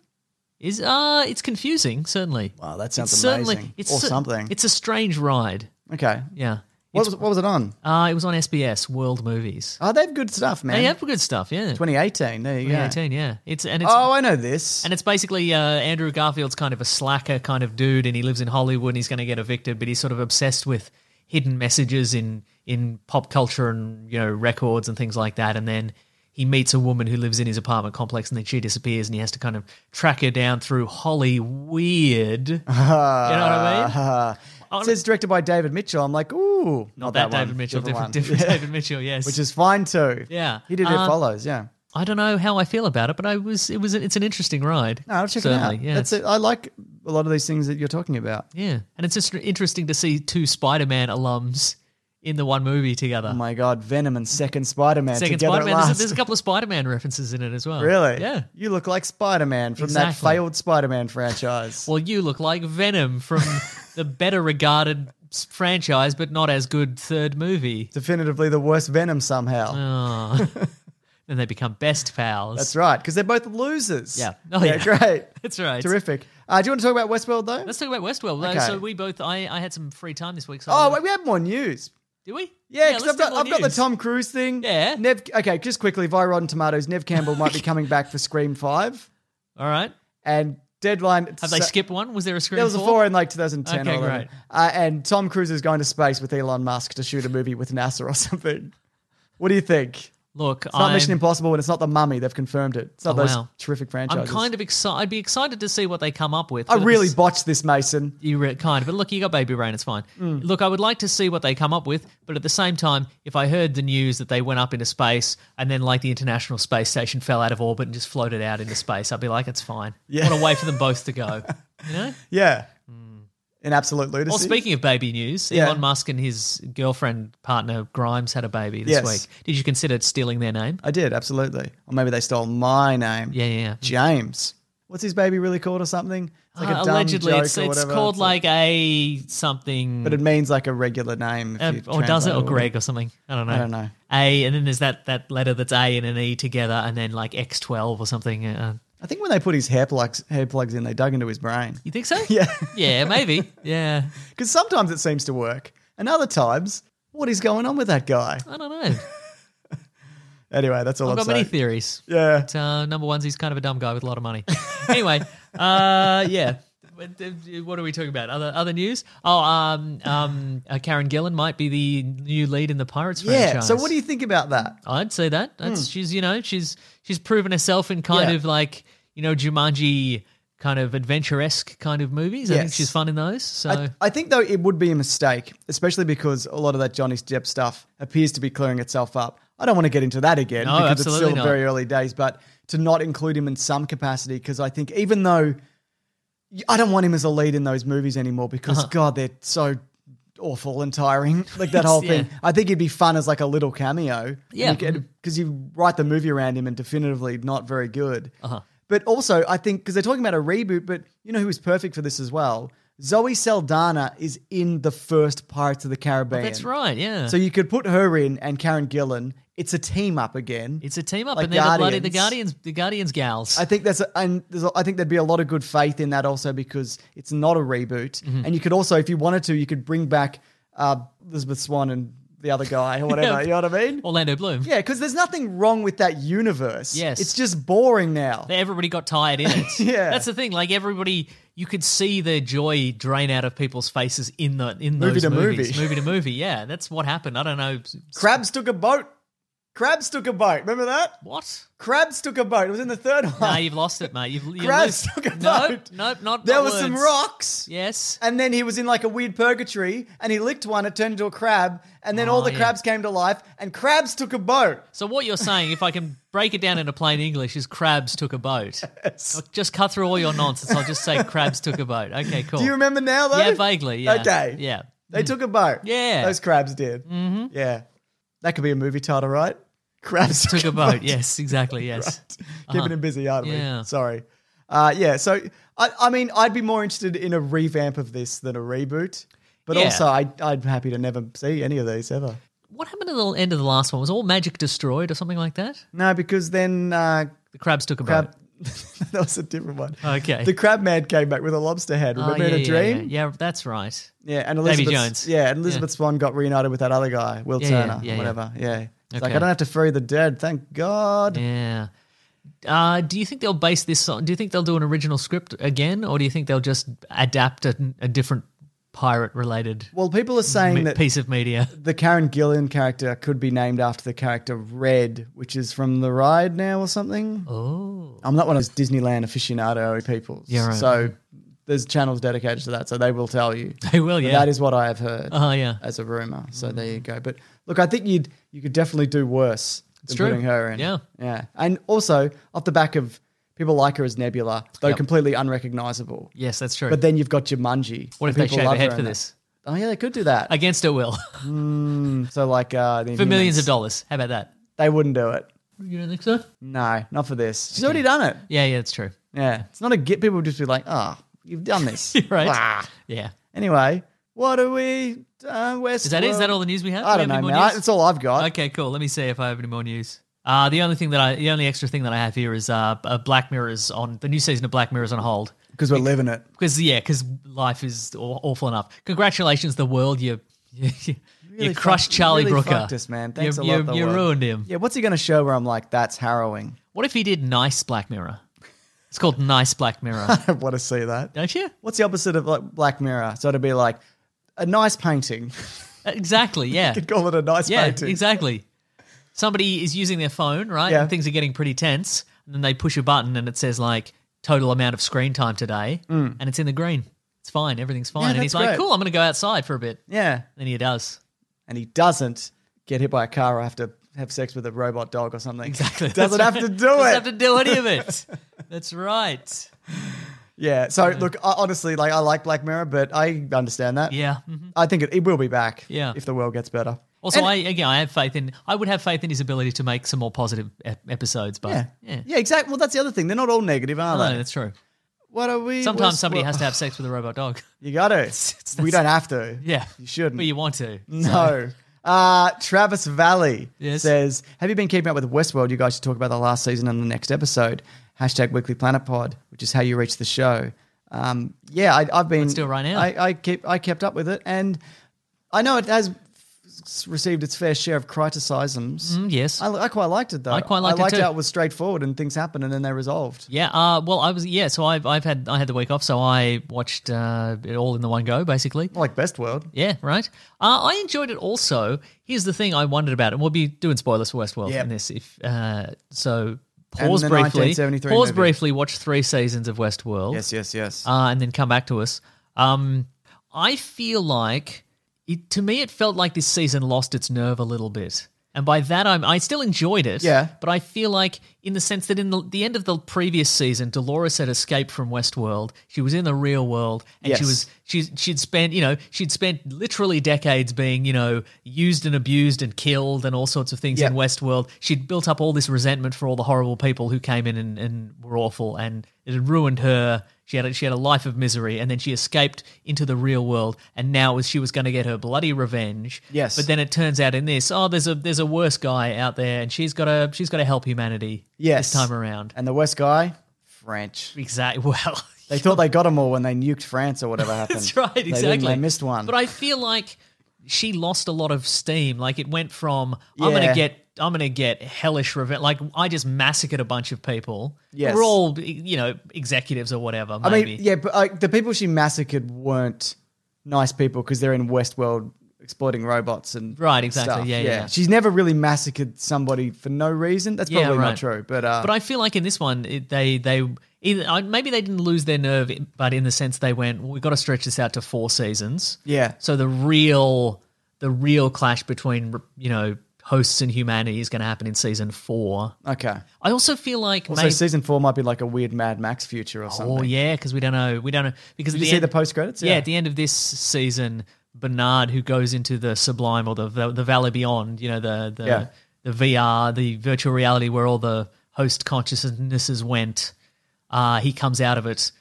[SPEAKER 4] Is uh, it's confusing certainly.
[SPEAKER 3] Wow, that
[SPEAKER 4] It's
[SPEAKER 3] sounds amazing. or
[SPEAKER 4] cer-
[SPEAKER 3] something.
[SPEAKER 4] It's a strange ride.
[SPEAKER 3] okay.
[SPEAKER 4] Yeah,
[SPEAKER 3] What was, what was it on?
[SPEAKER 4] uh, it was on SBS World Movies.
[SPEAKER 3] Oh, they have good stuff, man.
[SPEAKER 4] They have good stuff. Yeah,
[SPEAKER 3] 2018. There you go.
[SPEAKER 4] 2018. Yeah, it's and it's
[SPEAKER 3] Oh, I know this.
[SPEAKER 4] And it's basically uh, Andrew Garfield's kind of a slacker kind of dude, and he lives in Hollywood, and he's going to get evicted, but he's sort of obsessed with hidden messages in in pop culture and you know records and things like that. And then he meets a woman who lives in his apartment complex, and then she disappears, and he has to kind of track her down through Holly weird. you know what I mean?
[SPEAKER 3] Uh, it says directed by David Mitchell. I'm like, ooh, not,
[SPEAKER 4] Not
[SPEAKER 3] that,
[SPEAKER 4] that, David
[SPEAKER 3] one.
[SPEAKER 4] Mitchell, different,
[SPEAKER 3] one.
[SPEAKER 4] different
[SPEAKER 3] Yeah.
[SPEAKER 4] David Mitchell, yes.
[SPEAKER 3] Which is fine too.
[SPEAKER 4] Yeah.
[SPEAKER 3] he did it
[SPEAKER 4] Uh,
[SPEAKER 3] follows. Yeah,
[SPEAKER 4] I don't know how I feel about it, but I was it was it's an interesting ride.
[SPEAKER 3] no, I'll check it
[SPEAKER 4] Certainly,
[SPEAKER 3] out.
[SPEAKER 4] Yeah,
[SPEAKER 3] That's it.
[SPEAKER 4] it's-
[SPEAKER 3] I like a lot of these things that you're talking about.
[SPEAKER 4] Yeah, and it's just interesting to see two Spider-Man alums in the one movie together.
[SPEAKER 3] Oh my god, Venom and Second Spider-Man
[SPEAKER 4] Second
[SPEAKER 3] together
[SPEAKER 4] Spider-Man.
[SPEAKER 3] at
[SPEAKER 4] There's a,
[SPEAKER 3] last.
[SPEAKER 4] there's a couple of Spider-Man references in it as well.
[SPEAKER 3] really?
[SPEAKER 4] Yeah.
[SPEAKER 3] you look like Spider-Man from that
[SPEAKER 4] Exactly.
[SPEAKER 3] failed Spider-Man franchise.
[SPEAKER 4] Well, you look like Venom from the better regarded s- franchise, but not as good third movie.
[SPEAKER 3] Definitively the worst Venom somehow.
[SPEAKER 4] Oh. then they become best pals.
[SPEAKER 3] That's right, because they're both losers.
[SPEAKER 4] Yeah. Oh, yeah.
[SPEAKER 3] great.
[SPEAKER 4] That's right.
[SPEAKER 3] Terrific. Uh, do you want to talk about Westworld though?
[SPEAKER 4] Let's talk about Westworld. though.
[SPEAKER 3] Okay.
[SPEAKER 4] So we both, I, I had some free time this week. So
[SPEAKER 3] oh, wait, we have more news.
[SPEAKER 4] do we?
[SPEAKER 3] Yeah, because
[SPEAKER 4] let's
[SPEAKER 3] I've,
[SPEAKER 4] do
[SPEAKER 3] got,
[SPEAKER 4] more
[SPEAKER 3] I've got the
[SPEAKER 4] news.
[SPEAKER 3] Tom Cruise thing.
[SPEAKER 4] Yeah.
[SPEAKER 3] Nev, okay, just quickly via Rotten Tomatoes, Nev Campbell might be coming back for Scream 5.
[SPEAKER 4] All right.
[SPEAKER 3] And Deadline.
[SPEAKER 4] Have they
[SPEAKER 3] so-
[SPEAKER 4] skipped one? Was there a screen?
[SPEAKER 3] There was a four in like 2010.
[SPEAKER 4] Okay,
[SPEAKER 3] or whatever.
[SPEAKER 4] great.
[SPEAKER 3] Uh, and Tom Cruise is going to space with Elon Musk to shoot a movie with NASA or something. What do you think? It's
[SPEAKER 4] Look,
[SPEAKER 3] not
[SPEAKER 4] I'm,
[SPEAKER 3] Mission Impossible and it's not The Mummy. They've confirmed it. It's not
[SPEAKER 4] Oh,
[SPEAKER 3] those
[SPEAKER 4] wow.
[SPEAKER 3] terrific
[SPEAKER 4] I'm
[SPEAKER 3] franchises.
[SPEAKER 4] kind of excited. I'd be excited to see what they come up with.
[SPEAKER 3] I
[SPEAKER 4] but
[SPEAKER 3] really
[SPEAKER 4] it's-
[SPEAKER 3] botched this, Mason.
[SPEAKER 4] you re- kind of. But look, you got Baby Rain. It's fine.
[SPEAKER 3] Mm.
[SPEAKER 4] Look, I would like to see what they come up with. But at the same time, if I heard the news that they went up into space and then like the International Space Station fell out of orbit and just floated out into space, I'd be like, it's fine.
[SPEAKER 3] Yeah.
[SPEAKER 4] What a way for them both to go. You know.
[SPEAKER 3] Yeah. In absolute lunacy.
[SPEAKER 4] Well, speaking of baby news,
[SPEAKER 3] Yeah.
[SPEAKER 4] Elon Musk and his girlfriend partner Grimes had a baby this
[SPEAKER 3] Yes.
[SPEAKER 4] week. Did you consider stealing their name?
[SPEAKER 3] I did, absolutely. Or maybe they stole my name.
[SPEAKER 4] Yeah, yeah. yeah.
[SPEAKER 3] James. What's his baby really called or something? It's like a
[SPEAKER 4] Uh,
[SPEAKER 3] dumb
[SPEAKER 4] allegedly,
[SPEAKER 3] joke
[SPEAKER 4] it's,
[SPEAKER 3] or
[SPEAKER 4] it's
[SPEAKER 3] whatever.
[SPEAKER 4] called
[SPEAKER 3] It's
[SPEAKER 4] like a something.
[SPEAKER 3] but it means like a regular name. if
[SPEAKER 4] Uh,
[SPEAKER 3] you
[SPEAKER 4] or does
[SPEAKER 3] translate
[SPEAKER 4] it, or
[SPEAKER 3] all-
[SPEAKER 4] Greg, or something? I don't know.
[SPEAKER 3] I don't know.
[SPEAKER 4] A, and then there's that that letter that's A and an E together, and then like X twelve or something. Uh,
[SPEAKER 3] I think when they put his hair plugs hair plugs in, they dug into his brain
[SPEAKER 4] you think so?
[SPEAKER 3] Yeah.
[SPEAKER 4] yeah, maybe. Yeah,
[SPEAKER 3] because sometimes it seems to work, and other times, what is going on with that guy?
[SPEAKER 4] I don't know.
[SPEAKER 3] Anyway, that's all
[SPEAKER 4] I've
[SPEAKER 3] I'm
[SPEAKER 4] got
[SPEAKER 3] saying.
[SPEAKER 4] many theories.
[SPEAKER 3] yeah,
[SPEAKER 4] But, uh, number one's he's kind of a dumb guy with a lot of money. anyway, uh, yeah. But, uh, What are we talking about? Other other news? Oh, um, um, uh, Karen Gillan might be the new lead in the Pirates
[SPEAKER 3] yeah.
[SPEAKER 4] franchise.
[SPEAKER 3] So what do you think about that?
[SPEAKER 4] I'd say that. That's she's you know she's she's proven herself in kind
[SPEAKER 3] Hmm. Yeah.
[SPEAKER 4] of like you know Jumanji kind of adventure esque kind of movies. I think
[SPEAKER 3] Yes.
[SPEAKER 4] she's fun in those. So
[SPEAKER 3] I, I think though it would be a mistake, especially because a lot of that Johnny Depp stuff appears to be clearing itself up. I don't want to get into that again
[SPEAKER 4] No,
[SPEAKER 3] because it's
[SPEAKER 4] absolutely
[SPEAKER 3] still
[SPEAKER 4] not.
[SPEAKER 3] very early days, but to not include him in some capacity because I think even though I don't want him as a lead in those movies anymore because
[SPEAKER 4] Uh-huh.
[SPEAKER 3] God, they're so awful and tiring. Like that whole thing. I think he'd be fun as like a little cameo.
[SPEAKER 4] Yeah.
[SPEAKER 3] because you write the movie around him and definitively not very good.
[SPEAKER 4] Uh-huh.
[SPEAKER 3] But also, I think because they're talking about a reboot, but you know who is perfect for this as well? Zoe Saldana is in the first Pirates of the Caribbean.
[SPEAKER 4] Oh, that's right. Yeah.
[SPEAKER 3] So you could put her in and Karen Gillan. It's a team up again.
[SPEAKER 4] it's a team up,
[SPEAKER 3] like
[SPEAKER 4] and they're the bloody the
[SPEAKER 3] Guardians.
[SPEAKER 4] Guardians, the Guardians gals.
[SPEAKER 3] I think that's a, and there's a, I think there'd be a lot of good faith in that also because it's not a reboot,
[SPEAKER 4] Mm-hmm.
[SPEAKER 3] and you could also, if you wanted to, you could bring back uh, Elizabeth Swan and the other guy or whatever. You know what I mean?
[SPEAKER 4] Orlando Bloom.
[SPEAKER 3] Yeah, because there's nothing wrong with that universe.
[SPEAKER 4] Yes.
[SPEAKER 3] it's just boring now.
[SPEAKER 4] Everybody got tired in it.
[SPEAKER 3] Yeah.
[SPEAKER 4] that's the thing. Like everybody, you could see their joy drain out of people's faces in the in
[SPEAKER 3] Movie
[SPEAKER 4] those
[SPEAKER 3] to
[SPEAKER 4] movies.
[SPEAKER 3] movie.
[SPEAKER 4] movie to movie. Yeah, that's what happened. I don't know
[SPEAKER 3] Crabs took a boat. Crabs took a boat. Remember that?
[SPEAKER 4] what.
[SPEAKER 3] Crabs took a boat. It was in the third one.
[SPEAKER 4] No, you've lost it, mate. You've you
[SPEAKER 3] Crabs
[SPEAKER 4] lose-
[SPEAKER 3] took a
[SPEAKER 4] no,
[SPEAKER 3] boat.
[SPEAKER 4] no, not
[SPEAKER 3] there
[SPEAKER 4] not
[SPEAKER 3] were some
[SPEAKER 4] words.
[SPEAKER 3] rocks.
[SPEAKER 4] Yes,
[SPEAKER 3] And then he was in like a weird purgatory and he licked one, it turned into a crab, and then all the
[SPEAKER 4] Oh, yeah.
[SPEAKER 3] crabs came to life, and crabs took a boat.
[SPEAKER 4] So what you're saying, if I can break it down into plain English, is crabs took a boat. I'll just cut through all your nonsense. I'll just say crabs took a boat. Okay, cool.
[SPEAKER 3] Do you remember now though?
[SPEAKER 4] Oh. Yeah, vaguely. Yeah.
[SPEAKER 3] Okay.
[SPEAKER 4] Yeah.
[SPEAKER 3] They took a boat.
[SPEAKER 4] Yeah.
[SPEAKER 3] Those crabs did. Mm-hmm. Yeah. That could be a movie title, right? Crabs
[SPEAKER 4] Took a boat. Yes, exactly. Yes.
[SPEAKER 3] Keeping him busy, aren't we?
[SPEAKER 4] Uh-huh. Yeah.
[SPEAKER 3] Sorry. Uh, yeah. So, I, I mean, I'd be more interested in a revamp of this than a reboot. But
[SPEAKER 4] Yeah.
[SPEAKER 3] also, I, I'd be happy to never see any of these ever.
[SPEAKER 4] What happened at the end of the last one? Was all magic destroyed or something like that?
[SPEAKER 3] No, because then uh,
[SPEAKER 4] The crabs took a
[SPEAKER 3] crab.
[SPEAKER 4] boat.
[SPEAKER 3] that was a different one.
[SPEAKER 4] Okay.
[SPEAKER 3] The crab man came back with a lobster head.
[SPEAKER 4] Oh,
[SPEAKER 3] Remember
[SPEAKER 4] yeah,
[SPEAKER 3] in a
[SPEAKER 4] yeah,
[SPEAKER 3] dream?
[SPEAKER 4] Yeah, yeah, that's right.
[SPEAKER 3] Yeah, and
[SPEAKER 4] Davy
[SPEAKER 3] Elizabeth
[SPEAKER 4] Jones.
[SPEAKER 3] Yeah, and Elizabeth Swan got reunited with that other guy, Will
[SPEAKER 4] Yeah, yeah,
[SPEAKER 3] Turner,
[SPEAKER 4] yeah, yeah.
[SPEAKER 3] whatever. Yeah. It's like
[SPEAKER 4] Okay.
[SPEAKER 3] I don't have to free the dead, thank God.
[SPEAKER 4] Yeah. Uh, do you think they'll base this on? Do you think they'll do an original script again, or do you think they'll just adapt a, a different pirate-related
[SPEAKER 3] Well, people are saying
[SPEAKER 4] mi-
[SPEAKER 3] that
[SPEAKER 4] piece of media?
[SPEAKER 3] the Karen Gillan character could be named after the character Red, which is from The Ride now or something.
[SPEAKER 4] Oh,
[SPEAKER 3] I'm not one of those Disneyland aficionado people.
[SPEAKER 4] Yeah, right.
[SPEAKER 3] So there's channels dedicated to that, so they will tell you.
[SPEAKER 4] they will.
[SPEAKER 3] But
[SPEAKER 4] Yeah.
[SPEAKER 3] That is what I have heard
[SPEAKER 4] Oh, yeah.
[SPEAKER 3] as a rumor. So there you go. But look, I think you'd you could definitely do worse than
[SPEAKER 4] true.
[SPEAKER 3] putting her in.
[SPEAKER 4] Yeah.
[SPEAKER 3] yeah. And also off the back of people like her as Nebula, though completely unrecognizable.
[SPEAKER 4] Yes, that's true.
[SPEAKER 3] But then you've got your Mungie.
[SPEAKER 4] What if
[SPEAKER 3] and
[SPEAKER 4] they
[SPEAKER 3] people
[SPEAKER 4] shave
[SPEAKER 3] love
[SPEAKER 4] her head
[SPEAKER 3] in
[SPEAKER 4] for
[SPEAKER 3] that.
[SPEAKER 4] this?
[SPEAKER 3] Oh yeah, they could do that.
[SPEAKER 4] Against her will,
[SPEAKER 3] so like uh, the
[SPEAKER 4] for millions
[SPEAKER 3] Inhumans,
[SPEAKER 4] of dollars. How about that?
[SPEAKER 3] they wouldn't do it.
[SPEAKER 4] You don't think so?
[SPEAKER 3] No, not for this. She's already done it.
[SPEAKER 4] Yeah, yeah, it's true.
[SPEAKER 3] Yeah, it's not a get. People would just be like, oh, you've done this,
[SPEAKER 4] Right?
[SPEAKER 3] Ah.
[SPEAKER 4] Yeah.
[SPEAKER 3] Anyway, what are we? Uh, West.
[SPEAKER 4] Is that it? Is that all the news we have?
[SPEAKER 3] I don't
[SPEAKER 4] Do we
[SPEAKER 3] know,
[SPEAKER 4] have any
[SPEAKER 3] man.
[SPEAKER 4] more
[SPEAKER 3] I-
[SPEAKER 4] news?
[SPEAKER 3] That's all I've got.
[SPEAKER 4] Okay, cool. Let me see if I have any more news. Uh, the only thing that I, the only extra thing that I have here is uh, uh, Black Mirror is on the new season of Black Mirror is on hold
[SPEAKER 3] Because we're living it.
[SPEAKER 4] because yeah, because life is aw- awful enough. Congratulations, the world. You you, you,
[SPEAKER 3] really
[SPEAKER 4] crushed
[SPEAKER 3] fucked- you
[SPEAKER 4] Charlie
[SPEAKER 3] really
[SPEAKER 4] Brooker.
[SPEAKER 3] fucked us, man. Thanks a
[SPEAKER 4] you,
[SPEAKER 3] lot,
[SPEAKER 4] you-
[SPEAKER 3] the
[SPEAKER 4] you
[SPEAKER 3] world.
[SPEAKER 4] ruined him.
[SPEAKER 3] Yeah, what's he going to show where I'm like, that's harrowing?
[SPEAKER 4] What if he did nice Black Mirror? It's called Nice Black Mirror,
[SPEAKER 3] I want to see that.
[SPEAKER 4] don't you?
[SPEAKER 3] What's the opposite of like Black Mirror? So it'd be like a nice painting.
[SPEAKER 4] Exactly. Yeah.
[SPEAKER 3] Could call it a nice
[SPEAKER 4] Yeah,
[SPEAKER 3] painting.
[SPEAKER 4] exactly. Somebody is using their phone, right?
[SPEAKER 3] Yeah.
[SPEAKER 4] And things are getting pretty tense. And then they push a button and it says, like, total amount of screen time today. And it's in the green. It's fine. Everything's fine. and he's
[SPEAKER 3] Mm. that's
[SPEAKER 4] like,
[SPEAKER 3] great.
[SPEAKER 4] cool, I'm going to go outside for a bit.
[SPEAKER 3] Yeah,
[SPEAKER 4] And he does.
[SPEAKER 3] and he doesn't get hit by a car or have to have sex with a robot dog or something.
[SPEAKER 4] Exactly.
[SPEAKER 3] doesn't
[SPEAKER 4] That's
[SPEAKER 3] have to
[SPEAKER 4] right.
[SPEAKER 3] do
[SPEAKER 4] Doesn't
[SPEAKER 3] it.
[SPEAKER 4] have to do any of it. That's right.
[SPEAKER 3] yeah. So look, I, honestly, like I like Black Mirror, but I understand that.
[SPEAKER 4] Yeah. mhm.
[SPEAKER 3] I think it, it will be back.
[SPEAKER 4] Yeah.
[SPEAKER 3] If the world gets better.
[SPEAKER 4] Also, I again, I have faith in. I would have faith in his ability to make some more positive ep- episodes. But
[SPEAKER 3] Yeah.
[SPEAKER 4] yeah,
[SPEAKER 3] Yeah. exactly. Well, that's the other thing. They're not all negative, are
[SPEAKER 4] No,
[SPEAKER 3] they?
[SPEAKER 4] that's true.
[SPEAKER 3] What are we?
[SPEAKER 4] Sometimes
[SPEAKER 3] what's-
[SPEAKER 4] somebody
[SPEAKER 3] what-
[SPEAKER 4] has to have sex with a robot dog.
[SPEAKER 3] You got to.
[SPEAKER 4] it's-
[SPEAKER 3] We don't have to.
[SPEAKER 4] Yeah,
[SPEAKER 3] You shouldn't.
[SPEAKER 4] but you want to.
[SPEAKER 3] No. Uh, Travis Valley
[SPEAKER 4] Yes.
[SPEAKER 3] says, Have you been keeping up with Westworld? You guys should talk about the last season and the next episode. Hashtag Weekly Planet Pod, which is how you reach the show. Um, yeah, I, I've been.
[SPEAKER 4] do it right now.
[SPEAKER 3] I, I, keep, I kept up with it, and I know it has s- received its fair share of criticisms.
[SPEAKER 4] Mm, yes.
[SPEAKER 3] I, I quite liked it, though.
[SPEAKER 4] I quite liked it too.
[SPEAKER 3] how it was straightforward and things happened and then they resolved.
[SPEAKER 4] Yeah. Uh, well, I was. Yeah. So I've, I've had I had the week off, so I watched uh, it all in the one go, basically.
[SPEAKER 3] Like Bestworld.
[SPEAKER 4] Yeah. Right. Uh, I enjoyed it. Also, here's the thing I wondered about, and we'll be doing spoilers for Westworld
[SPEAKER 3] Yep.
[SPEAKER 4] in this. If uh, so, pause
[SPEAKER 3] the
[SPEAKER 4] briefly.
[SPEAKER 3] 1973
[SPEAKER 4] Pause
[SPEAKER 3] movie.
[SPEAKER 4] briefly. Watch three seasons of Westworld.
[SPEAKER 3] Yes, yes, yes.
[SPEAKER 4] uh, and then come back to us. Um, I feel like it, to me, it felt like this season lost its nerve a little bit. And by that, I'm, I still enjoyed it.
[SPEAKER 3] Yeah.
[SPEAKER 4] But I feel like, in the sense that in the, the end of the previous season, Dolores had escaped from Westworld. She was in the real world, and she
[SPEAKER 3] Yes.
[SPEAKER 4] was she's she'd spent you know she'd spent literally decades being you know used and abused and killed and all sorts of things
[SPEAKER 3] Yeah.
[SPEAKER 4] in Westworld. She'd built up all this resentment for all the horrible people who came in and, and were awful, and it had ruined her. She had a, she had a life of misery, and then she escaped into the real world, and now was she was going to get her bloody revenge.
[SPEAKER 3] Yes.
[SPEAKER 4] but then it turns out in this, oh, there's a there's a worse guy out there, and she's got to she's got to help humanity.
[SPEAKER 3] Yes.
[SPEAKER 4] this time around.
[SPEAKER 3] and the West guy, French.
[SPEAKER 4] Exactly. Well,
[SPEAKER 3] They thought they got them all when they nuked France or whatever happened.
[SPEAKER 4] That's right,
[SPEAKER 3] They didn't,
[SPEAKER 4] exactly.
[SPEAKER 3] They, missed one.
[SPEAKER 4] But I feel like she lost a lot of steam. Like it went from I'm
[SPEAKER 3] Yeah.
[SPEAKER 4] gonna get I'm gonna get hellish revenge. Like I just massacred a bunch of people.
[SPEAKER 3] Yes.
[SPEAKER 4] We're all you know executives or whatever.
[SPEAKER 3] I
[SPEAKER 4] Maybe.
[SPEAKER 3] mean, yeah, but like the people she massacred weren't nice people because they're in Westworld exploiting robots and
[SPEAKER 4] Right, exactly.
[SPEAKER 3] stuff.
[SPEAKER 4] Yeah, yeah, yeah.
[SPEAKER 3] She's never really massacred somebody for no reason. That's
[SPEAKER 4] Yeah,
[SPEAKER 3] probably
[SPEAKER 4] right.
[SPEAKER 3] not true, but uh,
[SPEAKER 4] But I feel like in this one it, they they either I- maybe they didn't lose their nerve, but in the sense they went we've got to stretch this out to four seasons.
[SPEAKER 3] yeah,
[SPEAKER 4] So the real the real clash between you know hosts and humanity is going to happen in season four.
[SPEAKER 3] okay.
[SPEAKER 4] I also feel like
[SPEAKER 3] Also,
[SPEAKER 4] maybe,
[SPEAKER 3] season four might be like a weird Mad Max future or something.
[SPEAKER 4] Oh yeah, because we don't know. We don't know because
[SPEAKER 3] Did
[SPEAKER 4] at
[SPEAKER 3] you
[SPEAKER 4] the
[SPEAKER 3] see
[SPEAKER 4] end,
[SPEAKER 3] the post credits?
[SPEAKER 4] yeah. at the end of this season, Bernard, who goes into the sublime or the the, the valley beyond, you know, the the
[SPEAKER 3] Yeah.
[SPEAKER 4] the VR, the virtual reality where all the host consciousnesses went, uh, he comes out of it.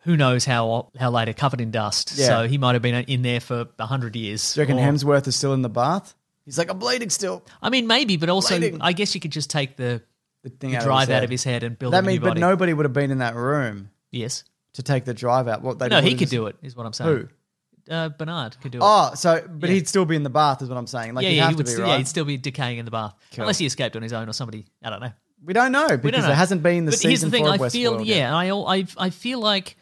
[SPEAKER 4] Who knows how how later covered in dust?
[SPEAKER 3] Yeah.
[SPEAKER 4] So he might have been in there for hundred years.
[SPEAKER 3] Do you reckon
[SPEAKER 4] or-
[SPEAKER 3] Hemsworth is still in the bath? He's like, I'm bleeding still.
[SPEAKER 4] I mean, maybe, but also,
[SPEAKER 3] Lighting.
[SPEAKER 4] I guess you could just take the,
[SPEAKER 3] The
[SPEAKER 4] the
[SPEAKER 3] thing
[SPEAKER 4] drive
[SPEAKER 3] head.
[SPEAKER 4] out of his head and build
[SPEAKER 3] That
[SPEAKER 4] him a
[SPEAKER 3] means,
[SPEAKER 4] new
[SPEAKER 3] but
[SPEAKER 4] body.
[SPEAKER 3] nobody would have been in that room
[SPEAKER 4] yes,
[SPEAKER 3] to take the drive out. What they
[SPEAKER 4] no, he
[SPEAKER 3] would've
[SPEAKER 4] could
[SPEAKER 3] just-
[SPEAKER 4] do it. Is what I'm
[SPEAKER 3] Who?
[SPEAKER 4] saying. Uh, Bernard could do it.
[SPEAKER 3] Oh, so but
[SPEAKER 4] Yeah.
[SPEAKER 3] he'd still be in the bath, is what I'm saying. Like
[SPEAKER 4] yeah,
[SPEAKER 3] he'd
[SPEAKER 4] yeah,
[SPEAKER 3] have
[SPEAKER 4] he
[SPEAKER 3] to
[SPEAKER 4] would
[SPEAKER 3] be,
[SPEAKER 4] still,
[SPEAKER 3] right?
[SPEAKER 4] yeah, he'd still be decaying in the bath,
[SPEAKER 3] Cool.
[SPEAKER 4] unless he escaped on his own or somebody. I don't know.
[SPEAKER 3] we don't know because
[SPEAKER 4] We don't know.
[SPEAKER 3] there hasn't been the
[SPEAKER 4] but
[SPEAKER 3] season
[SPEAKER 4] here's the thing:
[SPEAKER 3] four
[SPEAKER 4] I
[SPEAKER 3] of
[SPEAKER 4] feel,
[SPEAKER 3] Westworld
[SPEAKER 4] yeah,
[SPEAKER 3] yet.
[SPEAKER 4] I, al- I, I feel like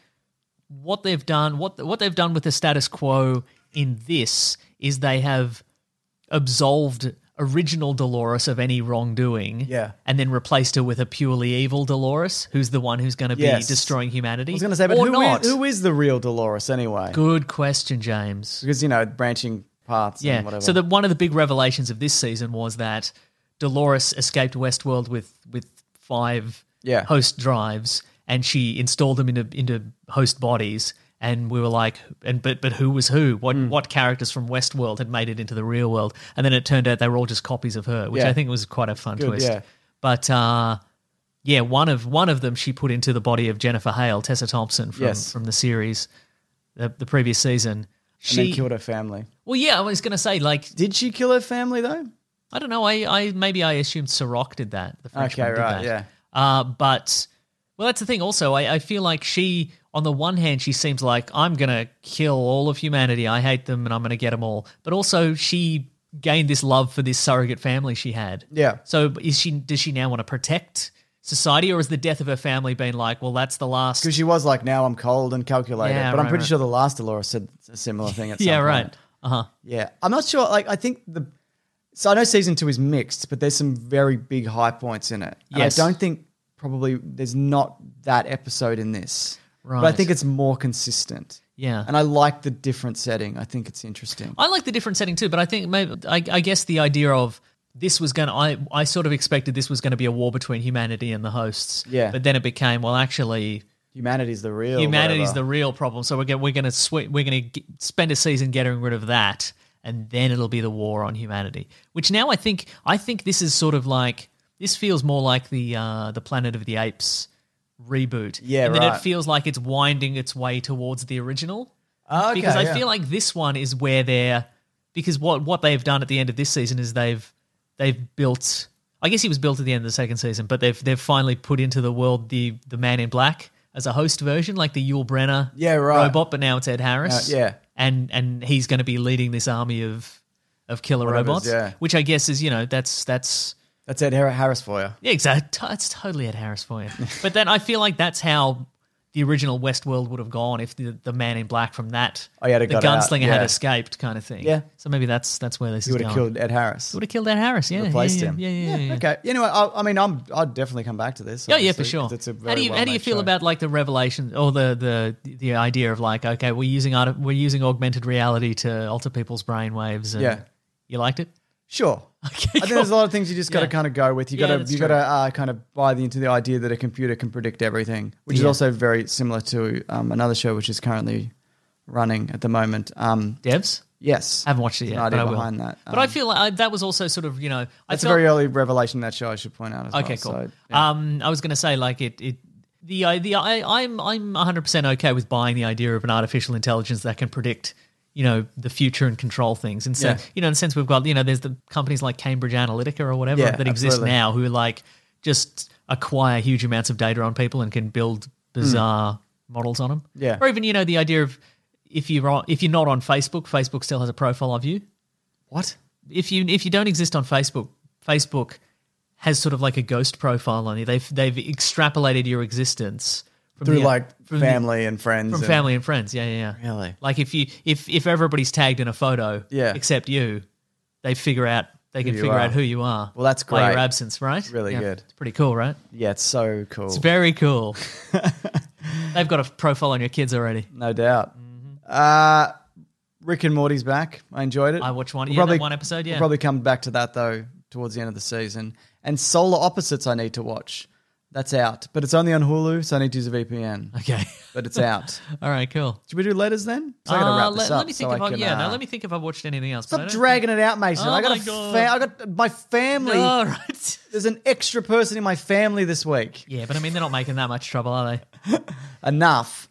[SPEAKER 4] what they've done, what what they've done with the status quo in this is they have absolved original Dolores of any wrongdoing,
[SPEAKER 3] Yeah.
[SPEAKER 4] and then replaced her with a purely evil Dolores, who's the one who's going to be
[SPEAKER 3] Yes.
[SPEAKER 4] destroying humanity.
[SPEAKER 3] I was going to say, but
[SPEAKER 4] or
[SPEAKER 3] who is
[SPEAKER 4] not?
[SPEAKER 3] who is the real Dolores anyway?
[SPEAKER 4] Good question, James.
[SPEAKER 3] Because you know, branching paths and whatever.
[SPEAKER 4] So that one of the big revelations of this season was that Dolores escaped Westworld with with five
[SPEAKER 3] Yeah.
[SPEAKER 4] host drives, and she installed them into into host bodies. And we were like, and but but who was who? What
[SPEAKER 3] Hmm.
[SPEAKER 4] what characters from Westworld had made it into the real world? And then it turned out they were all just copies of her, which
[SPEAKER 3] Yeah.
[SPEAKER 4] I think was quite a fun
[SPEAKER 3] Good,
[SPEAKER 4] twist.
[SPEAKER 3] yeah.
[SPEAKER 4] But uh, yeah, one of one of them she put into the body of Jennifer Hale, Tessa Thompson from
[SPEAKER 3] Yes.
[SPEAKER 4] from the series, the, the previous season.
[SPEAKER 3] and then killed her family.
[SPEAKER 4] Well, yeah, I was going to say, like,
[SPEAKER 3] Did she kill her family though?
[SPEAKER 4] I don't know. I, I maybe I assumed Sirach did that. The French
[SPEAKER 3] Okay,
[SPEAKER 4] one did
[SPEAKER 3] right,
[SPEAKER 4] that.
[SPEAKER 3] yeah.
[SPEAKER 4] Uh, but well, that's the thing. Also, I, I feel like she, on the one hand, she seems like I'm gonna kill all of humanity. I hate them, and I'm gonna get them all. But also, she gained this love for this surrogate family she had.
[SPEAKER 3] Yeah.
[SPEAKER 4] So is she? Does she now want to protect society, or is the death of her family been like, well, that's the last?
[SPEAKER 3] Because she was like, now I'm cold and calculated.
[SPEAKER 4] Yeah,
[SPEAKER 3] but I'm
[SPEAKER 4] right,
[SPEAKER 3] pretty
[SPEAKER 4] right.
[SPEAKER 3] sure the last Dolores said a similar thing at some
[SPEAKER 4] yeah,
[SPEAKER 3] point.
[SPEAKER 4] right. Uh huh.
[SPEAKER 3] Yeah, I'm not sure. Like, I think the so I know season two is mixed, but there's some very big high points in it. And
[SPEAKER 4] Yes.
[SPEAKER 3] I don't think probably there's not that episode in this. But I
[SPEAKER 4] Right.
[SPEAKER 3] think it's more consistent.
[SPEAKER 4] Yeah.
[SPEAKER 3] and I like the different setting. I think it's interesting.
[SPEAKER 4] I like the different setting too, but I think maybe I, I guess the idea of this was going to I I sort of expected this was going to be a war between humanity and the hosts.
[SPEAKER 3] Yeah.
[SPEAKER 4] But then it became well actually
[SPEAKER 3] Humanity's the real.
[SPEAKER 4] humanity's the
[SPEAKER 3] whatever.
[SPEAKER 4] real problem. So we're going we're going to sw- we're going to spend a season getting rid of that and then it'll be the war on humanity. Which now I think I think this is sort of like this feels more like the uh the Planet of the Apes reboot.
[SPEAKER 3] Yeah,
[SPEAKER 4] And then it
[SPEAKER 3] right.
[SPEAKER 4] feels like it's winding its way towards the original
[SPEAKER 3] Oh, okay,
[SPEAKER 4] because I
[SPEAKER 3] yeah.
[SPEAKER 4] feel like this one is where they're because what what they've done at the end of this season is they've they've built. I guess he was built at the end of the second season, but they've they've finally put into the world the the Man in Black as a host version, like the Yul Brenner
[SPEAKER 3] Yeah, right.
[SPEAKER 4] robot, but now it's Ed Harris.
[SPEAKER 3] Uh, yeah.
[SPEAKER 4] and and he's going to be leading this army of of killer
[SPEAKER 3] Whatever's-
[SPEAKER 4] robots.
[SPEAKER 3] yeah.
[SPEAKER 4] which I guess is you know that's that's
[SPEAKER 3] that's Ed Har- Harris for you.
[SPEAKER 4] yeah, exactly. It's totally Ed Harris for you. But then I feel like that's how the original Westworld would have gone if the, the man in black from that
[SPEAKER 3] Oh, yeah,
[SPEAKER 4] the
[SPEAKER 3] they got out,
[SPEAKER 4] gunslinger had
[SPEAKER 3] yeah.
[SPEAKER 4] escaped kind of thing.
[SPEAKER 3] Yeah.
[SPEAKER 4] So maybe that's that's where this
[SPEAKER 3] He
[SPEAKER 4] is
[SPEAKER 3] would
[SPEAKER 4] going.
[SPEAKER 3] have killed Ed Harris.
[SPEAKER 4] would have killed Ed Harris. Yeah.
[SPEAKER 3] Replaced
[SPEAKER 4] yeah,
[SPEAKER 3] him.
[SPEAKER 4] Yeah, yeah, yeah. yeah.
[SPEAKER 3] Okay. Anyway, I, I mean, I'm I'd definitely come back to this.
[SPEAKER 4] Yeah, yeah, for
[SPEAKER 3] obviously,
[SPEAKER 4] sure.
[SPEAKER 3] 'cause It's a very
[SPEAKER 4] how do you how do you
[SPEAKER 3] well-made
[SPEAKER 4] feel
[SPEAKER 3] show.
[SPEAKER 4] about like the revelation or the the the idea of like okay we're using arti- we're using augmented reality to alter people's brainwaves? And
[SPEAKER 3] Yeah.
[SPEAKER 4] you liked it.
[SPEAKER 3] Sure. I think there's a lot of things you just got to
[SPEAKER 4] Yeah.
[SPEAKER 3] kind of go with. You
[SPEAKER 4] Yeah,
[SPEAKER 3] got to
[SPEAKER 4] that's
[SPEAKER 3] you got
[SPEAKER 4] true.
[SPEAKER 3] to uh, kind of buy the, into the idea that a computer can predict everything, which is
[SPEAKER 4] Yeah.
[SPEAKER 3] also very similar to um, another show which is currently running at the moment. Um,
[SPEAKER 4] Devs.
[SPEAKER 3] yes,
[SPEAKER 4] I haven't watched it
[SPEAKER 3] An
[SPEAKER 4] yet,
[SPEAKER 3] idea
[SPEAKER 4] but I will.
[SPEAKER 3] behind that. um,
[SPEAKER 4] But I feel like I, that was also sort of you know I
[SPEAKER 3] that's
[SPEAKER 4] felt,
[SPEAKER 3] a very early revelation in that show. I should point out. As
[SPEAKER 4] Okay,
[SPEAKER 3] well,
[SPEAKER 4] cool.
[SPEAKER 3] So,
[SPEAKER 4] Um, I was going to say like it it the I- the I, I'm I'm 100 percent okay with buying the idea of an artificial intelligence that can predict you know the future and control things. And so
[SPEAKER 3] Yeah.
[SPEAKER 4] you know in the sense we've got you know there's the companies like Cambridge Analytica or whatever
[SPEAKER 3] Yeah,
[SPEAKER 4] that exist
[SPEAKER 3] absolutely.
[SPEAKER 4] now who like just acquire huge amounts of data on people and can build bizarre models on them.
[SPEAKER 3] Yeah.
[SPEAKER 4] Or even you know the idea of if you're on, if you're not on Facebook, Facebook still has a profile of you
[SPEAKER 3] what?
[SPEAKER 4] if you if you don't exist on Facebook, Facebook has sort of like a ghost profile on you. They've they've extrapolated your existence from
[SPEAKER 3] Through
[SPEAKER 4] the-
[SPEAKER 3] like
[SPEAKER 4] from the-
[SPEAKER 3] family and friends.
[SPEAKER 4] from
[SPEAKER 3] and-
[SPEAKER 4] family and friends. Yeah, yeah, yeah.
[SPEAKER 3] Really?
[SPEAKER 4] Like if you if if everybody's tagged in a photo,
[SPEAKER 3] Yeah.
[SPEAKER 4] except you, they figure out they can
[SPEAKER 3] you
[SPEAKER 4] figure
[SPEAKER 3] are.
[SPEAKER 4] out who you are.
[SPEAKER 3] Well, that's
[SPEAKER 4] By your
[SPEAKER 3] great.
[SPEAKER 4] absence, right?
[SPEAKER 3] Really good.
[SPEAKER 4] It's pretty cool, right?
[SPEAKER 3] Yeah, it's so cool.
[SPEAKER 4] It's very cool. they've got a profile on your kids already.
[SPEAKER 3] no doubt.
[SPEAKER 4] Mm-hmm.
[SPEAKER 3] Uh, Rick and Morty's back. I enjoyed it.
[SPEAKER 4] I watched one-
[SPEAKER 3] We'll
[SPEAKER 4] yeah, that one episode, yeah.
[SPEAKER 3] we'll probably come back to that though towards the end of the season. And Solar Opposites, I need to watch. That's out, but it's only on Hulu, so I need to use a VPN.
[SPEAKER 4] Okay.
[SPEAKER 3] But it's out.
[SPEAKER 4] All right. Cool.
[SPEAKER 3] Should we do letters then? 'Cause I gotta
[SPEAKER 4] Uh,
[SPEAKER 3] wrap
[SPEAKER 4] let,
[SPEAKER 3] this
[SPEAKER 4] let
[SPEAKER 3] up
[SPEAKER 4] me
[SPEAKER 3] so
[SPEAKER 4] think
[SPEAKER 3] I
[SPEAKER 4] if I,
[SPEAKER 3] can,
[SPEAKER 4] yeah.
[SPEAKER 3] uh,
[SPEAKER 4] no, let me think if I've watched anything else. but I
[SPEAKER 3] Stop
[SPEAKER 4] don't
[SPEAKER 3] dragging it out, Mason.
[SPEAKER 4] Oh
[SPEAKER 3] I got
[SPEAKER 4] my
[SPEAKER 3] a
[SPEAKER 4] God.
[SPEAKER 3] fa- I got my family.
[SPEAKER 4] think- All right.
[SPEAKER 3] There's an extra person in my family this week.
[SPEAKER 4] Yeah, but I mean, they're not making that much trouble, are they?
[SPEAKER 3] Enough.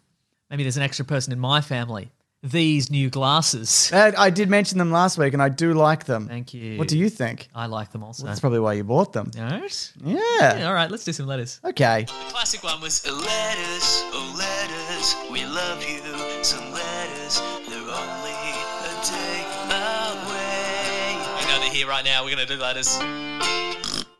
[SPEAKER 4] Maybe there's an extra person in my family. These new glasses.
[SPEAKER 3] And I did mention them last week, and I do like them.
[SPEAKER 4] Thank you.
[SPEAKER 3] What do you think?
[SPEAKER 4] I like them also.
[SPEAKER 3] That's probably why you bought them.
[SPEAKER 4] All right.
[SPEAKER 3] Yeah.
[SPEAKER 4] Yeah, all right, let's do some letters.
[SPEAKER 3] Okay.
[SPEAKER 2] The classic one was letters, oh letters, we love you. Some letters, they're only a day away.
[SPEAKER 6] I know they're here right now. We're going to do letters.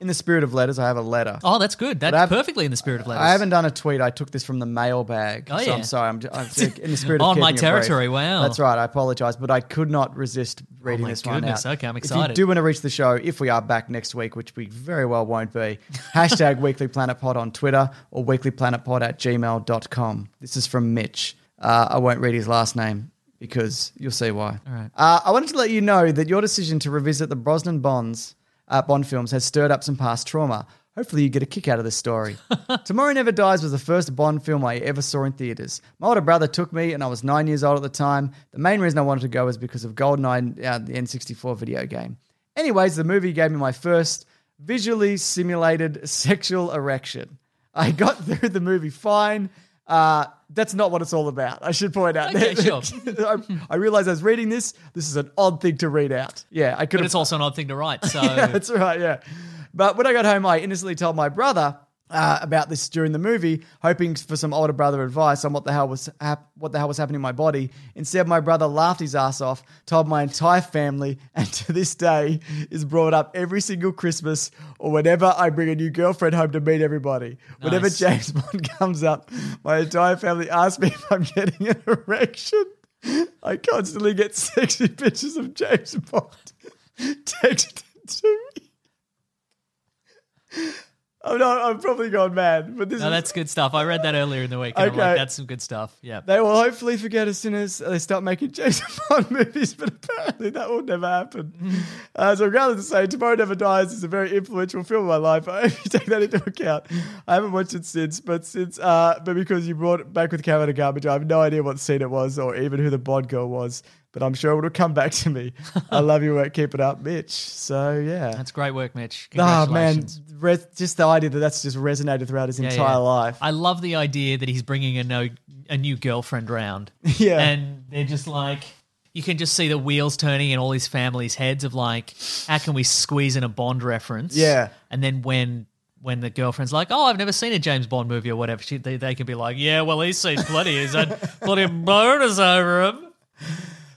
[SPEAKER 3] In the spirit of letters, I have a letter.
[SPEAKER 4] Oh, that's good.
[SPEAKER 3] I
[SPEAKER 4] That's
[SPEAKER 3] haven't-
[SPEAKER 4] perfectly in the spirit of letters.
[SPEAKER 3] I haven't done a tweet. I took this from the mailbag.
[SPEAKER 4] Oh,
[SPEAKER 3] so
[SPEAKER 4] yeah.
[SPEAKER 3] I'm sorry. I'm, I'm in the spirit of
[SPEAKER 4] On my
[SPEAKER 3] keeping it brief.
[SPEAKER 4] territory, wow. Oh,
[SPEAKER 3] That's right. I apologize, but I could not resist reading
[SPEAKER 4] my
[SPEAKER 3] this
[SPEAKER 4] goodness,
[SPEAKER 3] one out.
[SPEAKER 4] okay, I'm
[SPEAKER 3] If
[SPEAKER 4] excited.
[SPEAKER 3] you do want to reach the show, if we are back next week, which we very well won't be, hashtag Weekly Planet Pod on Twitter or weeklyplanetpod at gmail.com. This is from Mitch. Uh, I won't read his last name because you'll see why. All right. Uh, I wanted to let you know that your decision to revisit the Brosnan Bonds uh, Bond films has stirred up some past trauma. Hopefully, you get a kick out of this story. Tomorrow Never Dies was the first Bond film I ever saw in theaters. My older brother took me, and I was nine years old at the time. The main reason I wanted to go was because of GoldenEye, uh, the N64 video game. Anyways, the movie gave me my first visually simulated sexual erection. I got through the movie fine. Uh, that's not what it's all about. I should point out.
[SPEAKER 4] Okay, sure.
[SPEAKER 3] I, I realized I was reading this. This is an odd thing to read out. Yeah, I could
[SPEAKER 4] But
[SPEAKER 3] have
[SPEAKER 4] it's also an odd thing to write. So
[SPEAKER 3] yeah, that's right. Yeah. But when I got home, I innocently told my brother uh, about this during the movie, hoping for some older brother advice on what the hell was hap- what the hell was happening in my body. Instead, my brother laughed his ass off, told my entire family, and to this day is brought up every single Christmas or whenever I bring a new girlfriend home to meet everybody. Whenever
[SPEAKER 4] Nice.
[SPEAKER 3] James Bond comes up, my entire family asks me if I'm getting an erection. I constantly get sexy pictures of James Bond texted to me. I'm not. I'm probably gone mad, but this
[SPEAKER 4] no,
[SPEAKER 3] is.
[SPEAKER 4] that's good stuff. I read that earlier in the week. And I'm
[SPEAKER 3] Okay.
[SPEAKER 4] like, that's some good stuff. Yeah.
[SPEAKER 3] they will hopefully forget as soon as they start making Jason Bond movies, but apparently that will never
[SPEAKER 4] Mm.
[SPEAKER 3] happen. uh, so, rather to say, Tomorrow Never Dies is a very influential film in my life. I hope you take that into account. I haven't watched it since, but since, uh, but because you brought it back with Cam and Garbage, I have no idea what scene it was or even who the Bond girl was. But I'm sure it will come back to me. I love your work. Keep it up, Mitch. So yeah,
[SPEAKER 4] That's great work, Mitch.
[SPEAKER 3] Oh man,
[SPEAKER 4] Congratulations.
[SPEAKER 3] res- just the idea that that's just resonated throughout his
[SPEAKER 4] Yeah,
[SPEAKER 3] entire
[SPEAKER 4] yeah.
[SPEAKER 3] life.
[SPEAKER 4] I love the idea that he's bringing a no a new girlfriend round.
[SPEAKER 3] Yeah.
[SPEAKER 4] and they're just like you can just see the wheels turning in all his family's heads of like how can we squeeze in a Bond reference?
[SPEAKER 3] Yeah.
[SPEAKER 4] and then when. When the girlfriend's like, "Oh, I've never seen a James Bond movie or whatever," she, they, they can be like, "Yeah, well, he's seen plenty. He's had plenty of boners over him."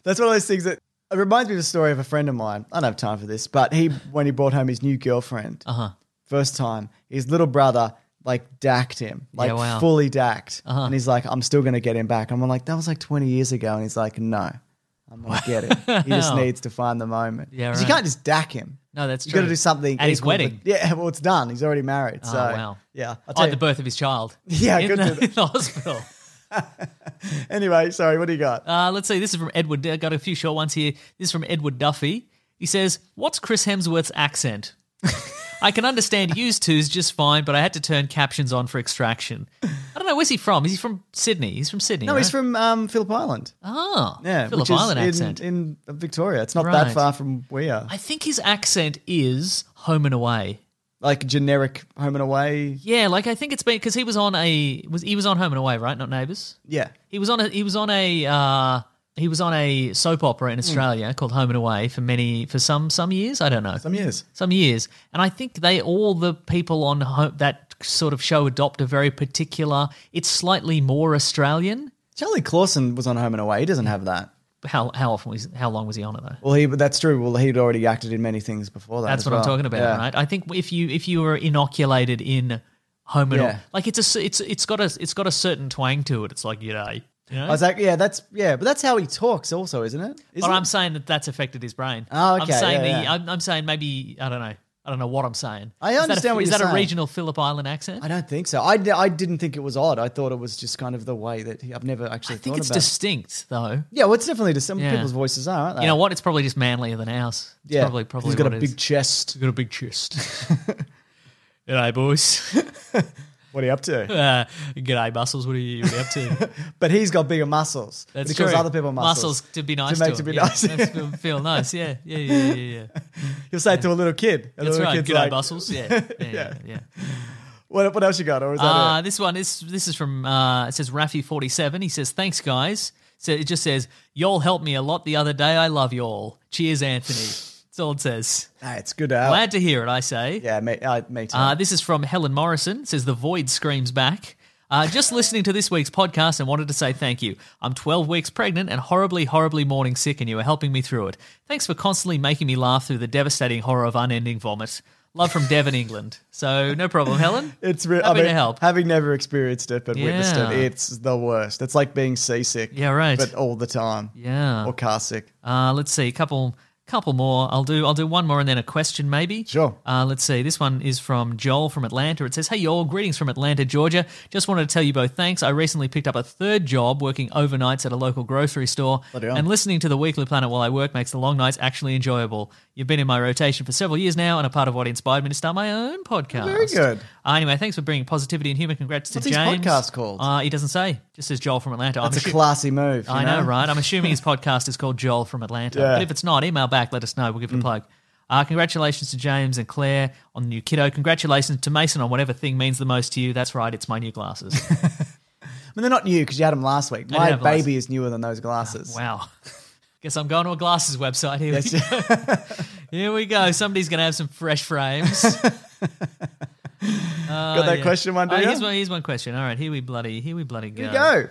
[SPEAKER 3] That's one of those things that it reminds me of a story of a friend of mine. I don't have time for this, but he when he brought home his new girlfriend, uh-huh. first time, his little brother like dacked him, like
[SPEAKER 4] wow. Uh-huh.
[SPEAKER 3] fully dacked. And he's like, I'm still going to get him back. And I'm like, that was like 20 years ago. And he's like, no, I'm going to get him. He just needs to find the moment.
[SPEAKER 4] Yeah,
[SPEAKER 3] 'Cause
[SPEAKER 4] right.
[SPEAKER 3] You can't just dack him.
[SPEAKER 4] No, that's
[SPEAKER 3] you
[SPEAKER 4] true.
[SPEAKER 3] got to do something
[SPEAKER 4] At his
[SPEAKER 3] equal, but-
[SPEAKER 4] wedding.
[SPEAKER 3] yeah, well, it's done. He's already married.
[SPEAKER 4] Oh,
[SPEAKER 3] so
[SPEAKER 4] wow.
[SPEAKER 3] yeah, I'll
[SPEAKER 4] Oh,
[SPEAKER 3] tell
[SPEAKER 4] at the
[SPEAKER 3] you-
[SPEAKER 4] birth of his child.
[SPEAKER 3] Yeah,
[SPEAKER 4] in,
[SPEAKER 3] good
[SPEAKER 4] the,
[SPEAKER 3] to-
[SPEAKER 4] in the hospital.
[SPEAKER 3] anyway, sorry. What do you got?
[SPEAKER 4] Uh, let's see. This is from Edward. I got a few short ones here. This is from Edward Duffy. He says, "What's Chris Hemsworth's accent?" I can understand used to's just fine, but I had to turn captions on for extraction. I don't know where's he from. Is he from Sydney? He's from Sydney.
[SPEAKER 3] no, he's
[SPEAKER 4] right?
[SPEAKER 3] from um, Phillip Island.
[SPEAKER 4] oh
[SPEAKER 3] Yeah,
[SPEAKER 4] Phillip
[SPEAKER 3] which is
[SPEAKER 4] Island
[SPEAKER 3] in,
[SPEAKER 4] accent.
[SPEAKER 3] in Victoria. It's not
[SPEAKER 4] Right.
[SPEAKER 3] that far from where.
[SPEAKER 4] I think his accent is home and away.
[SPEAKER 3] like generic home and away.
[SPEAKER 4] Yeah, like I think it's been because he was on a was he was on Home and Away, right? Not Neighbours.
[SPEAKER 3] Yeah.
[SPEAKER 4] He was on a he was on a uh, he was on a soap opera
[SPEAKER 3] Hmm.
[SPEAKER 4] in Australia called Home and Away for many for some some years. I don't know
[SPEAKER 3] Some years.
[SPEAKER 4] some years, and I think they all the people on ho that sort of show adopt a very particular. It's slightly more Australian.
[SPEAKER 3] Charlie Clausen was on Home and Away. He doesn't have that.
[SPEAKER 4] How how often was how long was he on it though?
[SPEAKER 3] Well, he but that's true. Well, he'd already acted in many things before that.
[SPEAKER 4] That's
[SPEAKER 3] as
[SPEAKER 4] what I'm
[SPEAKER 3] well.
[SPEAKER 4] talking about,
[SPEAKER 3] Yeah.
[SPEAKER 4] right? I think if you if you were inoculated in Home and
[SPEAKER 3] Yeah.
[SPEAKER 4] like it's a s- it's it's got a it's got a certain twang to it. It's like you know. You know?
[SPEAKER 3] I was like, yeah, that's yeah, but that's how he talks, also, isn't it? Isn't
[SPEAKER 4] but
[SPEAKER 3] it?
[SPEAKER 4] I'm saying that that's affected his brain.
[SPEAKER 3] Oh,
[SPEAKER 4] I'm
[SPEAKER 3] okay,
[SPEAKER 4] saying
[SPEAKER 3] yeah,
[SPEAKER 4] the,
[SPEAKER 3] yeah.
[SPEAKER 4] I'm, I'm saying maybe I don't know. I don't know what I'm saying.
[SPEAKER 3] I
[SPEAKER 4] Is that a-
[SPEAKER 3] understand what
[SPEAKER 4] is
[SPEAKER 3] you're
[SPEAKER 4] that a
[SPEAKER 3] saying.
[SPEAKER 4] regional Phillip Island accent?
[SPEAKER 3] I don't think so. I, d- I didn't think it was odd. I thought it was just kind of the way that he, I've never actually
[SPEAKER 4] I think
[SPEAKER 3] thought
[SPEAKER 4] it's
[SPEAKER 3] about. it.
[SPEAKER 4] distinct though.
[SPEAKER 3] Yeah, well, it's definitely just some
[SPEAKER 4] Yeah.
[SPEAKER 3] people's voices are, aren't they?
[SPEAKER 4] You know what? It's probably just manlier than ours. It's
[SPEAKER 3] Uh, Yeah,
[SPEAKER 4] probably probably
[SPEAKER 3] he's got
[SPEAKER 4] what
[SPEAKER 3] a
[SPEAKER 4] it
[SPEAKER 3] big
[SPEAKER 4] is.
[SPEAKER 3] chest.
[SPEAKER 4] He's got a big chest. G'day, boys.
[SPEAKER 3] What are you up to?
[SPEAKER 4] Uh, g'day, muscles. What are you, what are you up to?
[SPEAKER 3] but he's got bigger muscles.
[SPEAKER 4] That's
[SPEAKER 3] because
[SPEAKER 4] true.
[SPEAKER 3] other people muscles.
[SPEAKER 4] to be nice
[SPEAKER 3] To make to
[SPEAKER 4] to, him,
[SPEAKER 3] be
[SPEAKER 4] yeah.
[SPEAKER 3] nice.
[SPEAKER 4] Makes him feel nice. Yeah, yeah, yeah, yeah, yeah. yeah.
[SPEAKER 3] He'll say it to a little kid. And the
[SPEAKER 4] That's
[SPEAKER 3] little
[SPEAKER 4] right.
[SPEAKER 3] Kid's
[SPEAKER 4] G'day,
[SPEAKER 3] like,
[SPEAKER 4] muscles. Yeah, yeah, yeah. yeah, yeah.
[SPEAKER 3] What, what else you got? Or is that
[SPEAKER 4] Uh,
[SPEAKER 3] it?
[SPEAKER 4] this one is this is from uh, it says Rafi forty seven. He says thanks guys. So it just says y'all helped me a lot the other day. I love y'all. Cheers, Anthony. That's all it says.
[SPEAKER 3] Nah, it's good to have.
[SPEAKER 4] Glad to hear it. I say.
[SPEAKER 3] Yeah, me, uh, me too.
[SPEAKER 4] Uh, this is from Helen Morrison. It says the void screams back. Uh, just listening to this week's podcast and wanted to say thank you. I'm 12 weeks pregnant and horribly, horribly morning sick, and you are helping me through it. Thanks for constantly making me laugh through the devastating horror of unending vomit. Love from Devon, England. So no problem, Helen.
[SPEAKER 3] it's re- I
[SPEAKER 4] happy
[SPEAKER 3] mean,
[SPEAKER 4] to help.
[SPEAKER 3] Having never experienced it but witnessed
[SPEAKER 4] Yeah.
[SPEAKER 3] it, it's the worst. It's like being seasick.
[SPEAKER 4] Yeah, right.
[SPEAKER 3] But all the time.
[SPEAKER 4] Yeah.
[SPEAKER 3] Or car sick.
[SPEAKER 4] Uh, let's see, couple, couple more. I'll do, I'll do one more, and then a question, maybe.
[SPEAKER 3] Sure.
[SPEAKER 4] Uh, let's see. This one is from Joel from Atlanta. It says, "Hey, y'all, greetings from Atlanta, Georgia. Just wanted to tell you both thanks. I recently picked up a third job working overnights at a local grocery store,
[SPEAKER 3] Bloody hell.
[SPEAKER 4] and listening to the Weekly Planet while I work makes the long nights actually enjoyable. You've been in my rotation for several years now, and a part of what inspired me to start my own podcast.
[SPEAKER 3] Very good.
[SPEAKER 4] Uh, anyway, thanks for bringing positivity and humor. Congrats
[SPEAKER 3] What's
[SPEAKER 4] to
[SPEAKER 3] his
[SPEAKER 4] James.
[SPEAKER 3] podcast called?
[SPEAKER 4] Uh, he doesn't say. Just says Joel from Atlanta. I'm
[SPEAKER 3] That's a
[SPEAKER 4] assu-
[SPEAKER 3] classy move. you
[SPEAKER 4] I know, right? I'm assuming his podcast is called Joel from Atlanta.
[SPEAKER 3] Yeah. Mm.
[SPEAKER 4] But if it's not, email back, let us know. We'll give it a plug. Uh, congratulations to James and Claire on the new kiddo. Congratulations to Mason on whatever thing means the most to you. That's right, it's my new glasses.
[SPEAKER 3] I mean, they're not new because you had them last week.
[SPEAKER 4] didn't
[SPEAKER 3] My
[SPEAKER 4] have last-
[SPEAKER 3] baby is newer than those glasses.
[SPEAKER 4] wow. Guess I'm going to a glasses website. Here we go. Here we go. Somebody's going to have some fresh frames.
[SPEAKER 3] Got that question one, do
[SPEAKER 4] Uh,
[SPEAKER 3] you?
[SPEAKER 4] here's, one, here's one question. All right, here we bloody, here we bloody go.
[SPEAKER 3] Here we go.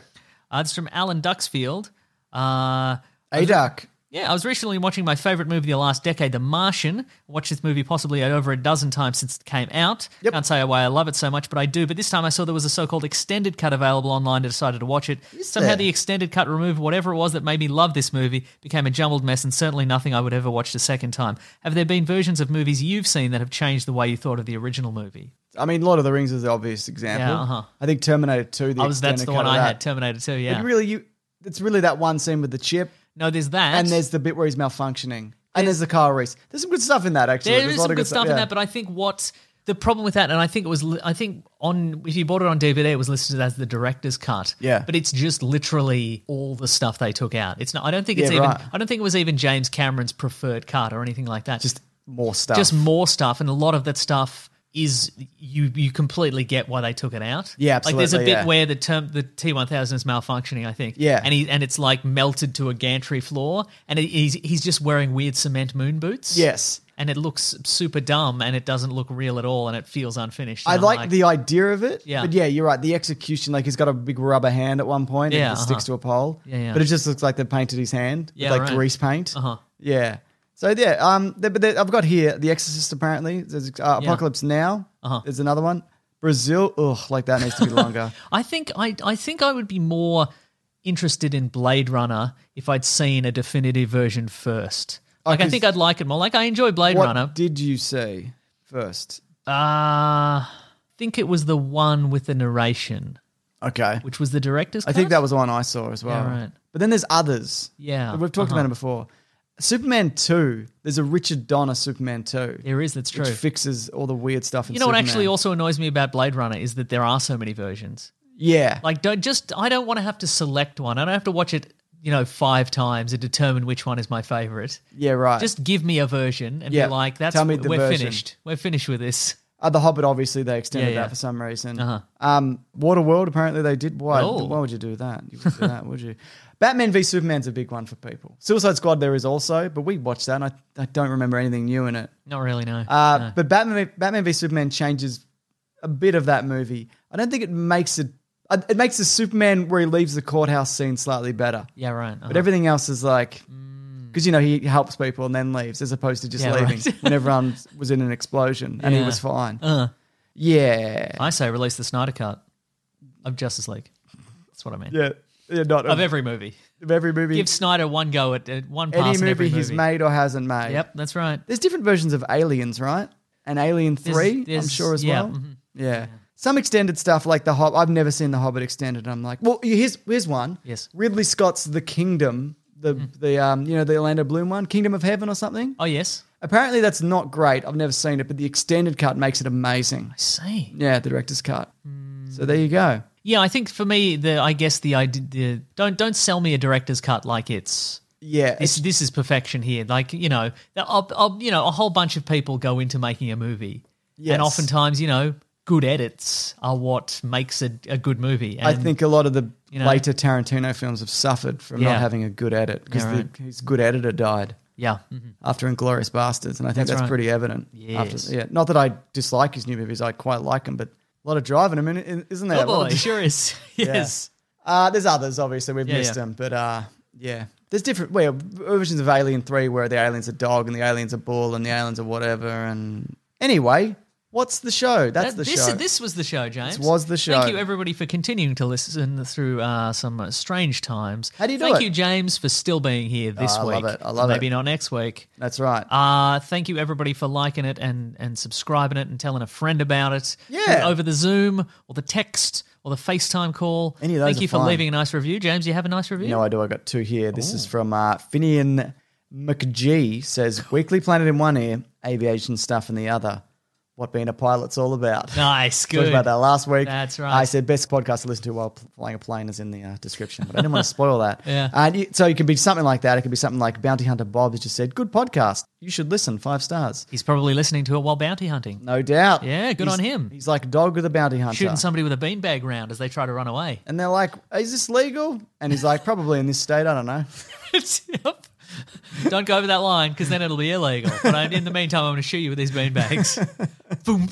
[SPEAKER 4] Uh, it's from Alan Duxfield. Uh,
[SPEAKER 3] ADUC.
[SPEAKER 4] Yeah, I was recently watching my favorite movie of the last decade, The Martian. Watched this movie possibly over a dozen times since it came out.
[SPEAKER 3] Yep.
[SPEAKER 4] Can't say why I love it so much, but I do. But this time I saw there was a so-called extended cut available online. I decided to watch it. Somehow
[SPEAKER 3] there?
[SPEAKER 4] the extended cut removed whatever it was that made me love this movie. Became a jumbled mess, and certainly nothing I would ever watch a second time. Have there been versions of movies you've seen that have changed the way you thought of the original movie?
[SPEAKER 3] I mean, Lord of the Rings is the obvious example.
[SPEAKER 4] Yeah, uh-huh.
[SPEAKER 3] I think Terminator 2, the
[SPEAKER 4] I was that's
[SPEAKER 3] extended
[SPEAKER 4] the
[SPEAKER 3] cut
[SPEAKER 4] one
[SPEAKER 3] of
[SPEAKER 4] I
[SPEAKER 3] that.
[SPEAKER 4] had. Terminator Two. Yeah.
[SPEAKER 3] But really, you, it's really that one scene with the chip,
[SPEAKER 4] no, there's that.
[SPEAKER 3] and there's the bit where he's malfunctioning, and there's the car race. There's some good stuff in that, actually.
[SPEAKER 4] There
[SPEAKER 3] There's
[SPEAKER 4] is
[SPEAKER 3] a lot
[SPEAKER 4] some
[SPEAKER 3] of
[SPEAKER 4] good stuff in
[SPEAKER 3] yeah.
[SPEAKER 4] that, but I think what the problem with that, and I think it was, li- I think on if you bought it on DVD, it was listed as the director's cut.
[SPEAKER 3] Yeah.
[SPEAKER 4] but it's just literally all the stuff they took out. It's not. I don't think it's
[SPEAKER 3] Yeah,
[SPEAKER 4] even.
[SPEAKER 3] right.
[SPEAKER 4] I don't think it was even James Cameron's preferred cut or anything like that.
[SPEAKER 3] just more stuff.
[SPEAKER 4] just more stuff, and a lot of that stuff is you you completely get why they took it out.
[SPEAKER 3] Yeah,
[SPEAKER 4] Like there's a
[SPEAKER 3] absolutely,
[SPEAKER 4] bit
[SPEAKER 3] yeah.
[SPEAKER 4] where the term the T one thousand is malfunctioning, I think.
[SPEAKER 3] Yeah.
[SPEAKER 4] and he and it's like melted to a gantry floor, and it, he's he's just wearing weird cement moon boots.
[SPEAKER 3] Yes.
[SPEAKER 4] and it looks super dumb, and it doesn't look real at all, and it feels unfinished.
[SPEAKER 3] I
[SPEAKER 4] And I'm
[SPEAKER 3] like, the idea of it.
[SPEAKER 4] Yeah.
[SPEAKER 3] But yeah, you're right. The execution, like he's got a big rubber hand at one point
[SPEAKER 4] Yeah,
[SPEAKER 3] and it sticks to
[SPEAKER 4] uh-huh.
[SPEAKER 3] a pole.
[SPEAKER 4] Yeah, yeah.
[SPEAKER 3] But it just looks like they painted his hand
[SPEAKER 4] Yeah,
[SPEAKER 3] with like
[SPEAKER 4] right.
[SPEAKER 3] grease paint.
[SPEAKER 4] Uh-huh.
[SPEAKER 3] Yeah. So yeah, um, th- but there- I've got here The Exorcist apparently. There's uh, Apocalypse Now.
[SPEAKER 4] Uh-huh.
[SPEAKER 3] There's another one. Brazil, ugh, like that needs to be longer.
[SPEAKER 4] I think I I think I would be more interested in Blade Runner if I'd seen a definitive version first. Like I
[SPEAKER 3] because-
[SPEAKER 4] think I'd like it more. Like I enjoy Blade
[SPEAKER 3] Oh, what
[SPEAKER 4] Runner.
[SPEAKER 3] did you see first?
[SPEAKER 4] Uh think it was the one with the narration,
[SPEAKER 3] Okay.
[SPEAKER 4] which was the director's
[SPEAKER 3] I think
[SPEAKER 4] cut?
[SPEAKER 3] that was the one I saw as well.
[SPEAKER 4] Yeah, right.
[SPEAKER 3] But then there's others.
[SPEAKER 4] Yeah,
[SPEAKER 3] We've talked
[SPEAKER 4] uh-huh.
[SPEAKER 3] about them before. Superman 2, there's a Richard Donner Superman 2.
[SPEAKER 4] There is, that's true.
[SPEAKER 3] Which fixes all the weird stuff in
[SPEAKER 4] you know what
[SPEAKER 3] Superman.
[SPEAKER 4] actually also annoys me about Blade Runner is that there are so many versions.
[SPEAKER 3] Yeah.
[SPEAKER 4] Like don't just I don't want to have to select one. I don't have to watch it, you know, five times and determine which one is my favorite.
[SPEAKER 3] yeah, right.
[SPEAKER 4] Just give me a version and
[SPEAKER 3] Yeah,
[SPEAKER 4] be like, that's
[SPEAKER 3] tell me the
[SPEAKER 4] we're
[SPEAKER 3] version.
[SPEAKER 4] finished. We're finished with this.
[SPEAKER 3] Uh, the Hobbit, obviously, they extended
[SPEAKER 4] Yeah, yeah.
[SPEAKER 3] that for some reason.
[SPEAKER 4] Uh-huh.
[SPEAKER 3] Um, Waterworld, apparently, they did. Why?
[SPEAKER 4] Oh.
[SPEAKER 3] Why would you do that? You wouldn't do that, would you? Batman v Superman's a big one for people. Suicide Squad, there is also, but we watched that, and I, I don't remember anything new in it.
[SPEAKER 4] Not really, no.
[SPEAKER 3] Uh,
[SPEAKER 4] No.
[SPEAKER 3] But Batman, Batman v Superman changes a bit of that movie. I don't think it makes it. uh, It makes the Superman where he leaves the courthouse scene slightly better,
[SPEAKER 4] yeah, right.
[SPEAKER 3] but everything else is like because you know he helps people and then leaves as opposed to just
[SPEAKER 4] Mm. Yeah,
[SPEAKER 3] leaving
[SPEAKER 4] right.
[SPEAKER 3] when everyone was in an explosion and he
[SPEAKER 4] Yeah.
[SPEAKER 3] was fine.
[SPEAKER 4] Uh,
[SPEAKER 3] Yeah,
[SPEAKER 4] I say release the Snyder Cut of Justice League. That's what I mean.
[SPEAKER 3] yeah, yeah not
[SPEAKER 4] Of every movie.
[SPEAKER 3] of every movie,
[SPEAKER 4] Give Snyder one go at, at one
[SPEAKER 3] any
[SPEAKER 4] pass
[SPEAKER 3] movie,
[SPEAKER 4] in every movie.
[SPEAKER 3] he's made or hasn't made.
[SPEAKER 4] Yep, that's right.
[SPEAKER 3] There's different versions of Aliens, right? And Alien
[SPEAKER 4] There's-
[SPEAKER 3] Three, I'm
[SPEAKER 4] there's-
[SPEAKER 3] sure as
[SPEAKER 4] yeah,
[SPEAKER 3] well.
[SPEAKER 4] mhm.
[SPEAKER 3] Yeah. Some extended stuff like the Hobbit. I've never seen the Hobbit extended. And I'm like, well, here's here's one.
[SPEAKER 4] Yes. Mm.
[SPEAKER 3] Ridley Scott's The Kingdom, the the um you know the Orlando Bloom one, Kingdom of Heaven or something.
[SPEAKER 4] Oh yes,
[SPEAKER 3] Apparently that's not great. I've never seen it, but the extended cut makes it amazing.
[SPEAKER 4] I see.
[SPEAKER 3] Yeah, the director's cut.
[SPEAKER 4] Mm.
[SPEAKER 3] So there you go.
[SPEAKER 4] Yeah, I think for me, the I guess the idea the, don't don't sell me a director's cut like it's
[SPEAKER 3] Yeah,
[SPEAKER 4] this this is perfection here. Like you know, I'll, I'll, you know, a whole bunch of people go into making a movie,
[SPEAKER 3] Yes.
[SPEAKER 4] and oftentimes, you know, good edits are what makes a, a good movie. And
[SPEAKER 3] I think a lot of the
[SPEAKER 4] you know-
[SPEAKER 3] later Tarantino films have suffered from not
[SPEAKER 4] Yeah.
[SPEAKER 3] having a good edit because
[SPEAKER 4] Yeah, right.
[SPEAKER 3] his good editor died.
[SPEAKER 4] yeah, mhm.
[SPEAKER 3] after Inglorious Bastards, and I think that's,
[SPEAKER 4] That's right.
[SPEAKER 3] pretty evident.
[SPEAKER 4] Yes.
[SPEAKER 3] After, yeah. Not that I dislike his new movies; I quite like them, but a lot of driving. I mean, isn't there? A
[SPEAKER 4] oh
[SPEAKER 3] lot
[SPEAKER 4] boy,
[SPEAKER 3] of-
[SPEAKER 4] sure is. yes,
[SPEAKER 3] Uh, there's others, obviously we've
[SPEAKER 4] Yeah,
[SPEAKER 3] missed
[SPEAKER 4] yeah.
[SPEAKER 3] them, but uh, yeah, there's different well, versions of Alien Three where the aliens are dog and the aliens are bull and the aliens are whatever. And anyway, what's the show? That's
[SPEAKER 4] That-
[SPEAKER 3] the
[SPEAKER 4] this,
[SPEAKER 3] show.
[SPEAKER 4] This was the show, James.
[SPEAKER 3] was the show.
[SPEAKER 4] Thank you, everybody, for continuing to listen through uh, some uh, strange times.
[SPEAKER 3] How do you do
[SPEAKER 4] Thank
[SPEAKER 3] it? Oh,
[SPEAKER 4] you, James, for still being here this
[SPEAKER 3] I love
[SPEAKER 4] week.
[SPEAKER 3] it. I love it.
[SPEAKER 4] Maybe not next week.
[SPEAKER 3] that's right.
[SPEAKER 4] Uh, thank you, everybody, for liking it and, and subscribing it and telling a friend about it.
[SPEAKER 3] Yeah.
[SPEAKER 4] Over the Zoom or the text or the FaceTime call.
[SPEAKER 3] Any of those
[SPEAKER 4] Thank
[SPEAKER 3] are
[SPEAKER 4] you for
[SPEAKER 3] fine.
[SPEAKER 4] leaving a nice review. James, you have a nice review?
[SPEAKER 3] No, I do. I got two here. This
[SPEAKER 4] Oh.
[SPEAKER 3] is from uh, Finian McGee says Weekly Planet in one ear, aviation stuff in the other. What being a pilot's all about.
[SPEAKER 4] Nice,
[SPEAKER 3] Talked
[SPEAKER 4] good.
[SPEAKER 3] about that last week.
[SPEAKER 4] That's right.
[SPEAKER 3] I said best podcast to listen to while pl- flying a plane is in the uh, description, but I didn't want to spoil that.
[SPEAKER 4] Yeah.
[SPEAKER 3] And you- so it could be something like that. It could be something like Bounty Hunter Bob has just said, "Good podcast. You should listen. Five stars,
[SPEAKER 4] He's probably listening to it while bounty hunting.
[SPEAKER 3] no doubt."
[SPEAKER 4] Yeah, good
[SPEAKER 3] He's-
[SPEAKER 4] on him.
[SPEAKER 3] He's like a dog with a bounty hunter.
[SPEAKER 4] Shooting somebody with a beanbag round as they try to run away.
[SPEAKER 3] and they're like, "Is this legal?" And he's like, "Probably in this state. I don't know."
[SPEAKER 4] yep. Don't go over that line because then it'll be illegal. But I, in the meantime, I'm going to shoot you with these beanbags. Boom.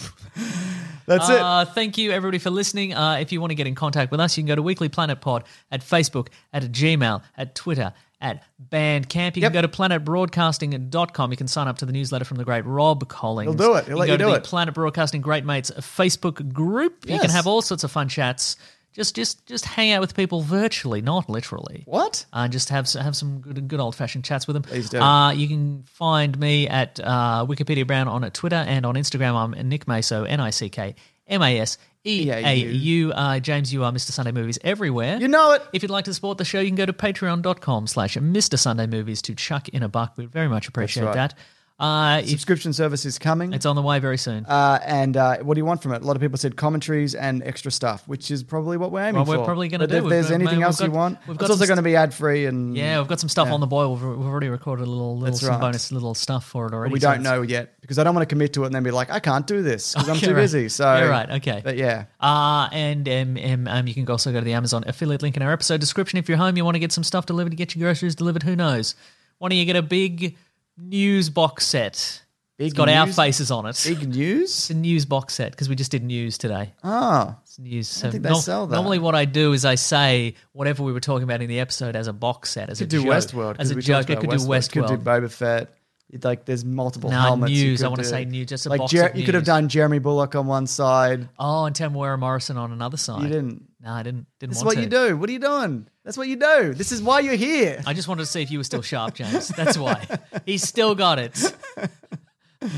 [SPEAKER 3] That's it.
[SPEAKER 4] Uh, thank you, everybody, for listening. Uh, if you want to get in contact with us, you can go to Weekly Planet Pod at Facebook, at Gmail, at Twitter, at Bandcamp. You
[SPEAKER 3] Yep.
[SPEAKER 4] can go to planetbroadcasting.com. You can sign up to the newsletter from the great Rob Collins.
[SPEAKER 3] He'll do it. He'll
[SPEAKER 4] you
[SPEAKER 3] let you
[SPEAKER 4] can go to
[SPEAKER 3] do
[SPEAKER 4] the
[SPEAKER 3] it.
[SPEAKER 4] Planet Broadcasting Great Mates Facebook group. You can
[SPEAKER 3] Yes.
[SPEAKER 4] have all sorts of fun chats. Just, just, just hang out with people virtually, not literally
[SPEAKER 3] What?
[SPEAKER 4] uh, just have s- have some good good old fashioned chats with them. Please
[SPEAKER 3] do.
[SPEAKER 4] Uh, you can find me at uh, Wikipedia Brown on Twitter and on Instagram. I'm Nick Maso, N I C K M A S E A U. Uh, James, you are Mr. Sunday Movies everywhere.
[SPEAKER 3] You know it.
[SPEAKER 4] If you'd like to support the show, you can go to patreon.com slash Mr. Sunday Movies to chuck in a buck. We'd very much appreciate
[SPEAKER 3] right.
[SPEAKER 4] that. Uh, if-
[SPEAKER 3] Subscription service is coming.
[SPEAKER 4] it's on the way very soon.
[SPEAKER 3] Uh, and uh, what do you want from it? A lot of people said commentaries and extra stuff, which is probably what we're aiming
[SPEAKER 4] Well,
[SPEAKER 3] for.
[SPEAKER 4] we're probably gonna
[SPEAKER 3] But
[SPEAKER 4] do.
[SPEAKER 3] If
[SPEAKER 4] We've
[SPEAKER 3] there's
[SPEAKER 4] got-
[SPEAKER 3] anything
[SPEAKER 4] we've
[SPEAKER 3] else you
[SPEAKER 4] got-
[SPEAKER 3] want,
[SPEAKER 4] we've
[SPEAKER 3] it's
[SPEAKER 4] got
[SPEAKER 3] also
[SPEAKER 4] some
[SPEAKER 3] going to be ad free, and
[SPEAKER 4] yeah, we've got some stuff on the boil. We've, we've already recorded a little little
[SPEAKER 3] That's
[SPEAKER 4] some
[SPEAKER 3] right.
[SPEAKER 4] bonus little stuff for it already.
[SPEAKER 3] we
[SPEAKER 4] so
[SPEAKER 3] don't
[SPEAKER 4] it's-
[SPEAKER 3] know yet because I don't want to commit to it and then be like, I can't do this because I'm
[SPEAKER 4] Okay,
[SPEAKER 3] too
[SPEAKER 4] right.
[SPEAKER 3] busy. So
[SPEAKER 4] Yeah, right, okay.
[SPEAKER 3] but yeah,
[SPEAKER 4] Uh, and um, um, um, you can also go to the Amazon affiliate link in our episode description. If you're home, you want to get some stuff delivered, get your groceries delivered, who knows? Why don't you get a big news box set?
[SPEAKER 3] Big
[SPEAKER 4] it's got our
[SPEAKER 3] news-
[SPEAKER 4] faces on it.
[SPEAKER 3] big news.
[SPEAKER 4] It's a news box set because we just did news today.
[SPEAKER 3] Oh,
[SPEAKER 4] It's news. So
[SPEAKER 3] think they sell that.
[SPEAKER 4] Normally, what I do is I say whatever we were talking about in the episode as a box set, as
[SPEAKER 3] could
[SPEAKER 4] a
[SPEAKER 3] do
[SPEAKER 4] joke,
[SPEAKER 3] Westworld 'cause
[SPEAKER 4] as a
[SPEAKER 3] we
[SPEAKER 4] joke.
[SPEAKER 3] talked
[SPEAKER 4] It could
[SPEAKER 3] about
[SPEAKER 4] do
[SPEAKER 3] Could do
[SPEAKER 4] Westworld.
[SPEAKER 3] Boba Fett. Like there's multiple
[SPEAKER 4] No,
[SPEAKER 3] helmets. you
[SPEAKER 4] news,
[SPEAKER 3] could
[SPEAKER 4] I wanna
[SPEAKER 3] do.
[SPEAKER 4] say new- just a
[SPEAKER 3] like
[SPEAKER 4] box of
[SPEAKER 3] you could have
[SPEAKER 4] news.
[SPEAKER 3] done Jeremy Bullock on one side.
[SPEAKER 4] Oh, and Tamara Morrison on another side.
[SPEAKER 3] You didn't.
[SPEAKER 4] No, I didn't. Didn't
[SPEAKER 3] This is
[SPEAKER 4] want
[SPEAKER 3] what
[SPEAKER 4] to.
[SPEAKER 3] you do. What are you doing? That's what you do. This is why you're here.
[SPEAKER 4] I just wanted to see if you were still sharp, James. That's why. He's still got it.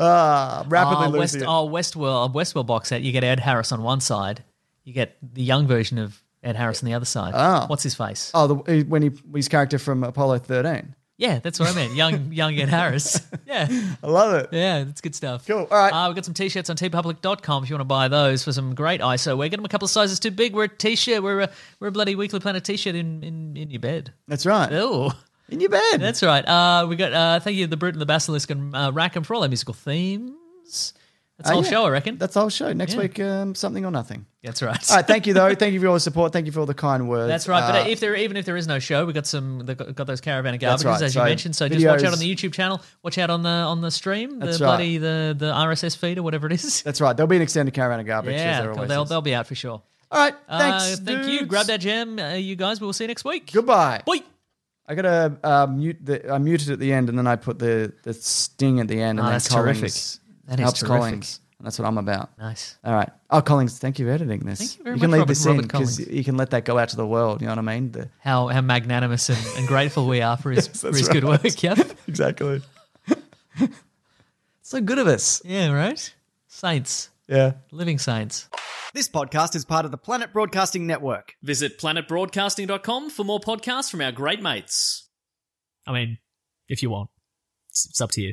[SPEAKER 3] Ah, rapidly
[SPEAKER 4] Oh,
[SPEAKER 3] losing
[SPEAKER 4] West,
[SPEAKER 3] it.
[SPEAKER 4] oh, Westworld, Westworld box set. You get Ed Harris on one side. You get the young version of Ed Harris on the other side.
[SPEAKER 3] Oh.
[SPEAKER 4] What's his face?
[SPEAKER 3] Oh, the, when he his character from Apollo 13.
[SPEAKER 4] Yeah, that's what I meant. Young, young Ed Harris. Yeah.
[SPEAKER 3] I love it.
[SPEAKER 4] Yeah, that's good stuff.
[SPEAKER 3] Cool. All right.
[SPEAKER 4] Uh, we've got some t-shirts on tpublic.com if you want to buy those for some great ISO. We're getting them a couple of sizes too big. We're a t-shirt. We're a, we're a bloody Weekly Planet t-shirt in, in, in your bed.
[SPEAKER 3] That's right.
[SPEAKER 4] Oh,
[SPEAKER 3] In your bed.
[SPEAKER 4] that's right. Uh, we got uh, thank you to the Brute and the Basilisk and uh, Rackham for all our musical themes. That's
[SPEAKER 3] Oh,
[SPEAKER 4] the whole
[SPEAKER 3] yeah.
[SPEAKER 4] show, I reckon.
[SPEAKER 3] That's the whole show. Next
[SPEAKER 4] Yeah.
[SPEAKER 3] week, um, something or nothing.
[SPEAKER 4] That's right.
[SPEAKER 3] All right. Thank you, though. thank you for all the support. Thank you for all the kind words.
[SPEAKER 4] That's right.
[SPEAKER 3] Uh,
[SPEAKER 4] but if there, even if there is no show, we got some they got got those caravan of
[SPEAKER 3] That's
[SPEAKER 4] garbages
[SPEAKER 3] right.
[SPEAKER 4] as you
[SPEAKER 3] So
[SPEAKER 4] mentioned. So just watch
[SPEAKER 3] videos-
[SPEAKER 4] out on the YouTube channel. Watch out on the on the stream. The
[SPEAKER 3] That's right.
[SPEAKER 4] bloody the the RSS feed or whatever it is.
[SPEAKER 3] that's right. There'll be an extended caravan of garbage. as
[SPEAKER 4] yeah,
[SPEAKER 3] there
[SPEAKER 4] cool.
[SPEAKER 3] always
[SPEAKER 4] they'll
[SPEAKER 3] is.
[SPEAKER 4] they'll be out for sure.
[SPEAKER 3] All right.
[SPEAKER 4] uh,
[SPEAKER 3] Thanks.
[SPEAKER 4] thank you.
[SPEAKER 3] dudes.
[SPEAKER 4] Grab that gem, uh, you guys. We'll see you next week.
[SPEAKER 3] Goodbye.
[SPEAKER 4] Bye.
[SPEAKER 3] I got to uh, mute. The, I muted at the end, and then I put the, the sting at the end, and
[SPEAKER 4] Oh,
[SPEAKER 3] then
[SPEAKER 4] that's
[SPEAKER 3] Collings
[SPEAKER 4] terrific. That is
[SPEAKER 3] helps
[SPEAKER 4] terrific.
[SPEAKER 3] Collins, and that's what I'm about.
[SPEAKER 4] Nice.
[SPEAKER 3] All right. Oh, Collins, thank you for editing this.
[SPEAKER 4] Thank you very
[SPEAKER 3] can
[SPEAKER 4] much,
[SPEAKER 3] leave
[SPEAKER 4] Robert-
[SPEAKER 3] this in
[SPEAKER 4] Robert
[SPEAKER 3] because
[SPEAKER 4] Collins.
[SPEAKER 3] you can let that go out to the world. You know what I mean? The,
[SPEAKER 4] How how magnanimous and, and grateful we are for his for
[SPEAKER 3] that's
[SPEAKER 4] his good
[SPEAKER 3] right.
[SPEAKER 4] work. Yep.
[SPEAKER 3] exactly. so good of us.
[SPEAKER 4] Yeah. Right. Saints,
[SPEAKER 3] Yeah.
[SPEAKER 4] living saints.
[SPEAKER 3] This podcast is part of the Planet Broadcasting Network.
[SPEAKER 6] Visit planetbroadcasting.com for more podcasts from our great mates.
[SPEAKER 4] I mean, if you want, it's, it's up to you.